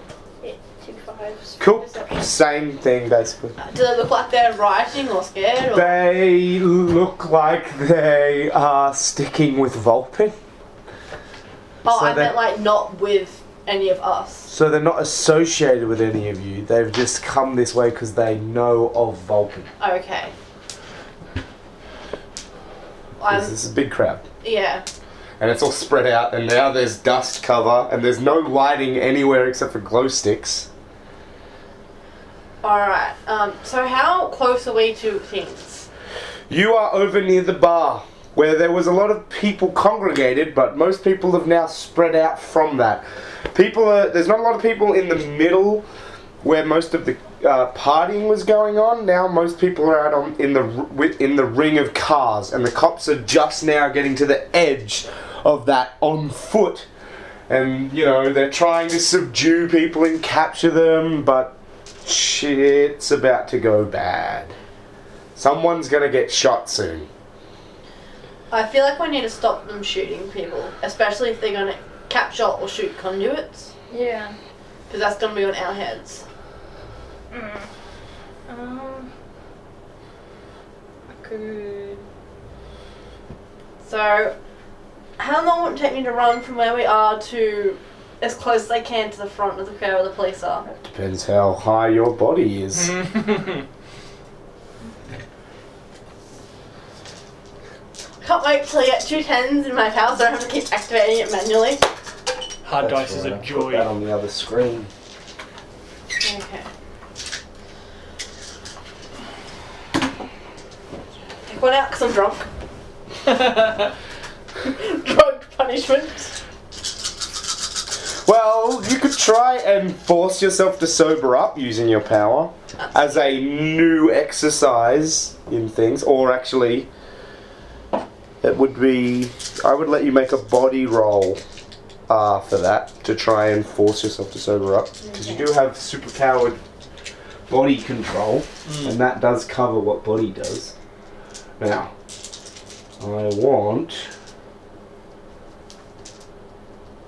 C: Yeah, two fives. for
A: cool.
C: Perception.
A: Same thing basically.
D: Do they look like they're rioting or scared? Or?
A: They look like they are sticking with Vulpin,
D: oh,
A: so
D: I
A: they-
D: meant like not with any of us.
A: so they're not associated with any of you. They've just come this way because they know of Vulpin.
D: Okay.
A: 'Cause
D: I'm,
A: It's a big crowd.
D: Um, yeah.
A: and it's all spread out and now there's dust cover and there's no lighting anywhere except for glow sticks
D: Alright. Um, so how close are we to things?
A: you are over near the bar where there was a lot of people congregated but most people have now spread out from that people are there's not a lot of people in the middle where most of the uh, partying was going on now most people are out on in the r- with- in the ring of cars and the cops are just now getting to the edge of that on foot and you know they're trying to subdue people and capture them, but shit's about to go bad. Someone's gonna get shot soon.
D: I feel like we need to stop them shooting people, especially if they're gonna capture or shoot conduits,
C: Yeah.
D: because that's gonna be on our heads.
C: Mm. Um. I could.
D: So, how long will it take me to run from where we are to as close as I can to the front of the where the police are?
A: Depends how high your body is.
B: Mm-hmm.
D: Can't wait till I get two tens in my pal, so I don't have to keep activating it manually.
B: Hard
A: That's
B: dice is
A: right,
B: a
A: I've Put that
B: joy.
A: on the other screen.
D: Okay. Take one out because I'm drunk. Drunk punishment.
A: Well, you could try and force yourself to sober up using your power as a new exercise in things, or actually, it would be. I would let you make a body roll uh, for that to try and force yourself to sober up because you do have superpowered body control, and that does cover what body does. Now, I want.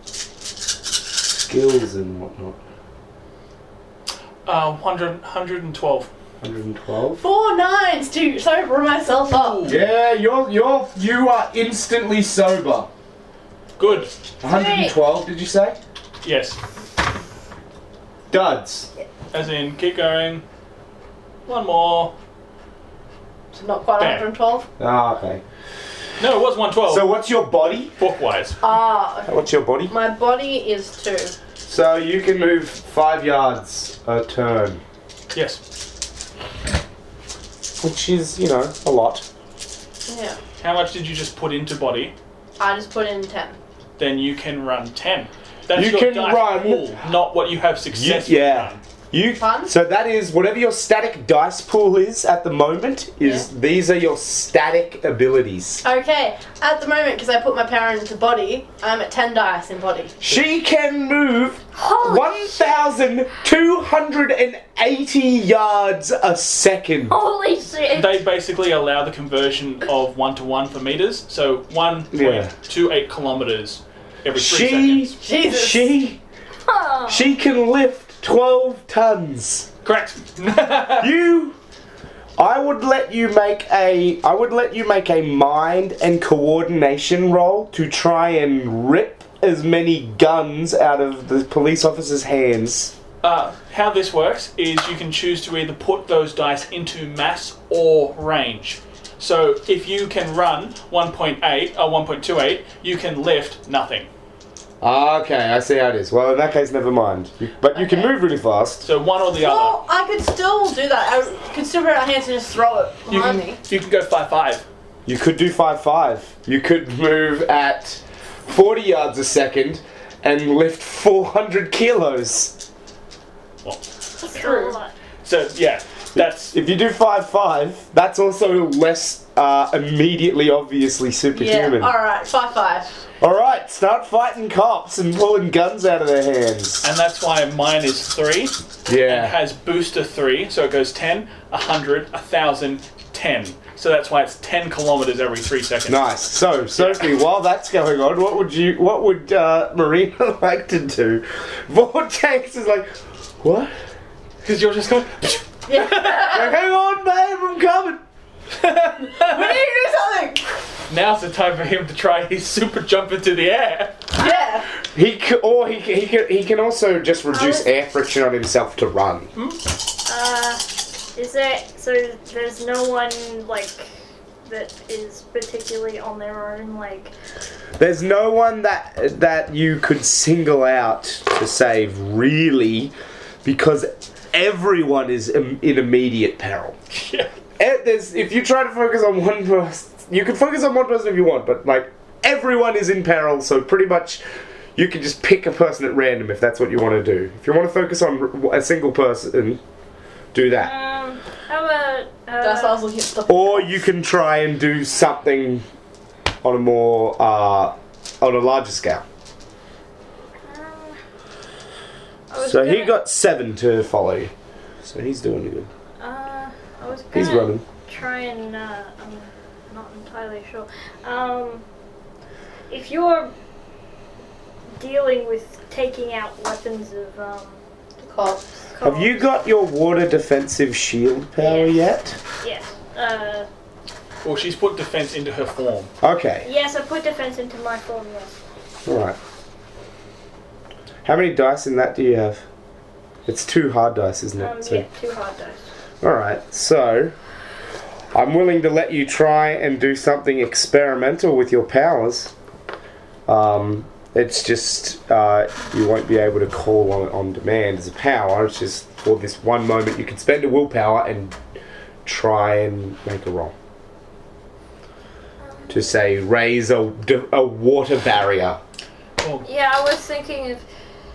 A: Skills and whatnot.
B: uh, 100, 112.
A: 112.
D: Four nines to sober myself up.
A: Yeah, you're you're you are instantly sober.
B: Good.
A: 112, did you say?
B: Yes.
A: Duds.
B: As in, keep going. One more.
D: So not quite
B: Bam.
D: 112.
A: Ah, okay.
B: No, it was 112.
A: So what's your body?
B: Bookwise.
D: Ah, okay.
A: What's your body?
D: my body is two.
A: So you can move five yards a turn,
B: Yes.
A: which is you know a lot.
D: Yeah.
B: How much did you just put into body?
D: I just put in 10.
B: Then you can run 10. That's
A: You
B: your
A: can
B: dice
A: run-
B: pool, not what you have successfully
A: yeah.
B: done.
A: You
D: Fun.
A: so that is whatever your static dice pool is at the moment. Is these are your static abilities.
D: Okay, at the moment, because I put my power into body, I'm at 10 dice in body.
A: She can move
C: Holy
A: 1,280 yards a second.
C: Holy shit!
B: They basically allow the conversion of one to one for meters, so one
A: Yeah.
B: point two eight kilometers every three
A: She,
B: seconds.
D: Jesus.
A: she,
C: Oh.
A: she can lift 12 tons.
B: Correct.
A: You I would let you make a I would let you make a mind and coordination roll to try and rip as many guns out of the police officer's hands.
B: Uh, how this works is you can choose to either put those dice into mass or range. So if you can run 1.8 or 1.28, you can lift nothing.
A: Ah, Okay, I see how it is. Well, in that case, never mind. But you can move really fast.
B: So one or the
D: Well, Oh, I could still do that. I could still put out hands and just throw it
B: other. You
D: behind
B: can,
D: me.
B: you can go 5-5.
A: You could do five five. You could move at forty yards a second and lift four hundred kilos.
C: That's
B: True.
C: a lot.
B: So yeah, that's
A: If you do five five, that's also less uh, immediately obviously
D: Yeah.
A: superhuman.
D: All right. Five five.
A: All right, start fighting cops and pulling guns out of their hands.
B: and that's why mine is 3. It
A: Yeah.
B: has booster 3, so it goes 10, 100, 1000, 10. So that's why it's 10 kilometers every 3 seconds.
A: Nice. So, Sophie, while that's going on, what would you, what would uh, Marina like to do? Vortex is like, what?
B: Because you're just going
A: Like, Hang on, babe, I'm coming.
D: We need to do something.
B: Now's the time for him to try his super jump into the air.
D: Yeah.
A: He c- or he c- he can he can also just reduce air friction on himself to run.
C: Uh, is there so? There's no one like that is particularly on their own. Like,
A: There's no one that that you could single out to save really, because everyone is im- in immediate peril.
B: Yeah.
A: Eh, there's, if you try to focus on one person, you can focus on one person if you want, but like everyone is in peril, so pretty much you can just pick a person at random if that's what you want to do. If you want to focus on r- a single person, do that.
C: um, how about
D: That's what I
C: uh,
D: was looking at. The
B: Oh.
A: Or you can try and do something on a more uh, on a larger scale.
C: Uh, I was
A: So he
C: gonna-
A: got seven to follow you. So he's doing good.
C: Uh, I was gonna
A: He's running.
C: try and uh, I'm not entirely sure. Um, if you're dealing with taking out weapons of um,
D: cops.
A: Have you got your water defensive shield power yet?
C: Yes. Uh,
B: Well, she's put defense into her form.
A: Okay.
C: yes, I put defense into my form. Yes.
A: Alright. How many dice in that do you have? It's two hard dice, isn't it?
C: Um,
A: So-
C: yeah, two hard dice.
A: Alright, so I'm willing to let you try and do something experimental with your powers. Um, it's just uh, you won't be able to call on it on demand as a power. It's just for this one moment you can spend a willpower and try and make a roll. To say raise a, a water barrier.
C: Yeah, I was thinking if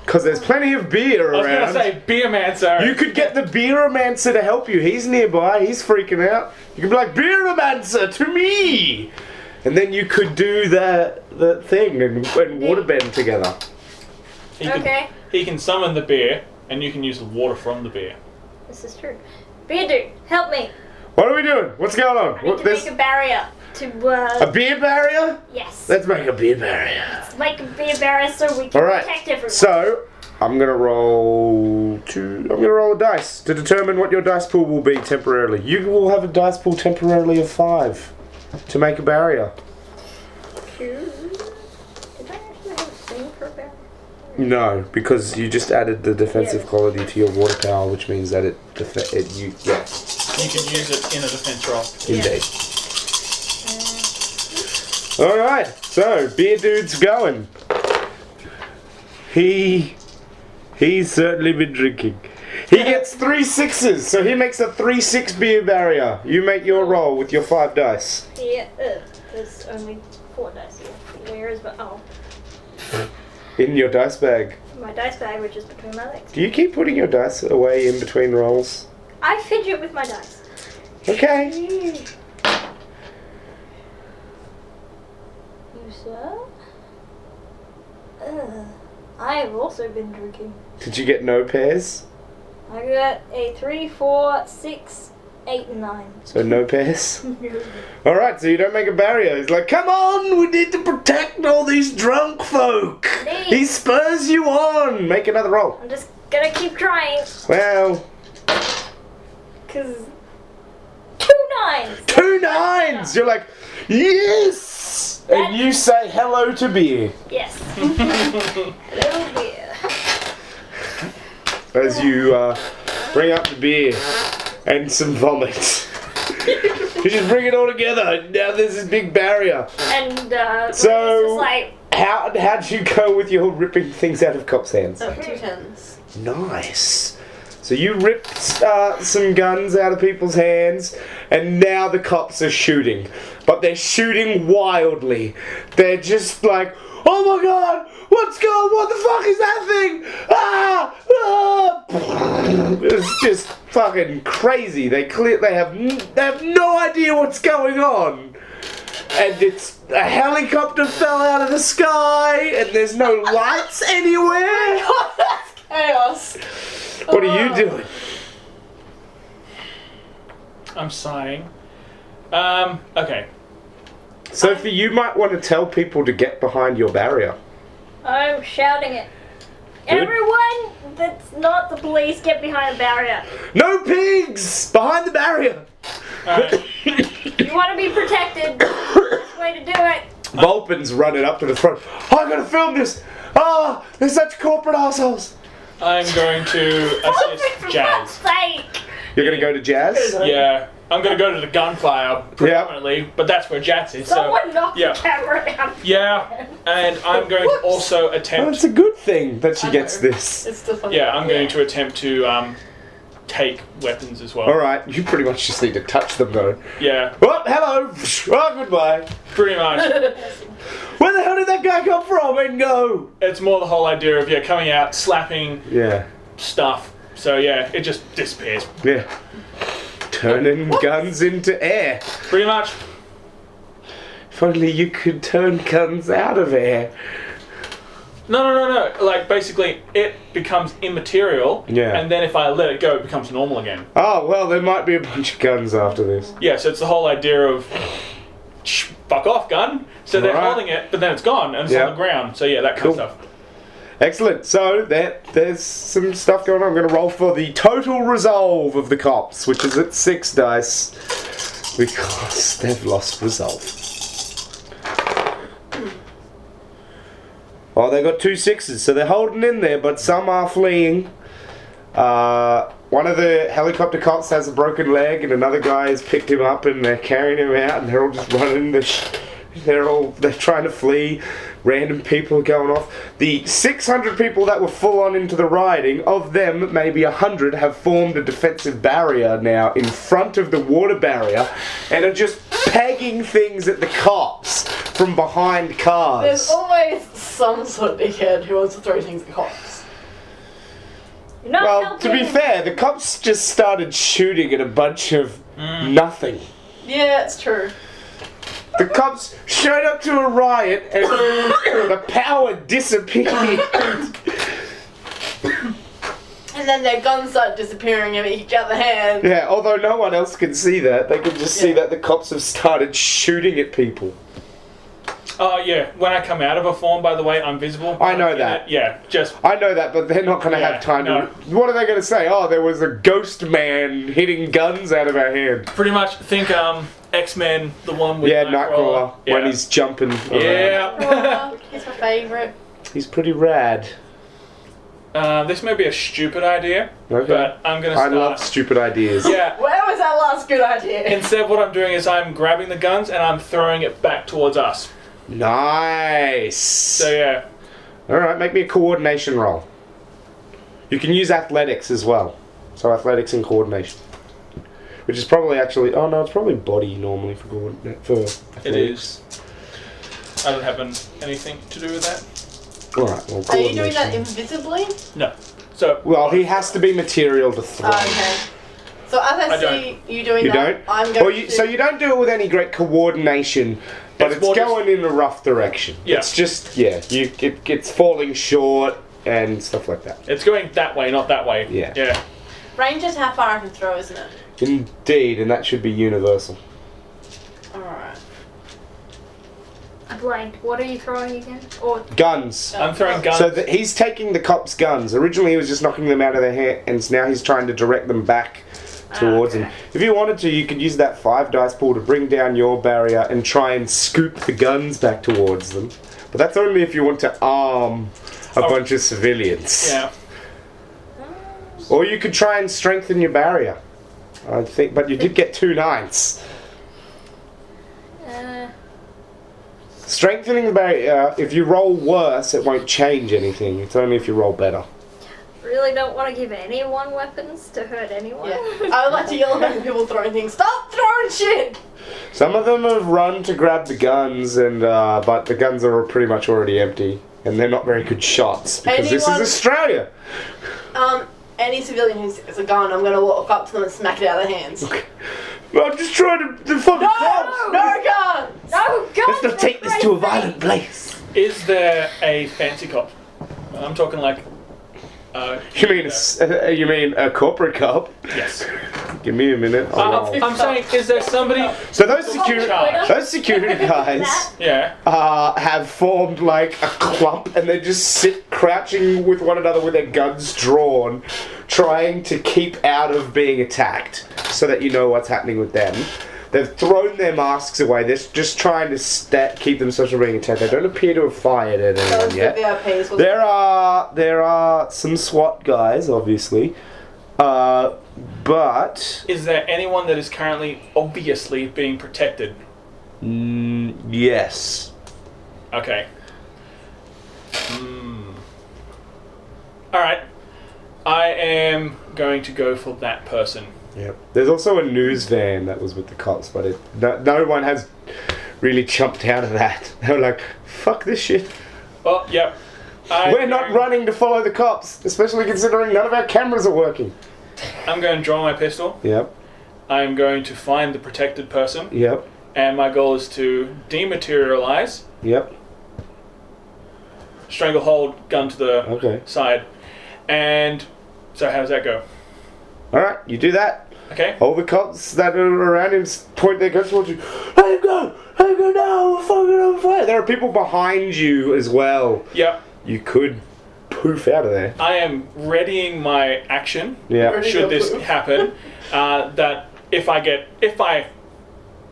A: Because there's plenty of beer
B: I was
A: around.
B: gonna say beer man, sir.
A: You could get the Beeromancer to help you. He's nearby. He's freaking out. You could be like, Beeromancer, to me! And then you could do the, the thing and, and waterbend together.
B: he Can,
C: okay,
B: he can summon the beer, and you can use the water from the beer.
C: this is true. Beardo, help me.
A: What are we doing? What's going on?
C: I need
A: What,
C: to
A: there's
C: make a barrier to uh,
A: a beer barrier?
C: yes,
A: Um, Let's make a beer barrier.
C: make be a barrier so we can protect
A: Alright.
C: everyone.
A: So, I'm going to roll two. I'm going to roll a dice to determine what your dice pool will be temporarily. You will have a dice pool temporarily of five to make a barrier.
C: Two. Did I actually have a thing for a barrier?
A: No, because you just added the defensive
C: Yeah.
A: quality to your water power, which means that it def- it you yeah
B: You can use it in a defense roll.
A: indeed. All right, so beer dude's going. He he's certainly been drinking. He gets three sixes, so he makes a three six beer barrier. You make your roll with your five dice.
C: Yeah. Ugh. There's only four dice here. Where is my oh
A: In your dice bag.
C: my dice bag, which is between my legs.
A: Do you keep putting your dice away in between rolls?
C: I fidget with my dice.
A: Okay.
C: You sir? Ugh. I have also been drinking.
A: Did you get no pairs?
C: I got a three, four, six, eight, nine.
A: So no pairs? All right, so you don't make a barrier. He's like, come on, we need to protect all these drunk folk. He
C: Please.
A: spurs you on. Make another roll.
C: I'm just gonna keep trying,
A: Well,
C: cause Two nines!
A: Two nines! You're like, yes! And you say hello to beer
C: Yes. Hello, beer.
A: as you uh, bring up the beer and some vomit. you just bring it all together. Now there's this big barrier.
C: And uh,
A: So-
C: it's just like,
A: How how'd you go with your ripping things out of cops' hands?
D: Oh, two tens.
A: Nice. So you ripped uh, some guns out of people's hands, and now the cops are shooting. But they're shooting wildly. They're just like, oh my god, what's going What the fuck is that thing? Ah! ah! It's just fucking crazy. They clear, they have, n- they have no idea what's going on. And it's a helicopter fell out of the sky, and there's no lights anywhere.
D: That's chaos.
A: What are you doing?
B: I'm sighing. Um, okay.
A: Sophie, you might want to tell people to get behind your barrier.
C: I'm shouting it. Everyone that's not the police, get behind a barrier.
A: No pigs! Behind the barrier!
B: Alright.
C: You want to be protected. Best way to do it.
A: Vulpin's running up to the front. I gotta film this! Ah, they're such corporate assholes!
B: I'm going to assist Jazz.
C: Sake.
A: You're gonna go to Jazz?
B: Yeah. I'm going to go to the gunfire predominantly, but that's where Jazz is. So,
C: Someone knock
B: yeah.
C: the camera out.
B: yeah. And I'm going to also
A: Well,
B: attempt
A: Oh, it's a good thing that she gets this.
D: It's the fun.
B: Yeah, I'm going to attempt to um, take weapons as well.
A: Alright, you pretty much just need to touch them though.
B: Yeah,
A: Well, hello! Oh, goodbye!
B: pretty much.
A: Where the hell did that guy come from? And go!
B: it's more the whole idea of yeah coming out, slapping
A: Yeah,
B: stuff. So yeah, it just disappears.
A: yeah. Turning guns into air.
B: Pretty much.
A: If only you could turn guns out of air.
B: No, no, no, no. Like basically, it becomes immaterial.
A: Yeah.
B: And then if I let it go, it becomes normal again.
A: Oh, well, there might be a bunch of guns after this.
B: Yeah. So it's the whole idea of. "Shh, Fuck off, gun. So they're
A: Right.
B: holding it, but then it's gone and it's
A: Yeah.
B: on the ground. So yeah, that kind
A: Cool.
B: of stuff.
A: Excellent. So there, there's some stuff going on. I'm going to roll for the total resolve of the cops, which is at six dice, because they've lost resolve. Oh, they got two sixes, so they're holding in there, but some are fleeing. Uh, one of the helicopter cops has a broken leg, and another guy has picked him up, and they're carrying him out, and they're all just running. The sh- they're all they're trying to flee. Random people are going off. The 600 people that were full on into the rioting, of them maybe hundred have formed a defensive barrier now in front of the water barrier, and are just pegging things at the cops from behind cars.
D: There's always some sort of dickhead who wants to throw things at cops.
C: You're not
A: Well, to be
C: helping.
A: fair, the cops just started shooting at a bunch of nothing.
D: Yeah, it's true.
A: The cops showed up to a riot and the power disappeared.
D: And then their guns start disappearing in each other hand.
A: yeah, although no one else can see that. They can just see
D: Yeah.
A: that the cops have started shooting at people.
B: Oh yeah. When I come out of a form, by the way, I'm visible.
A: I know that.
B: Yeah. Just
A: I know that, but they're not going to
B: Yeah,
A: have time to.
B: no.
A: What are they going to say? Oh, there was a ghost man hitting guns out of our hand.
B: Pretty much, think um X Men, the one with
A: Yeah, Nightcrawler,
B: Nightcrawler.
A: when
B: Yeah.
A: he's jumping. around.
B: yeah.
D: Oh, he's my favourite.
A: He's pretty rad.
B: uh, this may be a stupid idea,
A: Okay.
B: but I'm gonna
A: I
B: start.
A: love stupid ideas.
B: yeah.
D: Where was that last good idea?
B: Instead, what I'm doing is I'm grabbing the guns and I'm throwing it back towards us.
A: Nice.
B: So yeah,
A: All right, make me a coordination roll. You can use athletics as well. So athletics and coordination. Which is probably actually oh no, it's probably body normally for coordinate for athletics.
B: it is. I don't have an, anything to do with that.
A: All right, well,
D: Are you doing
A: coordination.
D: that invisibly?
B: No. So
A: well, he has to be material to throw.
D: Oh, okay. So as I,
B: I
D: see you doing
A: You
D: that,
A: don't.
D: I'm going
A: well, you,
D: to.
A: so you don't do it with any great coordination, but
B: It's
A: it's,
B: more just-
A: going in a rough direction.
B: Yeah.
A: It's just yeah, you it, it's falling short and stuff like that.
B: it's going that way, not that way.
A: Yeah.
B: Yeah.
D: Ranger's how far I can throw, isn't it?
A: Indeed, and that should be universal.
D: Alright.
C: I'm blind. What are you throwing again? Or
A: Guns.
B: I'm throwing guns.
A: So that he's taking the cops' guns. Originally, he was just knocking them out of their hand, and now he's trying to direct them back towards
B: Ah,
A: him. If you wanted to, you could use that five dice pool to bring down your barrier and try and scoop the guns back towards them. But that's only if you want to arm a
B: Oh.
A: bunch of civilians.
B: Yeah.
A: Or you could try and strengthen your barrier. I think, but you did get two nines.
C: Uh,
A: Strengthening the barrier. If you roll worse, it won't change anything. It's only if you roll better.
C: really don't want to give anyone weapons to hurt anyone.
D: Yeah. I would like to yell at people throwing things. Stop throwing shit!
A: Some of them have run to grab the guns, and uh, but the guns are pretty much already empty, and they're not very good shots because this is
D: Anyone-
A: Australia.
D: Um, any civilian who has a gun, I'm gonna walk up to them and smack it out of their hands. No!
A: I'm just trying to. The fucking cops.
D: No guns!
C: No, Oh, God!
A: Let's not take this to a violent place.
B: Is there a fancy cop? I'm talking like. Uh,
A: You mean a, s- uh, you mean a corporate cop?
B: Yes.
A: Give me a minute. I'll
B: Uh,
A: roll.
B: I'm saying, is there somebody?
A: So those security
B: Charge.
A: those security guys
B: Yeah.
A: uh, have formed like a clump, and they just sit crouching with one another with their guns drawn, trying to keep out of being attacked, so that you know what's happening with them. They've thrown their masks away. They're just trying to sta keep themselves from being attacked. They don't appear to have fired at
D: Those
A: anyone
D: yeah.
A: yet.
D: VIPs. was-
A: There are there are some SWAT guys, obviously, uh, but
B: Is there anyone that is currently obviously being protected?
A: mm, yes,
B: Okay. Hmm. All right. I am going to go for that person.
A: Yep. There's also a news van that was with the cops, but it, no, no one has really jumped out of that. They were like, fuck this shit.
B: Oh, yep. I
A: We're not running to follow the cops, especially considering none of our cameras are working.
B: I'm going to draw my pistol.
A: Yep,
B: I am going to find the protected person,
A: yep,
B: and my goal is to dematerialize,
A: yep.
B: stranglehold, gun to the
A: Okay.
B: side, and so how's that go?
A: Alright, you do that.
B: Okay.
A: All the cops that are around him s- point their guns towards you. Let him go! Let him go now! We're fucking on fire! There are people behind you as well.
B: Yep.
A: You could poof out of there.
B: I am readying my action.
A: Yeah.
B: should this happen, uh, that if I get if I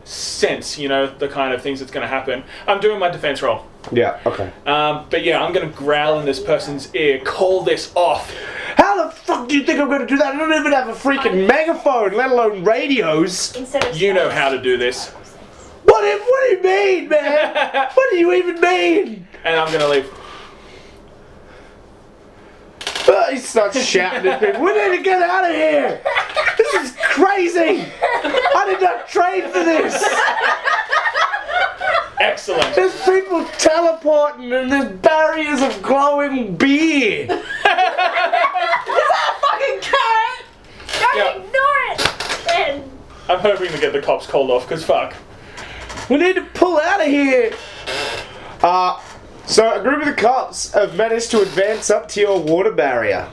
B: sense you know the kind of things that's going to happen, I'm doing my defense roll.
A: Yeah, okay.
B: Um, but yeah, I'm going to growl in this person's ear, call this off.
A: How the fuck do you think I'm gonna do that? I don't even have a freaking megaphone, let alone radios.
C: Instead of
B: You know how to do this,
A: What if? What do you mean, man? what do you even mean?
B: and I'm going to leave.
A: Uh, he starts shouting at people. We need to get out of here. This is crazy. I did not train for this.
B: Excellent.
A: There's people teleporting and there's barriers of glowing beer.
D: Fucking carrot!
C: Don't
B: Yeah.
C: ignore it! And
B: I'm hoping to get the cops called off because fuck.
A: We need to pull out of here. Uh, so a group of the cops have managed to advance up to your water barrier.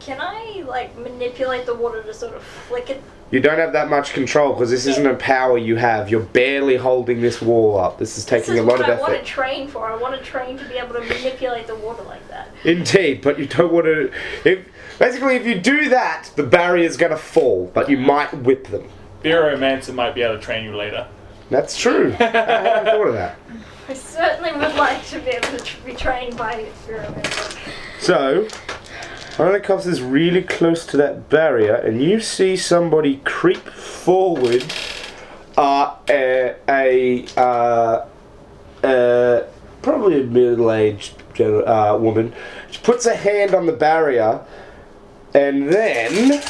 C: can I like manipulate the water to sort of flick it?
A: You don't have that much control because this isn't a power you have. You're barely holding this wall up. This is
C: This
A: taking
C: is
A: a lot
C: what
A: of
C: I want to
A: effort.
C: train for. I want to train to be able to manipulate the water like that.
A: Indeed, but you don't want to. If basically, if you do that, the barrier's going to fall, but you might whip them.
B: Bureaumancer might be able to train you later.
A: That's true. I hadn't thought of that.
C: I certainly would like to be able to tr- be trained by experiments.
A: So, one of the cops is really close to that barrier, and you see somebody creep forward. Uh, a, a uh, uh, probably a middle-aged gen- uh, woman. She puts her hand on the barrier, and then.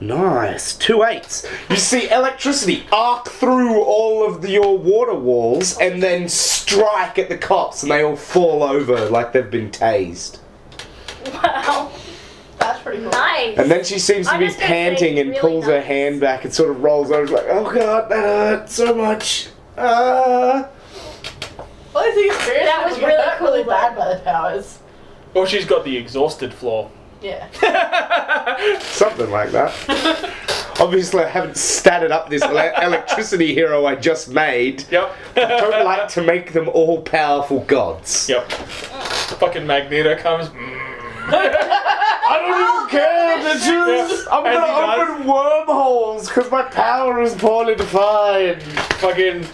A: Nice. Two eights. You see electricity arc through all of the- your water walls and then strike at the cops, and they all fall over like they've been tased.
C: Wow,
D: That's pretty cool.
C: nice.
A: And then she seems to
C: I'm
A: be
C: just gonna say
A: panting and
C: really
A: pulls her
C: nice.
A: hand back and sort of rolls over, like, oh god, that hurt so much. Ah.
D: Well, it's the experience.
C: That was
D: we got
C: really
D: that
C: cool,
D: really
C: though.
D: bad by the powers.
B: Well, she's got the exhausted floor.
D: Yeah.
A: Something like that. Obviously, I haven't statted up this ele- electricity hero I just made.
B: Yep.
A: Don't like to make them all powerful gods.
B: Yep. Fucking Magneto comes.
A: I don't even care the Jews. I'm
B: As
A: gonna
B: he
A: open wormholes because my power is poorly defined.
B: Fucking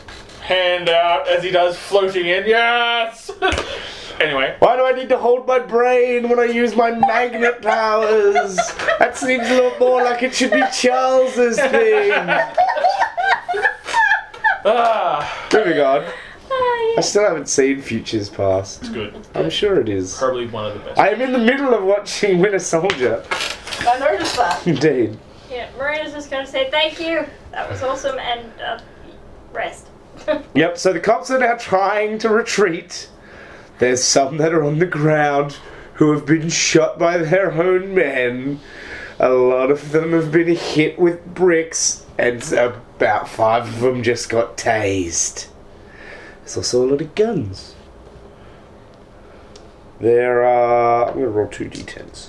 B: hand out as he does, floating in. Yes! anyway.
A: Why do I need to hold my brain when I use my magnet powers? That seems a little more like it should be Charles's thing.
B: Ah,
A: Moving on.
C: Oh,
A: I still haven't seen Futures Past.
B: it's good.
A: I'm sure it is.
B: Probably one of the best.
A: I am in the middle of watching Winter Soldier.
D: I noticed that.
A: Indeed.
C: yeah. yeah, Marina's just gonna say thank you. That was awesome and uh, rest.
A: Yep, so the cops are now trying to retreat. There's some that are on the ground who have been shot by their own men. A lot of them have been hit with bricks, and about five of them just got tased. There's also a lot of guns. There are. I'm gonna roll two d10s.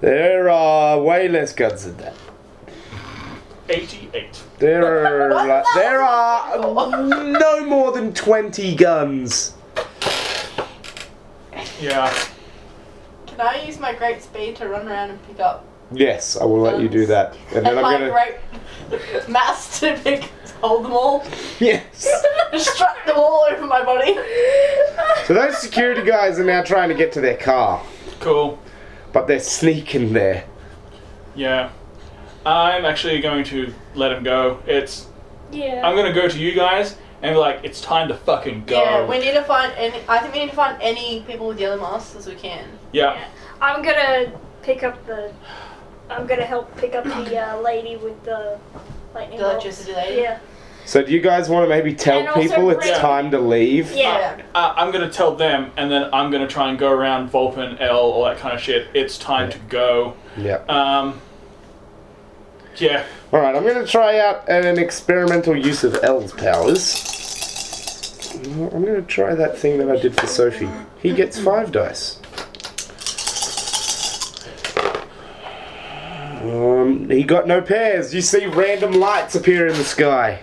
A: There are way less guns than that.
B: 88.
A: There are like, there are no more than twenty guns.
B: Yeah.
D: Can I use my great speed to run around and pick up?
A: Yes, I will let you do that, and then
D: and my
A: I'm gonna
D: great mass to pick, hold them all,
A: yes.
D: strap them all over my body.
A: So those security guys are now trying to get to their car,
B: Cool.
A: but they're sneaking there.
B: Yeah. I'm actually going to let him go. It's.
C: yeah.
B: I'm gonna go to you guys and be like, it's time to fucking go.
D: Yeah, we need to find any. I think we need to find any people with yellow masks as we can.
B: yeah.
C: Yeah. I'm gonna pick up the. I'm gonna help pick up the uh, lady with the lightning
D: The
C: bolts.
D: electricity lady?
C: Yeah.
A: So do you guys want to maybe
C: And
A: tell
C: also
A: people it's
C: bring-
A: time to leave?
C: Yeah.
B: Uh, I'm gonna tell them, and then I'm gonna try and go around Vulpin, L, all that kind of shit. It's time to go.
A: Yep.
B: Um, yeah,
A: All right, I'm gonna try out an experimental use of L's powers. I'm gonna try that thing that I did for Sophie. He gets five dice. Um, he got no pairs. You see random lights appear in the sky,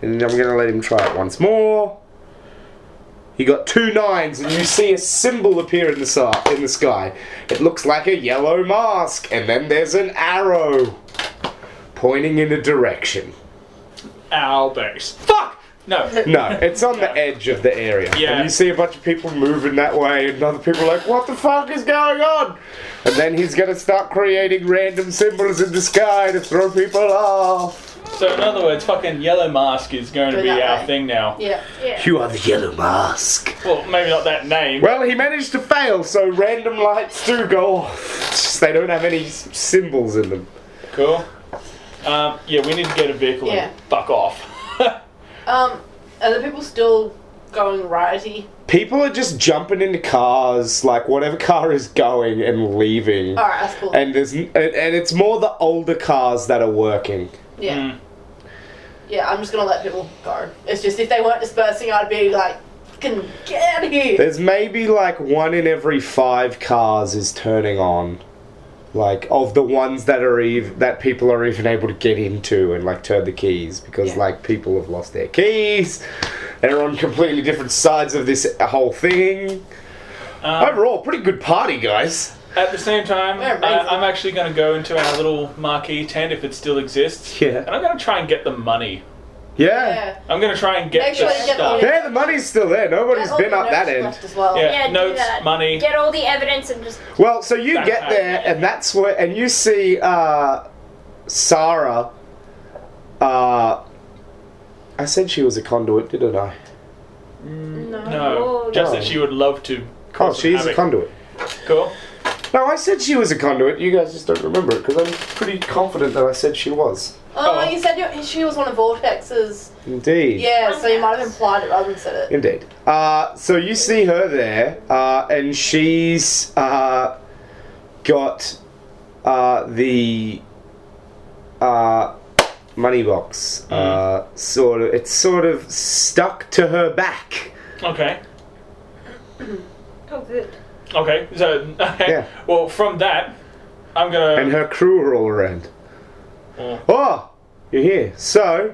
A: and I'm gonna let him try it once more. He got two nines, and you see a symbol appear in the si- in the sky. It looks like a yellow mask, and then there's an arrow pointing in a direction.
B: our base. Fuck! No.
A: No, it's on the edge of the area.
B: Yeah.
A: And you see a bunch of people moving that way, and other people are like, what the fuck is going on? And then he's gonna start creating random symbols in the sky to throw people off.
B: So, in other words, fucking Yellow Mask is going to
D: Go
B: be
D: that
B: our
D: way.
B: thing now.
D: Yeah.
C: Yeah.
A: You are the yellow mask.
B: Well, maybe not that name.
A: Well, he managed to fail, so random lights do go off. It's just they don't have any s- symbols in them.
B: Cool. Um, yeah, we need to get a vehicle
D: Yeah.
B: and fuck off. Hmm.
D: Um, are the people still going righty?
A: People are just jumping into cars, like whatever car is going, and leaving.
D: Alright, that's cool.
A: and there's n- and and it's more the older cars that are working.
D: yeah.
B: Mm.
D: Yeah, I'm just gonna let people go. It's just if they weren't dispersing, I'd be like, "Can get out of here."
A: There's maybe like one in every five cars is turning on, like of the ones that are ev- that people are even able to get into and like turn the keys because
D: Yeah.
A: like people have lost their keys. They're on completely different sides of this whole thing.
D: Oh.
B: Um,
A: Overall, pretty good party, guys.
B: at the same time,
D: They're
B: I,
D: amazing.
B: I'm actually going to go into our little marquee tent if it still exists.
A: Yeah.
B: And I'm going to try and get the money.
A: Yeah.
D: yeah.
B: I'm going to try and get
D: Make sure
B: the
D: you get all
B: stuff.
D: the-
A: There, the money's still there. Nobody's
D: All
A: been
D: the
A: up that
D: notes
A: end.
D: left As well.
B: Yeah,
C: Yeah, do
B: notes,
C: that.
B: money.
C: Get all the evidence and just.
A: Well, so you
B: Backpack.
A: get there, and that's where, and you see uh, Sarah. Uh, I said she was a conduit, didn't I?
D: No.
B: No,
C: Oh,
B: just
A: no.
B: that she would love to.
A: Oh,
B: cause some
A: she's a
B: havoc.
A: conduit.
B: Cool.
A: No, I said she was a conduit. You guys just don't remember it because I'm pretty confident that I said she was.
D: Oh,
B: Oh.
D: you said you she was one of Vortex's.
A: Indeed.
D: Yeah, so you might have implied it rather than said it.
A: Indeed. Uh, so you see her there, uh, and she's uh, got uh, the uh, money box. Uh, sort of, it's sort of stuck to her back.
B: Okay.
C: Oh, good.
B: Okay. So, okay.
A: Yeah.
B: Well, from that, I'm gonna.
A: and her crew are all around.
B: Oh.
A: Oh, you're here. So,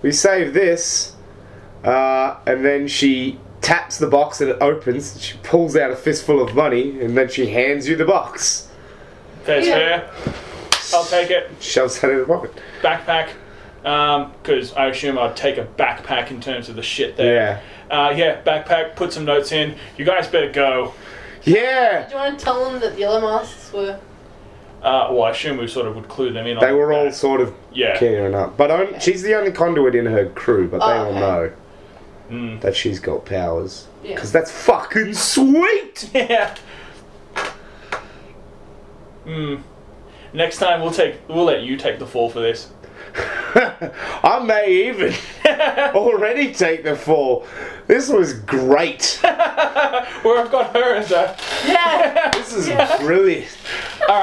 A: we save this, uh, and then she taps the box and it opens. She pulls out a fistful of money and then she hands you the box.
B: That's
D: Yeah.
B: fair. I'll take it.
A: Shoves that in her pocket.
B: Backpack. Because I assume I'd take a backpack in terms of the shit
A: Yeah.
B: there. Yeah. Uh, yeah, backpack, put some notes in. You guys better go.
A: Yeah!
D: Do you want to tell them that the other masks were?
B: Uh, well, I assume we sort of would clue them in on
A: They were all
B: that.
A: sort of
B: Yeah.
A: caring up. But on, she's the only conduit in her crew, but they
D: Oh,
A: all
D: okay.
A: know
B: Mm.
A: that she's got powers.
D: Yeah.
A: Because that's fucking sweet!
B: Yeah. Hmm. Next time we'll take we'll let you take the fall for this.
A: I may even already take the fall. This was great.
B: Where I've got her as a.
D: Yeah.
A: This is brilliant.
B: All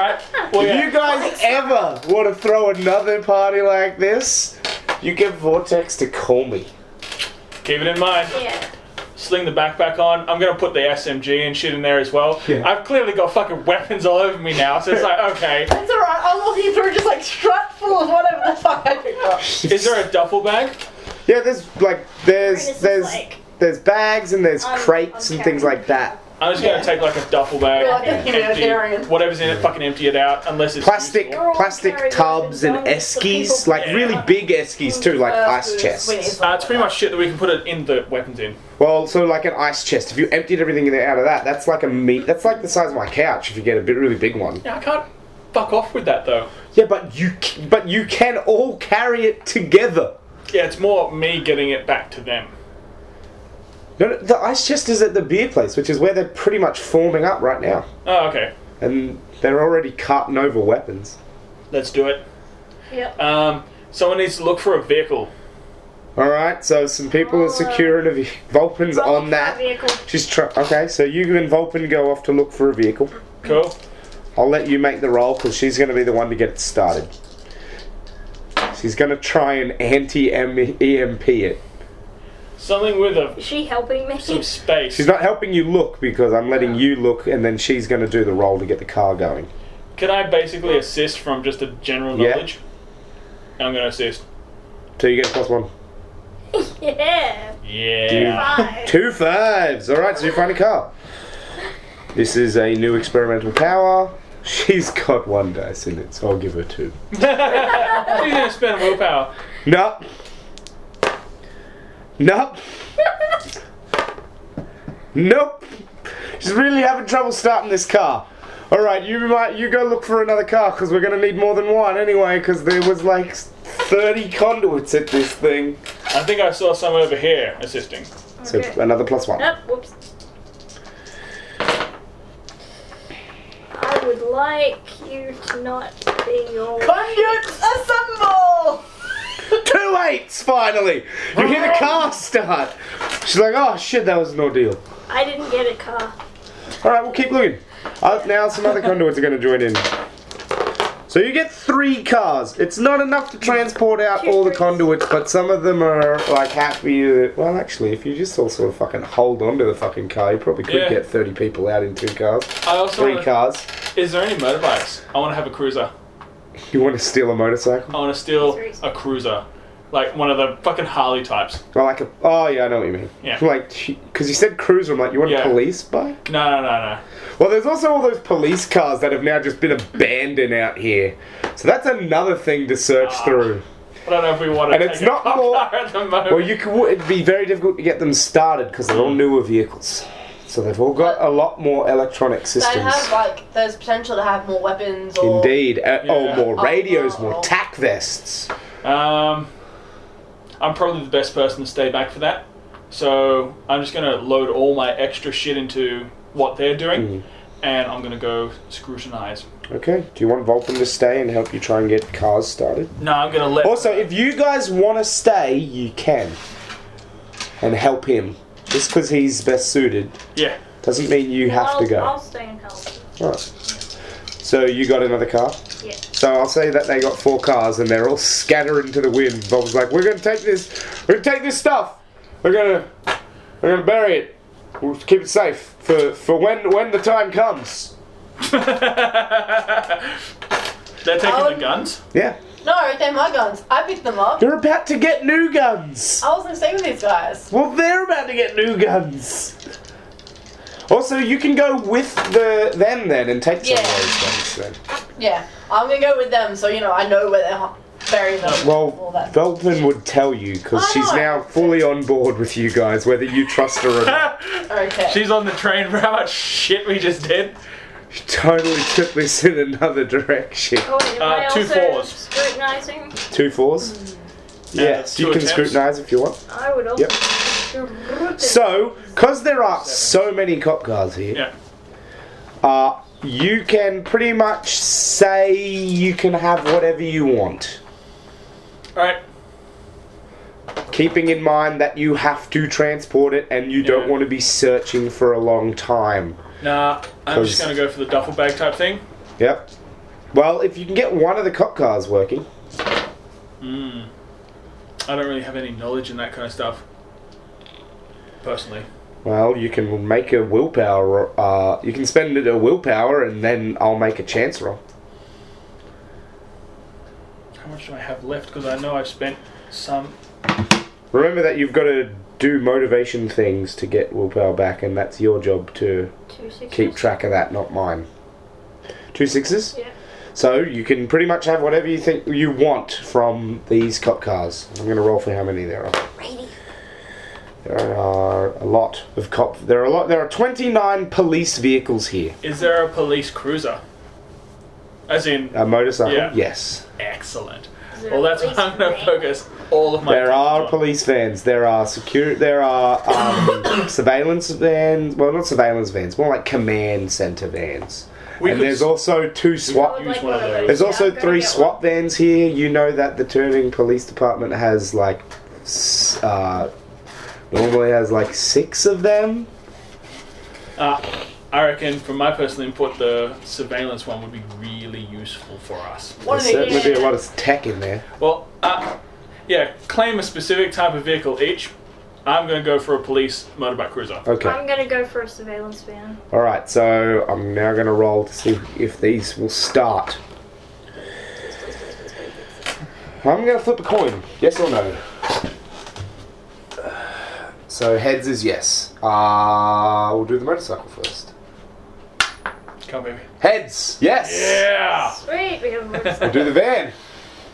B: right. Well,
A: If
B: Oh, yeah.
A: you guys ever want to throw another party like this, you get Vortex to call me.
B: Keep it in mind.
C: Yeah.
B: Sling the backpack on. I'm gonna put the SMG and shit in there as well.
A: Yeah.
B: I've clearly got fucking weapons all over me now, so it's like, okay,
D: That's alright. I'm walking through just like strut full of whatever the fuck I picked up.
B: is there a duffel bag?
A: Yeah, there's like
C: This
A: there's
C: is
A: there's
C: like-
A: there's bags and there's
C: I'm-
A: crates
C: I'm
A: and things
C: carrying
A: like that.
B: I'm just gonna
D: Yeah.
B: take like a duffel bag,
D: Like a
B: and
D: humanitarian.
B: empty whatever's in it, fucking empty it out, unless it's
A: Plastic
B: useful.
C: all
A: plastic
C: carried
A: tubs and
C: open guns for
A: eskies,
C: people.
A: like really
C: Yeah.
A: big eskies too, like
D: Uh,
A: ice
D: we- we need
A: chests.
D: something
B: Uh, it's
D: like
B: pretty
D: that.
B: much shit that we can put it in the weapons in.
A: Well, so like an ice chest. If you emptied everything in- out of that, that's like a meat. That's like the size of my couch. If you get a bit really big one.
B: Yeah, I can't fuck off with that though.
A: Yeah, but you c- but you can all carry it together.
B: Yeah, it's more me getting it back to them.
A: No, no, the ice chest is at the beer place, which is where they're pretty much forming up right now,
B: Oh, okay.
A: and they're already carting over weapons.
B: Let's do it.
C: Yep.
B: Um, someone needs to look for a vehicle.
A: All right, so some people are
C: Oh,
A: securing
C: uh,
A: a ve- Vulpin's
C: Roll
A: on
C: for
A: that.
C: Vehicle.
A: She's try- okay. So you and Vulpin go off to look for a vehicle.
B: Cool.
A: I'll let you make the roll because she's going to be the one to get it started. She's going to try and anti-EMP it.
B: Something with a
C: Is she helping me?
B: some space.
A: She's not helping you look because I'm letting you look, and then she's going to do the roll to get the car going.
B: Can I basically assist from just a general
A: Yeah.
B: knowledge? I'm gonna assist.
A: So you get a plus one.
C: yeah.
B: Yeah.
C: Five.
A: Two fives. All right, so you find a car. This is a new experimental power. She's got one dice in it, so I'll give her two.
B: She's gonna spend willpower.
A: Nope. Nope. nope. She's really having trouble starting this car. All right, you might you go look for another car because we're gonna need more than one anyway. Because there was like thirty conduits at this thing.
B: I think I saw someone over here assisting.
A: So
C: Okay.
A: another plus one.
C: Nope. Whoops. I would like you to not be your.
D: Conduits assemble!
A: Two eights finally. You hear the car start. She's like, oh shit, that was an ordeal.
C: I didn't get a car.
A: All right, we'll keep looking. Uh, now some other conduits are going to join in. So you get three cars. It's not enough to transport out all the conduits, but some of them are like happy. That, well, actually, if you just all sort of fucking hold on to the fucking car, you probably could
B: Yeah.
A: get thirty people out in two cars,
B: I also
A: three
B: wanna-
A: cars.
B: is there any motorbikes? I want to have a cruiser.
A: You want to steal a motorcycle?
B: I want to steal
C: Cruiser.
B: a cruiser, like one of the fucking Harley types.
A: Or like a? Oh yeah, I know what you mean.
B: Yeah.
A: Like, because you said cruiser. I'm like, you want
B: Yeah.
A: a police bike?
B: No, no, no, no.
A: Well, there's also all those police cars that have now just been abandoned out here. So that's another thing to search
B: Ah.
A: through.
B: I don't know if we want to.
A: And
B: take
A: it's
B: a
A: not
B: cop
A: more-
B: car at the moment.
A: Well, you could, it'd be very difficult to get them started because they're all newer vehicles. So they've all got a lot more electronic
D: They
A: systems.
D: have like there's potential to have more weapons or
A: Indeed. Uh,
B: Yeah.
A: Oh, more
D: Oh,
A: radios,
D: oh.
A: more tack vests.
B: Um, I'm probably the best person to stay back for that. So I'm just gonna load all my extra shit into what they're
A: Mm.
B: doing, and I'm gonna go scrutinize.
A: Okay. Do you want Vulcan to stay and help you try and get cars started?
B: No, I'm gonna let.
A: Also, if you guys want to stay, you can. And help him. Just because he's best suited
B: yeah,
A: doesn't mean you have
C: I'll,
A: to go.
C: I'll stay and help.
A: Right. So you got another car?
C: Yeah.
A: So I'll say that they got four cars and they're all scattering to the wind. Bob's like, we're gonna take this, we're gonna take this stuff, we're gonna, we're gonna bury it, we'll keep it safe for for when when the time comes.
B: they're taking the
D: Um,
B: guns.
A: Yeah.
D: No, they're my guns. I picked them up.
A: They're about to get new guns.
D: I wasn't staying with these guys.
A: Well, they're about to get new guns. Also, you can go with the them then and take some
D: Yeah.
A: of those guns then.
D: Yeah, I'm gonna go with them. So you know, I know where they're hu- burying them. all
A: Well,
D: that.
A: Veltman would tell you because
D: I
A: she's
D: know.
A: now fully on board with you guys, whether you trust her or not.
D: okay.
B: She's on the train for how much shit we just did.
A: She totally took this in another direction.
C: Oh, wait, am
B: Uh,
C: I
B: two
C: also
B: fours.
C: scrutinizing?
A: Two fours. Yeah,
B: that's
A: you
B: two
A: can
B: attempts.
A: scrutinize if you want.
C: I would also.
A: Yep. So, because there are so many cop cars here,
B: Yeah.
A: uh, you can pretty much say you can have whatever you want,
B: Alright.
A: keeping in mind that you have to transport it and you don't
B: Yeah.
A: want to be searching for a long time.
B: Nah, I'm
A: Cause-
B: just gonna go for the duffel bag type thing.
A: Yep. Well, if you can get one of the cop cars working,
B: Mm. I don't really have any knowledge in that kind of stuff. Personally.
A: well, you can make a willpower. Uh, you can spend it a willpower, and then I'll make a chance roll.
B: How much do I have left? Because I know I've spent some.
A: Remember that you've got to do motivation things to get willpower back, and that's your job to
C: Two sixes.
A: keep track of that, not mine. Two sixes.
C: Yeah.
A: So you can pretty much have whatever you think you want from these cop cars. I'm going to roll for how many there are.
C: Brady.
A: There are a lot of cop. There are a lot. There are 29 police vehicles here.
B: Is there a police cruiser? As in,
A: A motorcycle.
B: Yeah.
A: Yes.
B: excellent.
C: Is there
B: Well,
C: a
B: that's why
C: police
B: I'm gonna
C: van?
B: focus all of my.
A: There are
B: attention on.
A: police vans. There are security. There are um, surveillance vans. Well, not surveillance vans. More like command center vans.
B: We
A: and
B: could
A: there's also two
C: I
A: SWAT.
C: would
B: Use
C: like
B: one of those.
A: There's
C: Yeah,
A: also
C: I'm gonna
A: three
C: get one.
A: SWAT vans here. You know that the Turning Police Department has like, s- uh, normally has like six of them.
B: Uh, I reckon, from my personal input, the surveillance one would be really useful for us.
D: One
A: There's
D: of these.
A: certainly be a lot of tech in there.
B: Well, uh, yeah, claim a specific type of vehicle each. I'm going to go for a police motorbike cruiser.
A: Okay.
C: I'm gonna go for a surveillance van.
A: All right. So I'm now going to roll to see if these will start. I'm going to flip a coin. Yes or no? So heads is yes. Uh, we'll do the motorcycle first.
B: Come on, baby.
A: Heads. Yes.
B: Yeah!
C: Sweet, we have
A: We'll
C: a motorcycle.
A: do the van.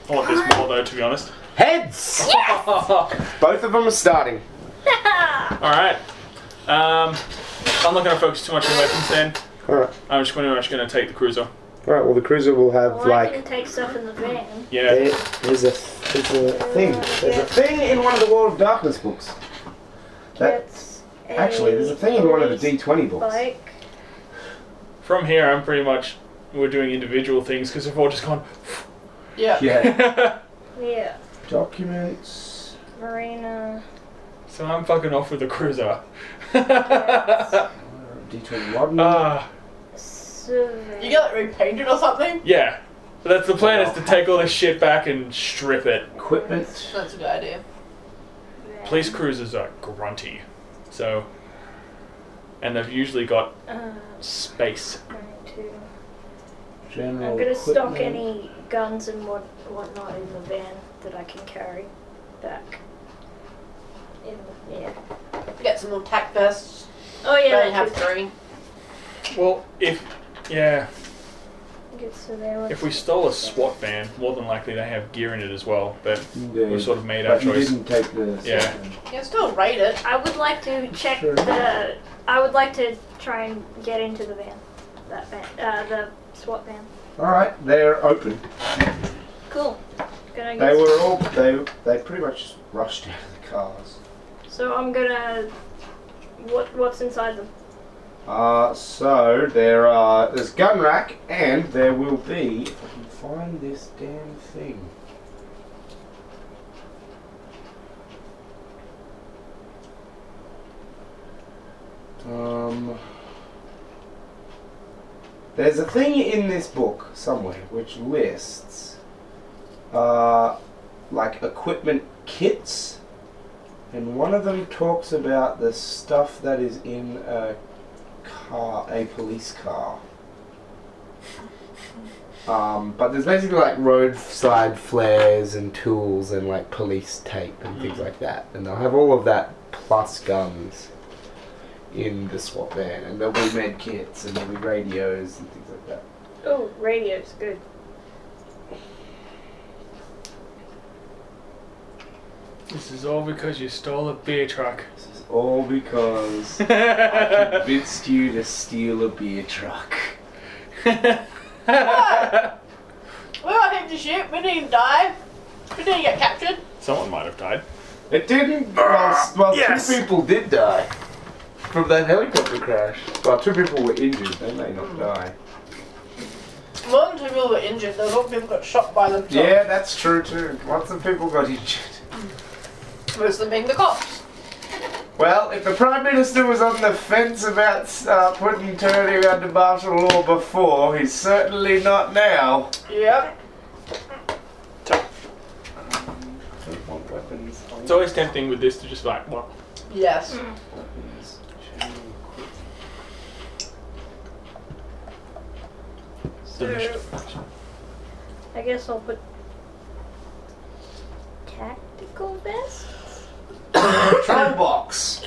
B: I want this more, though, to be honest.
A: Heads. Both of them are starting.
B: Alright. Um, I'm not going to focus too much on weapons then.
A: All right.
B: I'm just going to just going to take the cruiser.
A: All right. Well, the cruiser will have
C: well, I
A: like
C: can take stuff in the van.
B: Yeah.
A: there- there's a there's a thing there's a thing in one of the World of Darkness books. That
C: That's
A: actually there's a thing in one of the D20 books.
C: Bike.
B: From here, I'm pretty much. We're doing individual things because we've all just gone.
D: Yeah.
A: Yeah.
C: Yeah.
A: Documents.
C: Marina.
B: so I'm fucking off with the cruiser. Uh,
A: uh, D21.
B: Ah,
C: Survey.
D: You got it repainted or something?
B: yeah. That's the plan is to take all this shit back and strip it.
A: equipment.
D: That's a good idea.
C: uh,
B: Police cruisers are grunty, so and they've usually got
C: Uh,
B: space.
C: going to-
A: General.
C: I'm gonna stock
A: equipment.
C: any guns and what whatnot in the van that I can carry back. In the, yeah.
D: Get some more tack vests.
C: Oh
D: Yeah,
C: yeah.
D: they have
C: That too.
D: three.
B: Well, if yeah,
C: Good surveillance.
B: if we stole a SWAT van, more than likely they have gear in it as well. But
F: Indeed.
B: we sort of made our
F: but you
B: choice.
F: didn't take the
B: Yeah.
F: second.
D: You can still raid it.
C: I would like to check
F: Sure.
C: the. I would like to try and get into the van. That van. Uh, the SWAT van.
A: All right, they're open.
C: Cool. Gonna
A: They
C: get
A: were all they they pretty much just rushed out of the cars.
C: So I'm gonna. What what's inside them?
A: Uh, so there are there's gun rack and there will be. If I can find this damn thing. Um. There's a thing in this book somewhere which lists, uh, like equipment kits, and one of them talks about the stuff that is in a car, a police car. Um, but there's basically like roadside flares and tools and like police tape and things like that. And they'll have all of that plus guns in the SWAT van. And there'll be med kits and there'll be radios and things like that.
G: Oh, radio's good.
B: This is all because you stole a beer truck.
A: This is all because I
B: What?
A: convinced you to steal a beer truck.
D: We got him to shoot. We didn't die. We didn't get captured.
B: Someone might have died.
A: It didn't. Well, well
B: Yes.
A: two people did die from that helicopter crash. Well, two people were injured. They may not die.
D: More than two people were injured. There was a lot of people got shot by them. so
A: Yeah, that's true too. Lots of people got injured.
D: Most of them being the cops.
A: Well, if the Prime Minister was on the fence about uh, putting Turley under martial law before, he's certainly not now.
D: Yep.
A: Don't want weapons.
B: It's always tempting with this to just like, well,
D: Yes.
A: Weapons.
C: So, I guess I'll put tactical vest.
A: Patrol box.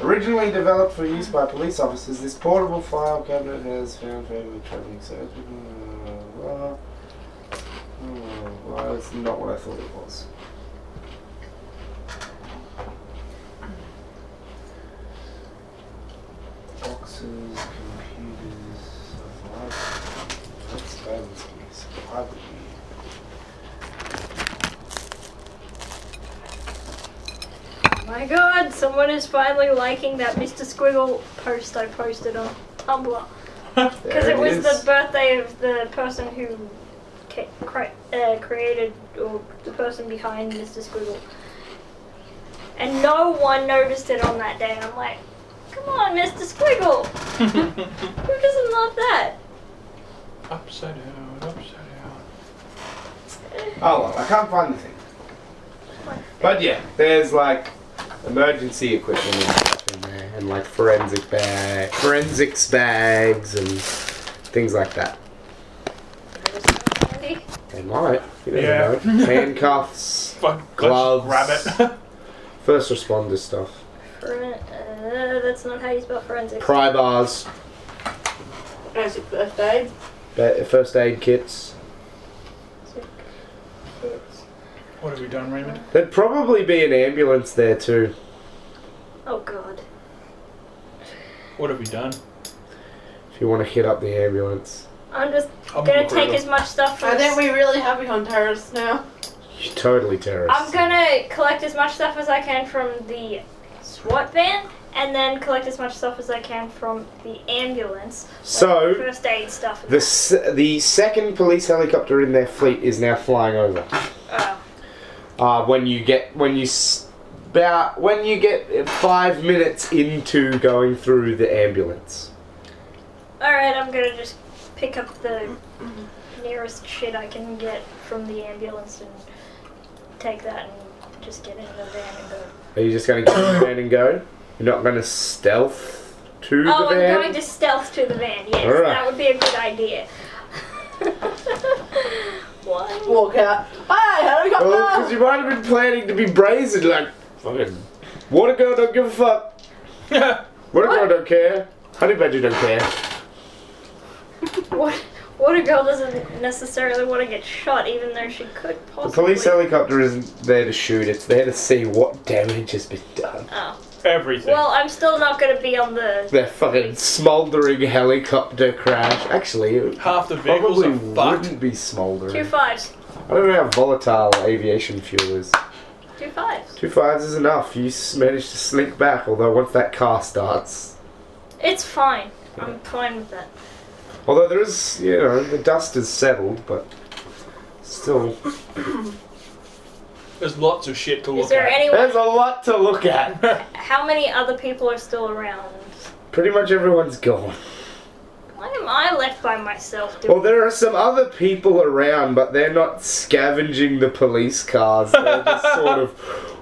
A: Originally developed for use by police officers, this portable file cabinet has found favor with traveling search. Blah, blah, blah. Blah, blah, blah. Hmm, It's not what I thought it was. Boxes, computers, survival. That's survival. Survival.
C: My god, someone is finally liking that Mr. Squiggle post I posted on Tumblr. Because it was the birthday of the person who ca- cre- uh, created, or the person behind Mr. Squiggle. And no one noticed it on that day, and I'm like, come on, Mr. Squiggle! Who doesn't love that?
B: upside down, upside down.
A: Oh well, I can't find the thing. But yeah, there's like emergency equipment and stuff in there, and like forensic bag, forensics bags, and things like that. They might. You never
B: Yeah.
A: know. Handcuffs,
B: Fuck, let's
A: Gloves.
B: grab
A: first responder stuff,
C: Foren- uh, that's not how you spell forensic.
A: pry bars,
D: Fancy birthday.
A: ba- first aid kits.
B: it. What have we done, Raymond?
A: There'd probably be an ambulance there too.
C: Oh god.
B: What have we done?
A: If you want to hit up the ambulance,
C: I'm just
B: I'm gonna
C: gonna take
B: grab
C: as much stuff from
D: I think
C: this-
D: we really have become terrorists now.
A: you're totally terrorist.
C: I'm gonna collect as much stuff as I can from the SWAT van and then collect as much stuff as I can from the ambulance. like
A: So-
C: first aid stuff.
A: The, s- the second police helicopter in their fleet is now flying over. Uh, when you get when you s- about when you get five minutes into going through the ambulance.
C: Alright, I'm gonna just pick up the nearest shit I can get from the ambulance and take that and just get in the van and go.
A: Are you just going to get in the van and go? You're not going to stealth to
C: Oh,
A: the
C: I'm
A: van.
C: going to stealth to the van. Yes,
A: All right.
C: that would be a good idea. what?
D: Walk out. Hi, helicopter!
A: well, because Oh, you might have been planning to be brazen, like fucking water girl don't give a fuck. Water girl don't care. Honey badger don't care.
C: What? What a girl doesn't necessarily want to get shot, even though she could
A: The
C: possibly.
A: police helicopter isn't there to shoot. It's there to see what damage has been done.
C: Oh.
B: Everything.
C: Well, I'm still not gonna be on the.
A: That fucking smoldering helicopter crash. Actually, it
B: Half the vehicles
A: probably
B: are fucked.
A: wouldn't be
C: Two
A: smoldering.
C: fives.
A: I don't know how volatile aviation fuel is.
C: Two fives.
A: Two fives is enough. You s- managed to slink back, although once that car starts.
C: It's fine. I'm fine with that.
A: Although there is, you know, the dust is settled, but still.
B: There's lots of shit to
C: Is
B: look
C: there
B: at.
C: anyone?
A: There's a lot to look at.
C: How many other people are still around?
A: Pretty much everyone's gone.
C: Why am I left by myself?
A: Well,
C: Doing
A: there are some other people around, but they're not scavenging the police cars. They're just sort of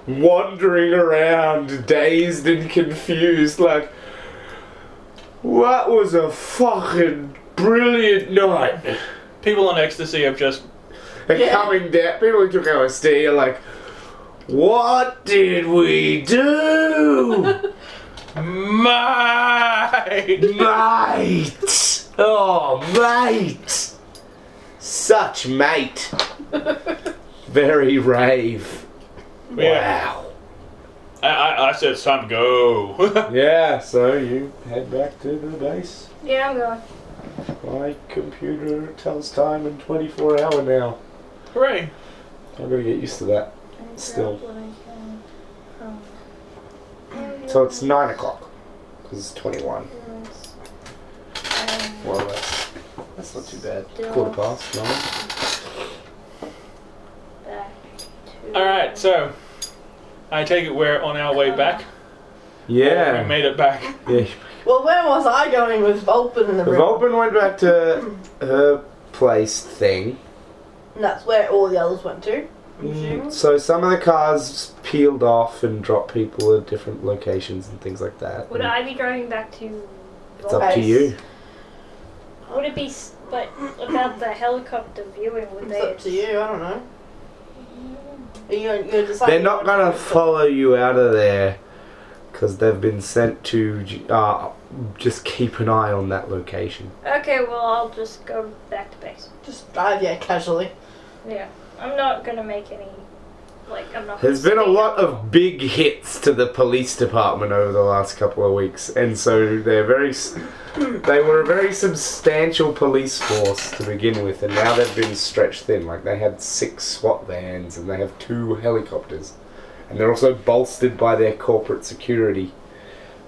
A: wandering around, dazed and confused, like, that was a fucking brilliant night.
B: people on ecstasy have just
A: And coming down, people who took LSD are like, what did we do?
B: mate.
A: mate! Oh, mate! Such mate. Very rave.
B: Yeah.
A: Wow.
B: I, I, I said it's time to go.
E: Yeah, so you head back to the base.
C: Yeah, I'm going.
E: My computer tells time in 24 hour now.
B: Hooray!
E: I'm gonna get used to that. Still.
C: Um,
A: So it's 9 o'clock. Because it's 21. More or less. That's not too bad. Quarter past 9.
B: All right, so I take it we're on our way back. We
E: Yeah.
B: made it back.
E: yeah.
D: Well, where was I going with Vulpin in the room?
A: Vulpin went back to her place thing.
D: and that's where all the others went to. I'm assuming.
A: So some of the cars peeled off and dropped people at different locations and things like that.
C: Would I be driving back to?
A: it's up to you.
C: Would it be s- like about the helicopter viewing? Would
D: It's
C: they?
D: up to you. I don't know. Are you gonna, you're deciding.
A: They're not gonna follow you out of there because they've been sent to uh, just keep an eye on that location.
C: Okay, well I'll just go back to base.
D: Just drive, yeah, casually.
C: Yeah, I'm not gonna make any. Like I'm not.
A: There's
C: gonna
A: been a
C: stay-
A: lot of big hits to the police department over the last couple of weeks, and so they're very. s- They were a very substantial police force to begin with, and now they've been stretched thin. Like they had six SWAT vans, and they have two helicopters, and they're also bolstered by their corporate security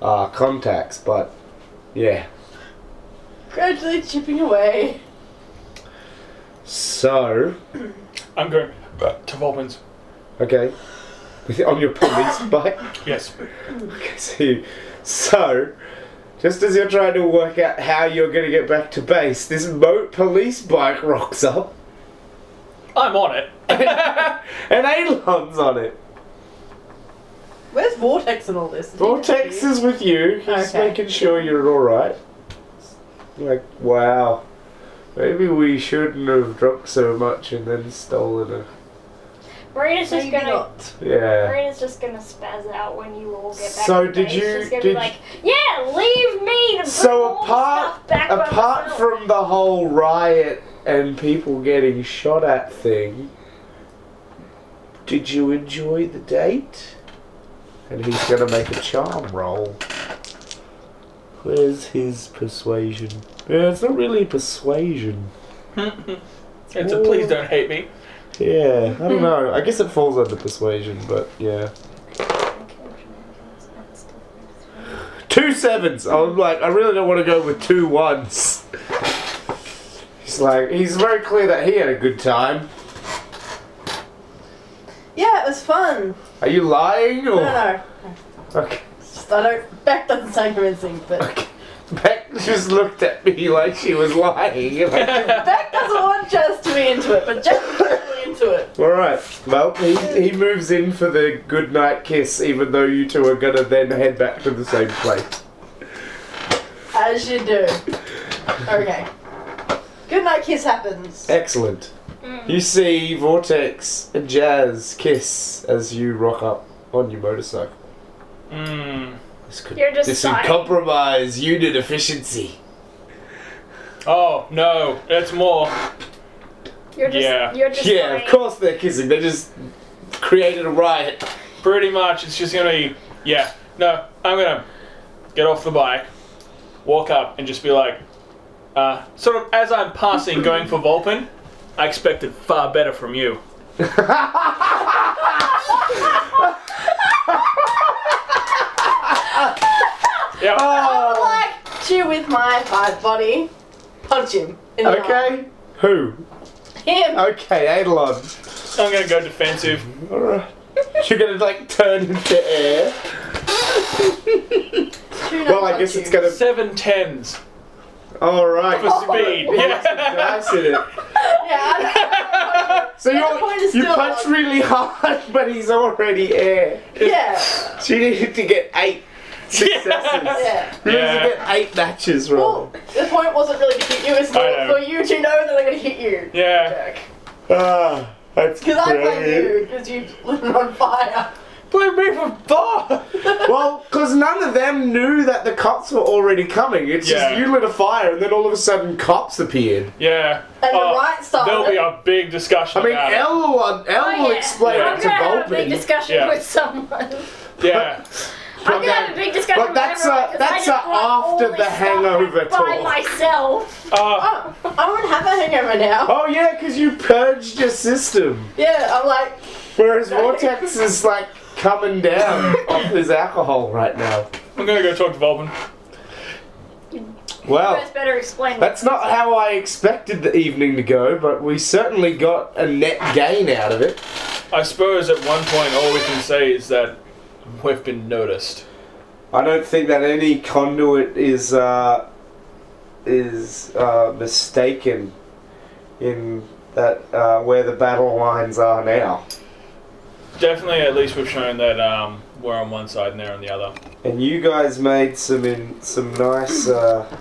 A: uh, contacts. But yeah,
D: Gradually chipping away.
A: so
B: I'm going to Volpin's.
A: okay, on your police bike.
B: Yes.
A: See, so just as you're trying to work out how you're going to get back to base, this moat police bike rocks up
B: I'm on it.
A: and Alon's on it.
D: Where's Vortex in all this? Is he
A: Vortex
D: confused?
A: is with you. He's
D: Okay.
A: making sure you're all right. Like, wow. Maybe we shouldn't have drunk so much and then stolen a.
C: Marina's just
D: Maybe
C: gonna.
D: not.
A: Yeah.
C: Marina's just gonna spaz out when you all get back.
A: So
C: to
A: did
C: base.
A: you-
C: She's gonna
A: did
C: be like, yeah, leave me to bring
A: So
C: all the
A: apart-
C: stuff back by
A: Apart
C: myself."
A: from the whole riot and people getting shot at thing, did you enjoy the date? And he's gonna make a charm roll. Where's his persuasion? Yeah, it's not really persuasion.
B: It's a please don't hate me.
A: Yeah, I don't
C: Hmm.
A: know. I guess it falls under persuasion, but yeah. Two sevens. I'm like, I really don't want to go with two ones. He's like, he's very clear that he had a good time.
D: Yeah, it was fun.
A: Are you lying
D: No,
A: or?
D: no.
A: Okay.
D: It's just I don't. Beck doesn't sound convincing, but
A: Beck just looked at me like she was lying. and I-
D: Beck doesn't want Jess to be into it, but Jess is totally into it.
A: All right. Well, he, he moves in for the goodnight kiss, even though you two are gonna then head back to the same place.
D: As you do. Okay. Good night kiss happens.
A: Excellent.
C: Mm-hmm.
A: You see Vortex and Jazz kiss as you rock up on your motorcycle.
B: Mm.
A: This could
C: You're just
A: this could
C: sighing.
A: compromise unit efficiency.
B: Oh no, it's more.
C: You're just,
B: Yeah.
C: You're just
A: Yeah,
C: like,
A: of course they're kissing. They just created a riot.
B: Pretty much, it's just gonna be. Yeah. No, I'm gonna get off the bike, walk up, and just be like, uh, sort of as I'm passing, going for Volpin. I expected far better from you. yeah.
D: Like, chew with my five body. Punch him. in the arm.
A: Okay. Who?
D: Him.
A: Okay, Adelon.
B: I'm gonna go defensive.
A: Alright. You're gonna like turn into air.
D: Two
A: Well, I guess it's gonna.
B: Seven tens
A: Alright.
B: for
D: Oh,
B: speed. Yeah.
A: Dice in it.
D: Yeah, I-
A: So
D: point is
A: you you
D: still
A: punch
D: on.
A: really hard, but he's already air.
D: yeah.
A: She needed to get eight. successes.
D: Yeah.
A: You
B: Yeah.
A: get eight matches
D: Well,
A: wrong.
D: the point wasn't really to hit you, it's
B: I
D: for,
B: know.
D: for you to know that they're gonna hit you.
B: Yeah.
A: Ah, that's
D: Because I blame
A: brilliant.
D: you, because you lit it on fire.
B: Blame me for Bob!
A: Well, because none of them knew that the cops were already coming. It's
B: Yeah.
A: just you lit a fire and then all of a sudden cops appeared.
B: Yeah.
D: And
B: Oh,
D: the right side.
B: There'll be a big discussion
A: I mean,
B: about
A: Elle will, Elle
C: Oh,
A: will
C: yeah.
A: explain
B: Yeah.
C: I'm
A: it to
C: gonna have a big
A: Vulpin.
C: discussion
B: Yeah.
C: with someone.
B: it. Yeah.
C: I'm gonna have a big discussion
A: But that's
C: with everyone
A: a-
C: 'cause I
A: that's
C: just
A: a
C: brought all
A: after
C: this
A: the
C: stuff
A: hangover
C: by
A: talk.
C: myself.
B: Uh,
D: Oh, I won't have a hangover now.
A: Oh, yeah, because you purged your system.
D: Yeah, I'm like,
A: Whereas Vortex is like coming down off his alcohol right now.
B: I'm gonna go talk to Vulpin.
C: You
A: Well,
C: guys better explain.
A: Oh. that's not how I expected the evening to go, but we certainly got a net gain out of it.
B: I suppose at one point all we can say is that we've been noticed.
A: I don't think that any conduit is uh, is uh, mistaken in that uh, where the battle lines are now.
B: Definitely, at least we've shown that um, we're on one side and they're on the other.
A: And you guys made some in, some nice uh,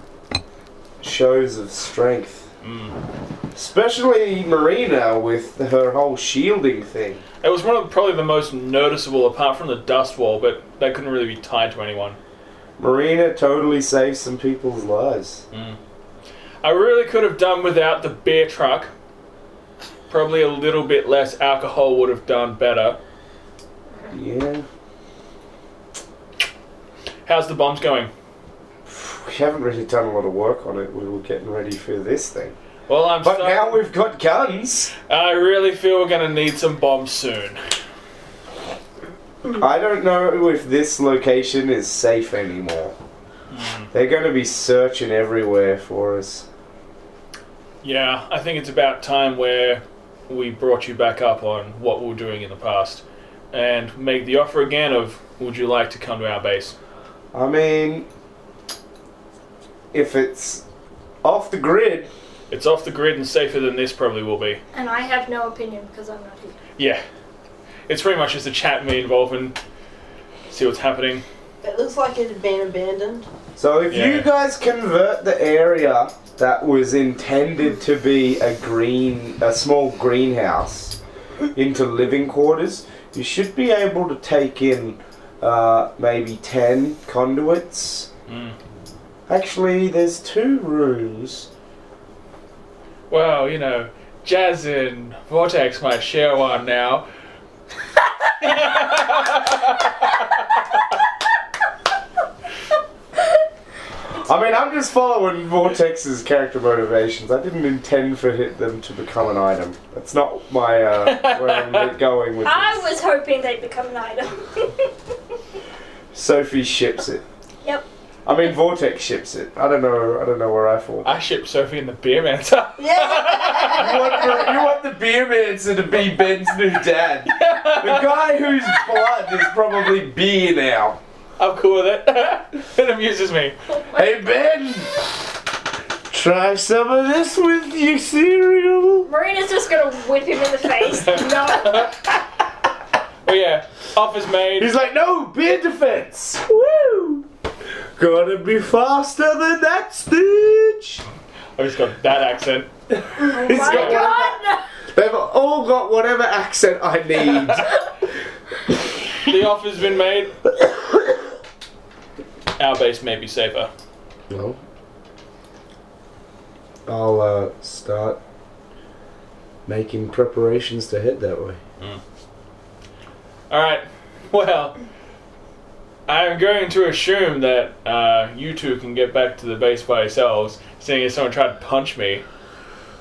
A: shows of strength,
B: Mm.
A: especially Marina with her whole shielding thing.
B: It was one of probably the most noticeable, apart from the dust wall, but that couldn't really be tied to anyone.
A: Marina totally saved some people's lives.
B: I really could have done without the beer truck. Probably a little bit less alcohol would have done better.
A: Yeah,
B: How's the bombs going?
A: we haven't really done a lot of work on it. We were getting ready for this thing,
B: Well, I'm.
A: but
B: so-
A: now we've got guns.
B: I really feel we're gonna need some bombs soon.
A: I don't know if this location is safe anymore. They're going to be searching everywhere for us.
B: Yeah, I think it's about time where we brought you back up on what we were doing in the past, and make the offer again of Would you like to come to our base?
A: I mean, if it's off the grid,
B: It's off the grid and safer than this probably will be.
C: And I have no opinion because I'm not here.
B: Yeah, it's pretty much just a chat me involved and see what's happening.
D: it looks like it had been abandoned.
A: so if
B: Yeah.
A: you guys convert the area that was intended to be a green, a small greenhouse, into living quarters, you should be able to take in uh, maybe ten conduits.
B: Mm.
A: Actually, there's two rooms.
B: Well, you know, Jazz and Vortex might share one now.
A: I mean, I'm just following Vortex's character motivations. I didn't intend for hit them to become an item. That's not my uh, where I'm going with
C: I
A: this.
C: was hoping they'd become an item.
A: Sophie ships it.
C: Yep.
A: I mean, Vortex ships it. I don't know. I don't know where I fall.
B: I shipped Sophie and the beer manta.
D: Yeah!
A: You want, the, you want the beer mancer to be Ben's new dad. The guy whose blood is probably beer now.
B: I'm cool with it. it amuses me.
A: Hey Ben, try some of this with your cereal.
C: Marina's just gonna whip him in the face. no.
B: But Oh, yeah, offer's made.
A: He's like, no, beer defense. Woo! Gotta be faster than that, Stitch.
B: Oh, he's got that accent.
A: He's
C: Oh My
A: got whatever-
C: God. no.
A: They've all got whatever accent I need.
B: The offer's been made. Our base may be safer.
A: well, I'll uh, start making preparations to head that way.
B: Alright, well, I'm going to assume that uh, you two can get back to the base by yourselves, seeing as someone tried to punch me.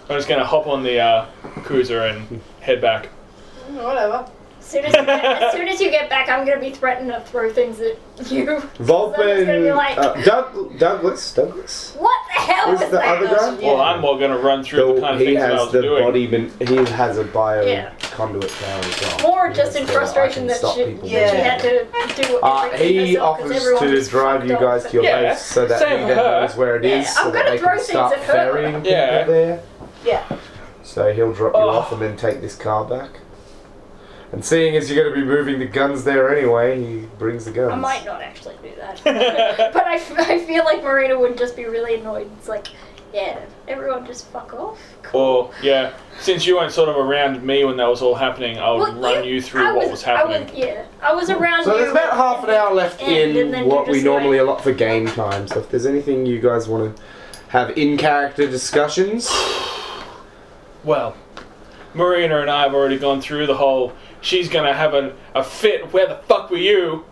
B: I'm just gonna hop on the uh, cruiser and head back.
D: Whatever.
C: As soon as, you get, as soon as you get back, I'm gonna be threatened to throw things at you. Someone's gonna be
A: Vulpin,
C: like- Oh,
A: uh, Doug, Douglas, Douglas.
C: What the hell
A: Who's
C: was
A: the
C: that?
A: other guy?
B: Well, I'm more gonna run through the
A: Though
B: kind of
A: he
B: things that I
A: has
B: was
A: the
B: doing.
A: body, man- he has a bio
C: Yeah.
A: conduit power as well.
C: More just in
A: So I can
C: frustration that
A: stop
C: she,
A: people
D: Yeah.
C: she had to do
A: Uh,
C: everything
A: he
C: herself 'cause
A: offers
C: everyone
A: to
C: was
A: drive you
C: fucked
A: guys
C: off.
A: to your
B: Yeah,
A: base so that
B: same
A: Negan
B: her.
A: knows where it
C: Yeah,
A: is,
C: I'm
A: so that
C: gonna
A: they
C: throw
A: can
C: things
A: start
C: at her.
A: ferrying people
B: Yeah.
A: there.
D: Yeah.
A: So he'll drop you
B: Oh.
A: off and then take this car back. And seeing as you're going to be moving the guns there anyway, he brings the guns.
C: I might not actually do that. but I, f- I feel like Marina would just be really annoyed. It's like, yeah, everyone just fuck off. Cool.
B: Or yeah, since you weren't sort of around me when that was all happening, I would
C: Well,
B: run you, through
C: I
B: what was, happening.
C: I was, yeah, I was around
H: So
C: you.
H: there's about half an hour left
C: And- and
H: in
C: then
H: what
C: you
H: we
C: just, like-
H: normally allot for game time. So if there's anything you guys want to have in character discussions,
B: Well, Marina and I have already gone through the whole. She's gonna have a, a fit. Where the fuck were you?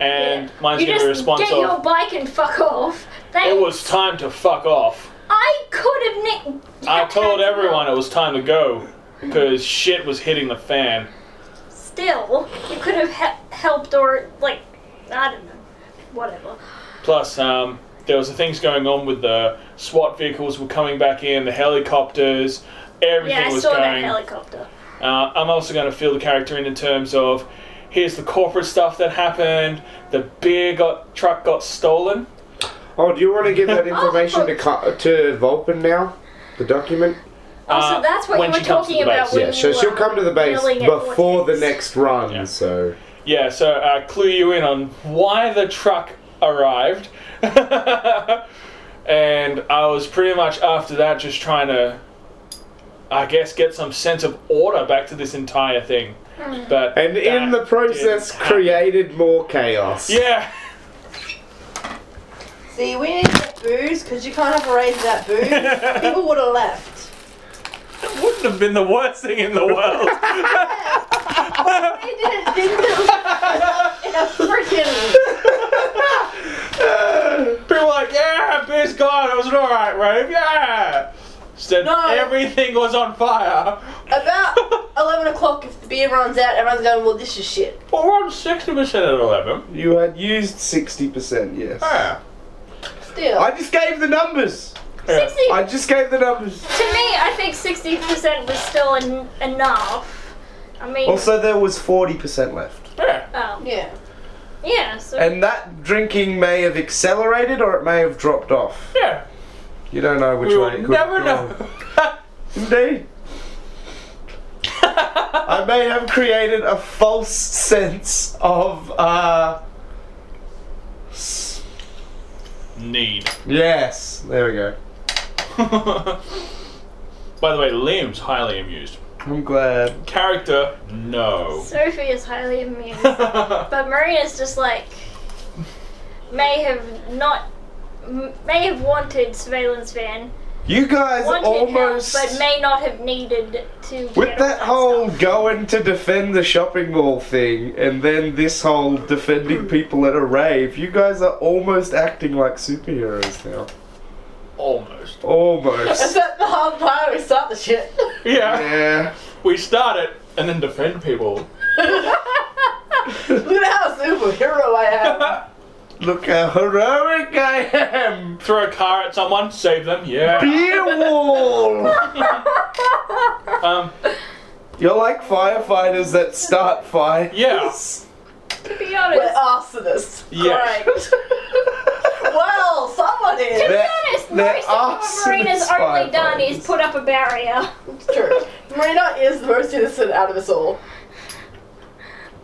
B: And mine's
C: you
B: gonna be
C: just
B: a response
C: get
B: of,
C: your bike and fuck off. Thanks.
B: "It was time to fuck off."
C: I could have nicked.
B: I told everyone it was time to go because shit was hitting the fan.
C: Still, you could have he- helped or like, I don't know, whatever.
B: Plus, um, there was the things going on with the SWAT vehicles were coming back in, the helicopters, everything
C: yeah, I
B: was
C: saw that
B: going.
C: helicopter.
B: Uh, I'm also going to fill the character in in terms of here's the corporate stuff that happened. The beer got truck got stolen.
A: Oh, do you want to give that information to Ka- to Vulpin now? The document?
C: Also,
B: Uh,
C: that's what
B: when
C: you were
B: she comes to
C: talking
B: the base.
C: about when
A: Yeah, so
C: you
A: she'll
C: were
A: come to the base
C: yelling at
A: before the
C: Ortiz.
A: next run,
B: Yeah.
A: so.
B: Yeah, so uh, clue you in on why the truck arrived. and I was pretty much after that just trying to, I guess, get some sense of order back to this entire thing. But
A: And in
B: that
A: the process,
B: didn't happen.
A: created more chaos.
B: Yeah.
D: See, we need to get booze because you can't have erased that booze. People would have left.
B: It wouldn't have been the worst thing in the world.
D: They did it in the- in a freaking.
B: People were like, yeah, beer's gone. It was an alright rave. Yeah. Instead,
D: No.
B: everything was on fire.
D: About 11 o'clock, if the beer runs out, everyone's going, well, this is shit.
B: Well, we're on 60% at 11.
A: You had used 60%, yes.
B: Yeah.
D: Still.
A: I just gave the numbers!
B: Yeah.
C: Sixty.
A: I just gave the numbers!
C: to me, I think sixty percent was still en- enough. I mean,
A: Also, there was 40% left.
B: yeah.
C: um,
D: yeah.
C: yeah. So
A: And that drinking may have accelerated or it may have dropped off.
B: Yeah.
A: You don't know which
B: We
A: way it
B: will
A: could
B: never
A: have gone.
B: know.
A: Indeed. I may have created a false sense of, uh. s-
B: Need.
A: Yes, there we go.
B: By the way, Liam's highly amused.
A: I'm glad.
B: Character, no.
C: Sophie is highly immune, but Marina's just like may have not, m- may have wanted surveillance van,
A: You guys
C: wanted
A: almost.
C: help, but may not have needed to.
A: With
C: get all
A: that whole
C: stuff.
A: going to defend the shopping mall thing, and then this whole
C: Hmm.
A: defending people at a rave, you guys are almost acting like superheroes now.
B: Almost.
D: Is
A: Almost.
D: that the hard part? We start the shit.
B: Yeah.
A: yeah.
B: We start it and then defend people.
D: Look at how superhero I am.
A: Look how heroic I am!
B: Throw a car at someone, save them. Yeah.
A: Beer wall!
B: Um,
A: You're like firefighters that start fires.
B: yeah.
C: To be
D: We're
C: honest,
D: arsonists.
B: Yes.
D: Great. well, someone
C: to
D: is.
A: They're-
C: be honest,
A: they're
C: most of what Marina's
A: arsonist
C: only done
A: firefighters.
C: is put up a barrier.
D: It's true. Marina is the most innocent out of us all.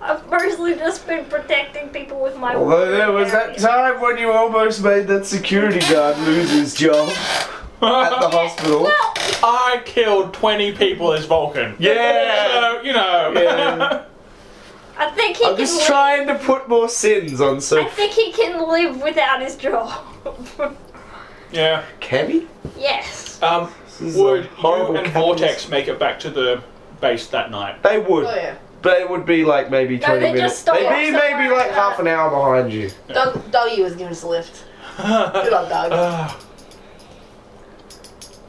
C: I've mostly just been protecting people with my.
A: Although
C: word
A: there was that
C: barrier.
A: time when you almost made that security guard lose his job at the hospital.
C: Well,
B: I killed 20 people as Vulcan.
A: Yeah!
B: So, you know.
A: Yeah.
C: I think he
A: I'm
C: can.
A: just
C: live-
A: trying to put more sins on
C: I
A: so
C: think he can live without his job.
B: yeah.
A: Can he?
C: yes.
B: Um,
A: is
B: would
A: a horrible
B: you and
A: capitalist.
B: Vortex make it back to the base that night?
A: They would.
D: Oh, yeah.
A: But it would be like maybe
C: No,
A: 20
C: they just
A: minutes.
C: stole off
A: maybe
C: somewhere
A: maybe like
C: like
A: half
C: that.
A: an hour behind you.
D: Doug, Dougie was giving us a lift. Good on Doug.
B: Ah,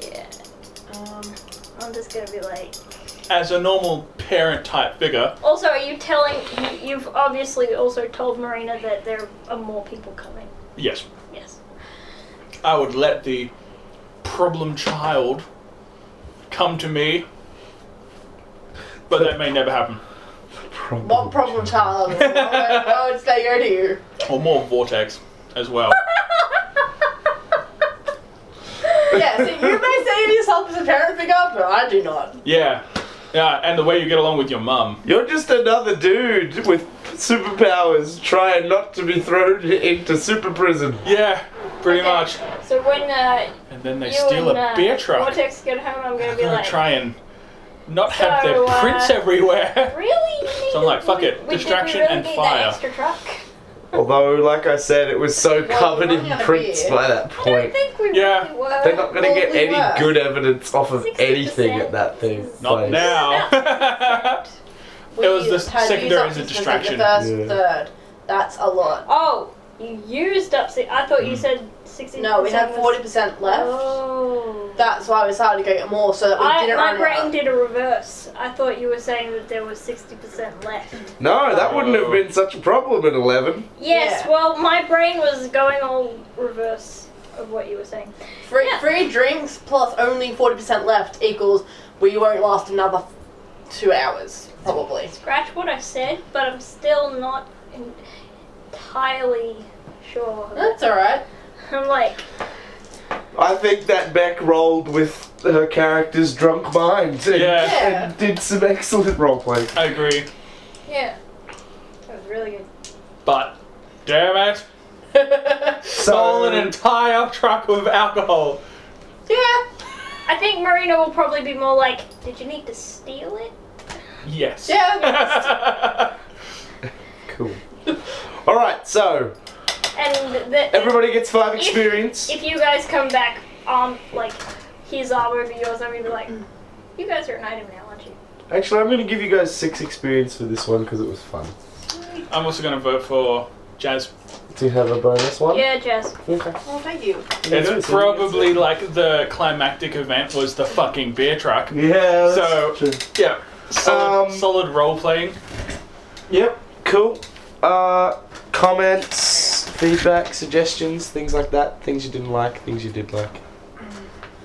C: Yeah.
D: Um,
C: I'm just gonna be like.
B: as a normal parent type figure,
C: Also, are you telling? you- You've obviously also told Marina that there are more people coming.
B: yes,
C: Yes.
B: I would let the problem child come to me. But that may never happen.
D: what problem child? oh, it's they go to you.
B: Or more Vortex as well.
D: Yeah, see, you may say to yourself as a parent figure, but I do not.
B: Yeah. Yeah, and the way you get along with your mum.
A: You're just another dude with superpowers trying not to be thrown into super prison.
B: Yeah, pretty
C: Okay.
B: much.
C: So when uh,
B: And then they
C: you
B: steal
C: and
B: a
C: uh,
B: beer truck.
C: Vortex get home, I'm gonna
B: I'm
C: be
B: gonna
C: like,
B: try and not have their
C: So, uh,
B: prints everywhere.
C: really? You
B: So I'm
C: need
B: like,
C: to-
B: fuck it,
C: we- we- did
B: distraction
C: we really
B: and
C: need
B: fire.
C: That extra truck.
A: Although, like I said, it was so
D: Well,
A: covered
D: we
A: in
D: run out of
A: prints
D: beer.
A: by that
C: I don't
A: point.
C: think we
B: Yeah.
C: really were.
A: They're not going to
D: Well,
A: get
D: we
A: any
D: were.
A: good evidence off of
C: 60%.
A: anything at that thing.
B: not
A: place.
B: now.
D: We
B: It was the
D: used- had
B: secondary
D: used up
B: as a
D: the
B: distraction.
D: first
A: Yeah.
D: third. That's a lot.
C: Oh, you used up. si- I thought
B: Mm.
C: you said sixty.
D: No, we had forty percent left.
C: Oh.
D: That's why we decided to go get more so that we
C: I,
D: didn't
C: my
D: run
C: brain
D: out.
C: did a reverse. I thought you were saying that there was 60% left.
A: No, that wouldn't have been such a problem at 11.
C: Yes,
D: Yeah.
C: well, my brain was going all reverse of what you were saying.
D: Free,
C: Yeah.
D: free drinks plus only forty percent left equals we won't last another two hours probably.
C: Scratch what I said, but I'm still not entirely sure.
D: That's all right.
C: I'm like,
A: I think that Beck rolled with her character's drunk mind and,
B: Yeah.
D: Yeah.
A: and did some excellent roleplay.
B: I agree.
C: yeah. That was really good.
B: But damn it, stole an entire truck of alcohol.
D: yeah.
C: I think Marina will probably be more like, did you need to steal it?
B: Yes.
D: Yeah.
A: Cool. All right, so
C: And the,
A: everybody gets five experience.
C: if you guys come back, um, like, his arm over yours, I'm gonna be like, you guys are an item now, aren't you?
A: Actually, I'm going to give you guys six experience for this one because it was fun.
B: I'm also gonna vote for Jazz.
A: Do you have a bonus one?
C: Yeah, Jess.
A: Okay.
D: Well, thank you.
B: It's probably like the climactic event was the fucking beer truck.
A: Yeah. that's
B: So-
A: true.
B: Yeah. Solid,
A: Um,
B: solid role playing.
A: Yep. Cool. Uh, comments, feedback, suggestions, things like that. Things you didn't like, things you did like.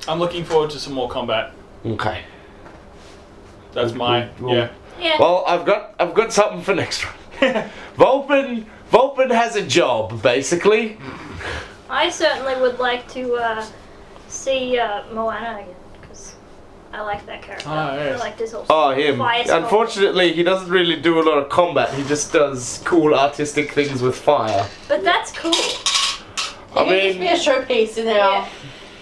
B: I'm looking forward to some more combat.
A: Okay.
B: That's my
A: Well,
B: yeah.
C: Yeah.
A: Well, I've got I've got something for next one. Vulpin Vulpin has a job basically.
C: I certainly would like to uh, see uh, Moana again because I like that character.
B: Ah, yes.
C: I like this whole.
A: Oh, him.
C: Fire squad.
A: Unfortunately, he doesn't really do a lot of combat. He just does cool artistic things with fire.
C: But that's cool.
A: I
D: It needs to be a
A: mean,
D: showpiece in our
C: Yeah.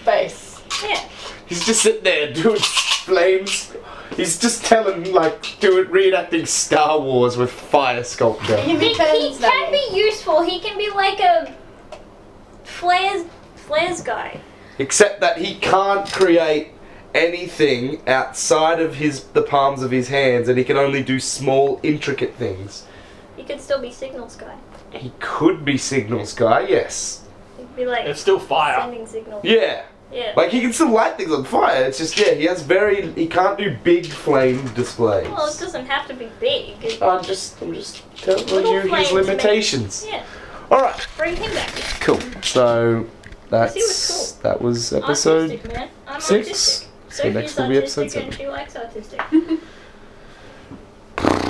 D: base.
C: Yeah.
A: he's just sitting there doing flames. He's just telling, like, doing reenacting Star Wars with fire sculpture.
D: He
C: He, he
D: returns them.
C: can be useful. He can be like a flares flares guy.
A: except that he can't create anything outside of his the palms of his hands and he can only do small intricate things
C: He could still be signals guy.
A: he could be signals guy yes
C: He'd be like
B: It's still fire.
C: sending signals.
A: yeah
C: Yeah.
A: like he can still light things on fire it's just yeah he has very he can't do big flame displays
C: well, it doesn't have to be big. It-
A: i'm just i'm just telling
C: Little
A: you
C: flames
A: his
C: make-
A: limitations
C: yeah.
A: all right
C: Bring him back.
A: cool so that's
C: was
A: that was
C: I'm
A: episode
C: autistic, man. I'm
A: six.
C: autistic.
A: So
C: Sophie's
A: next will be
C: autistic
A: episode
C: and
A: seven.
C: she likes autistic.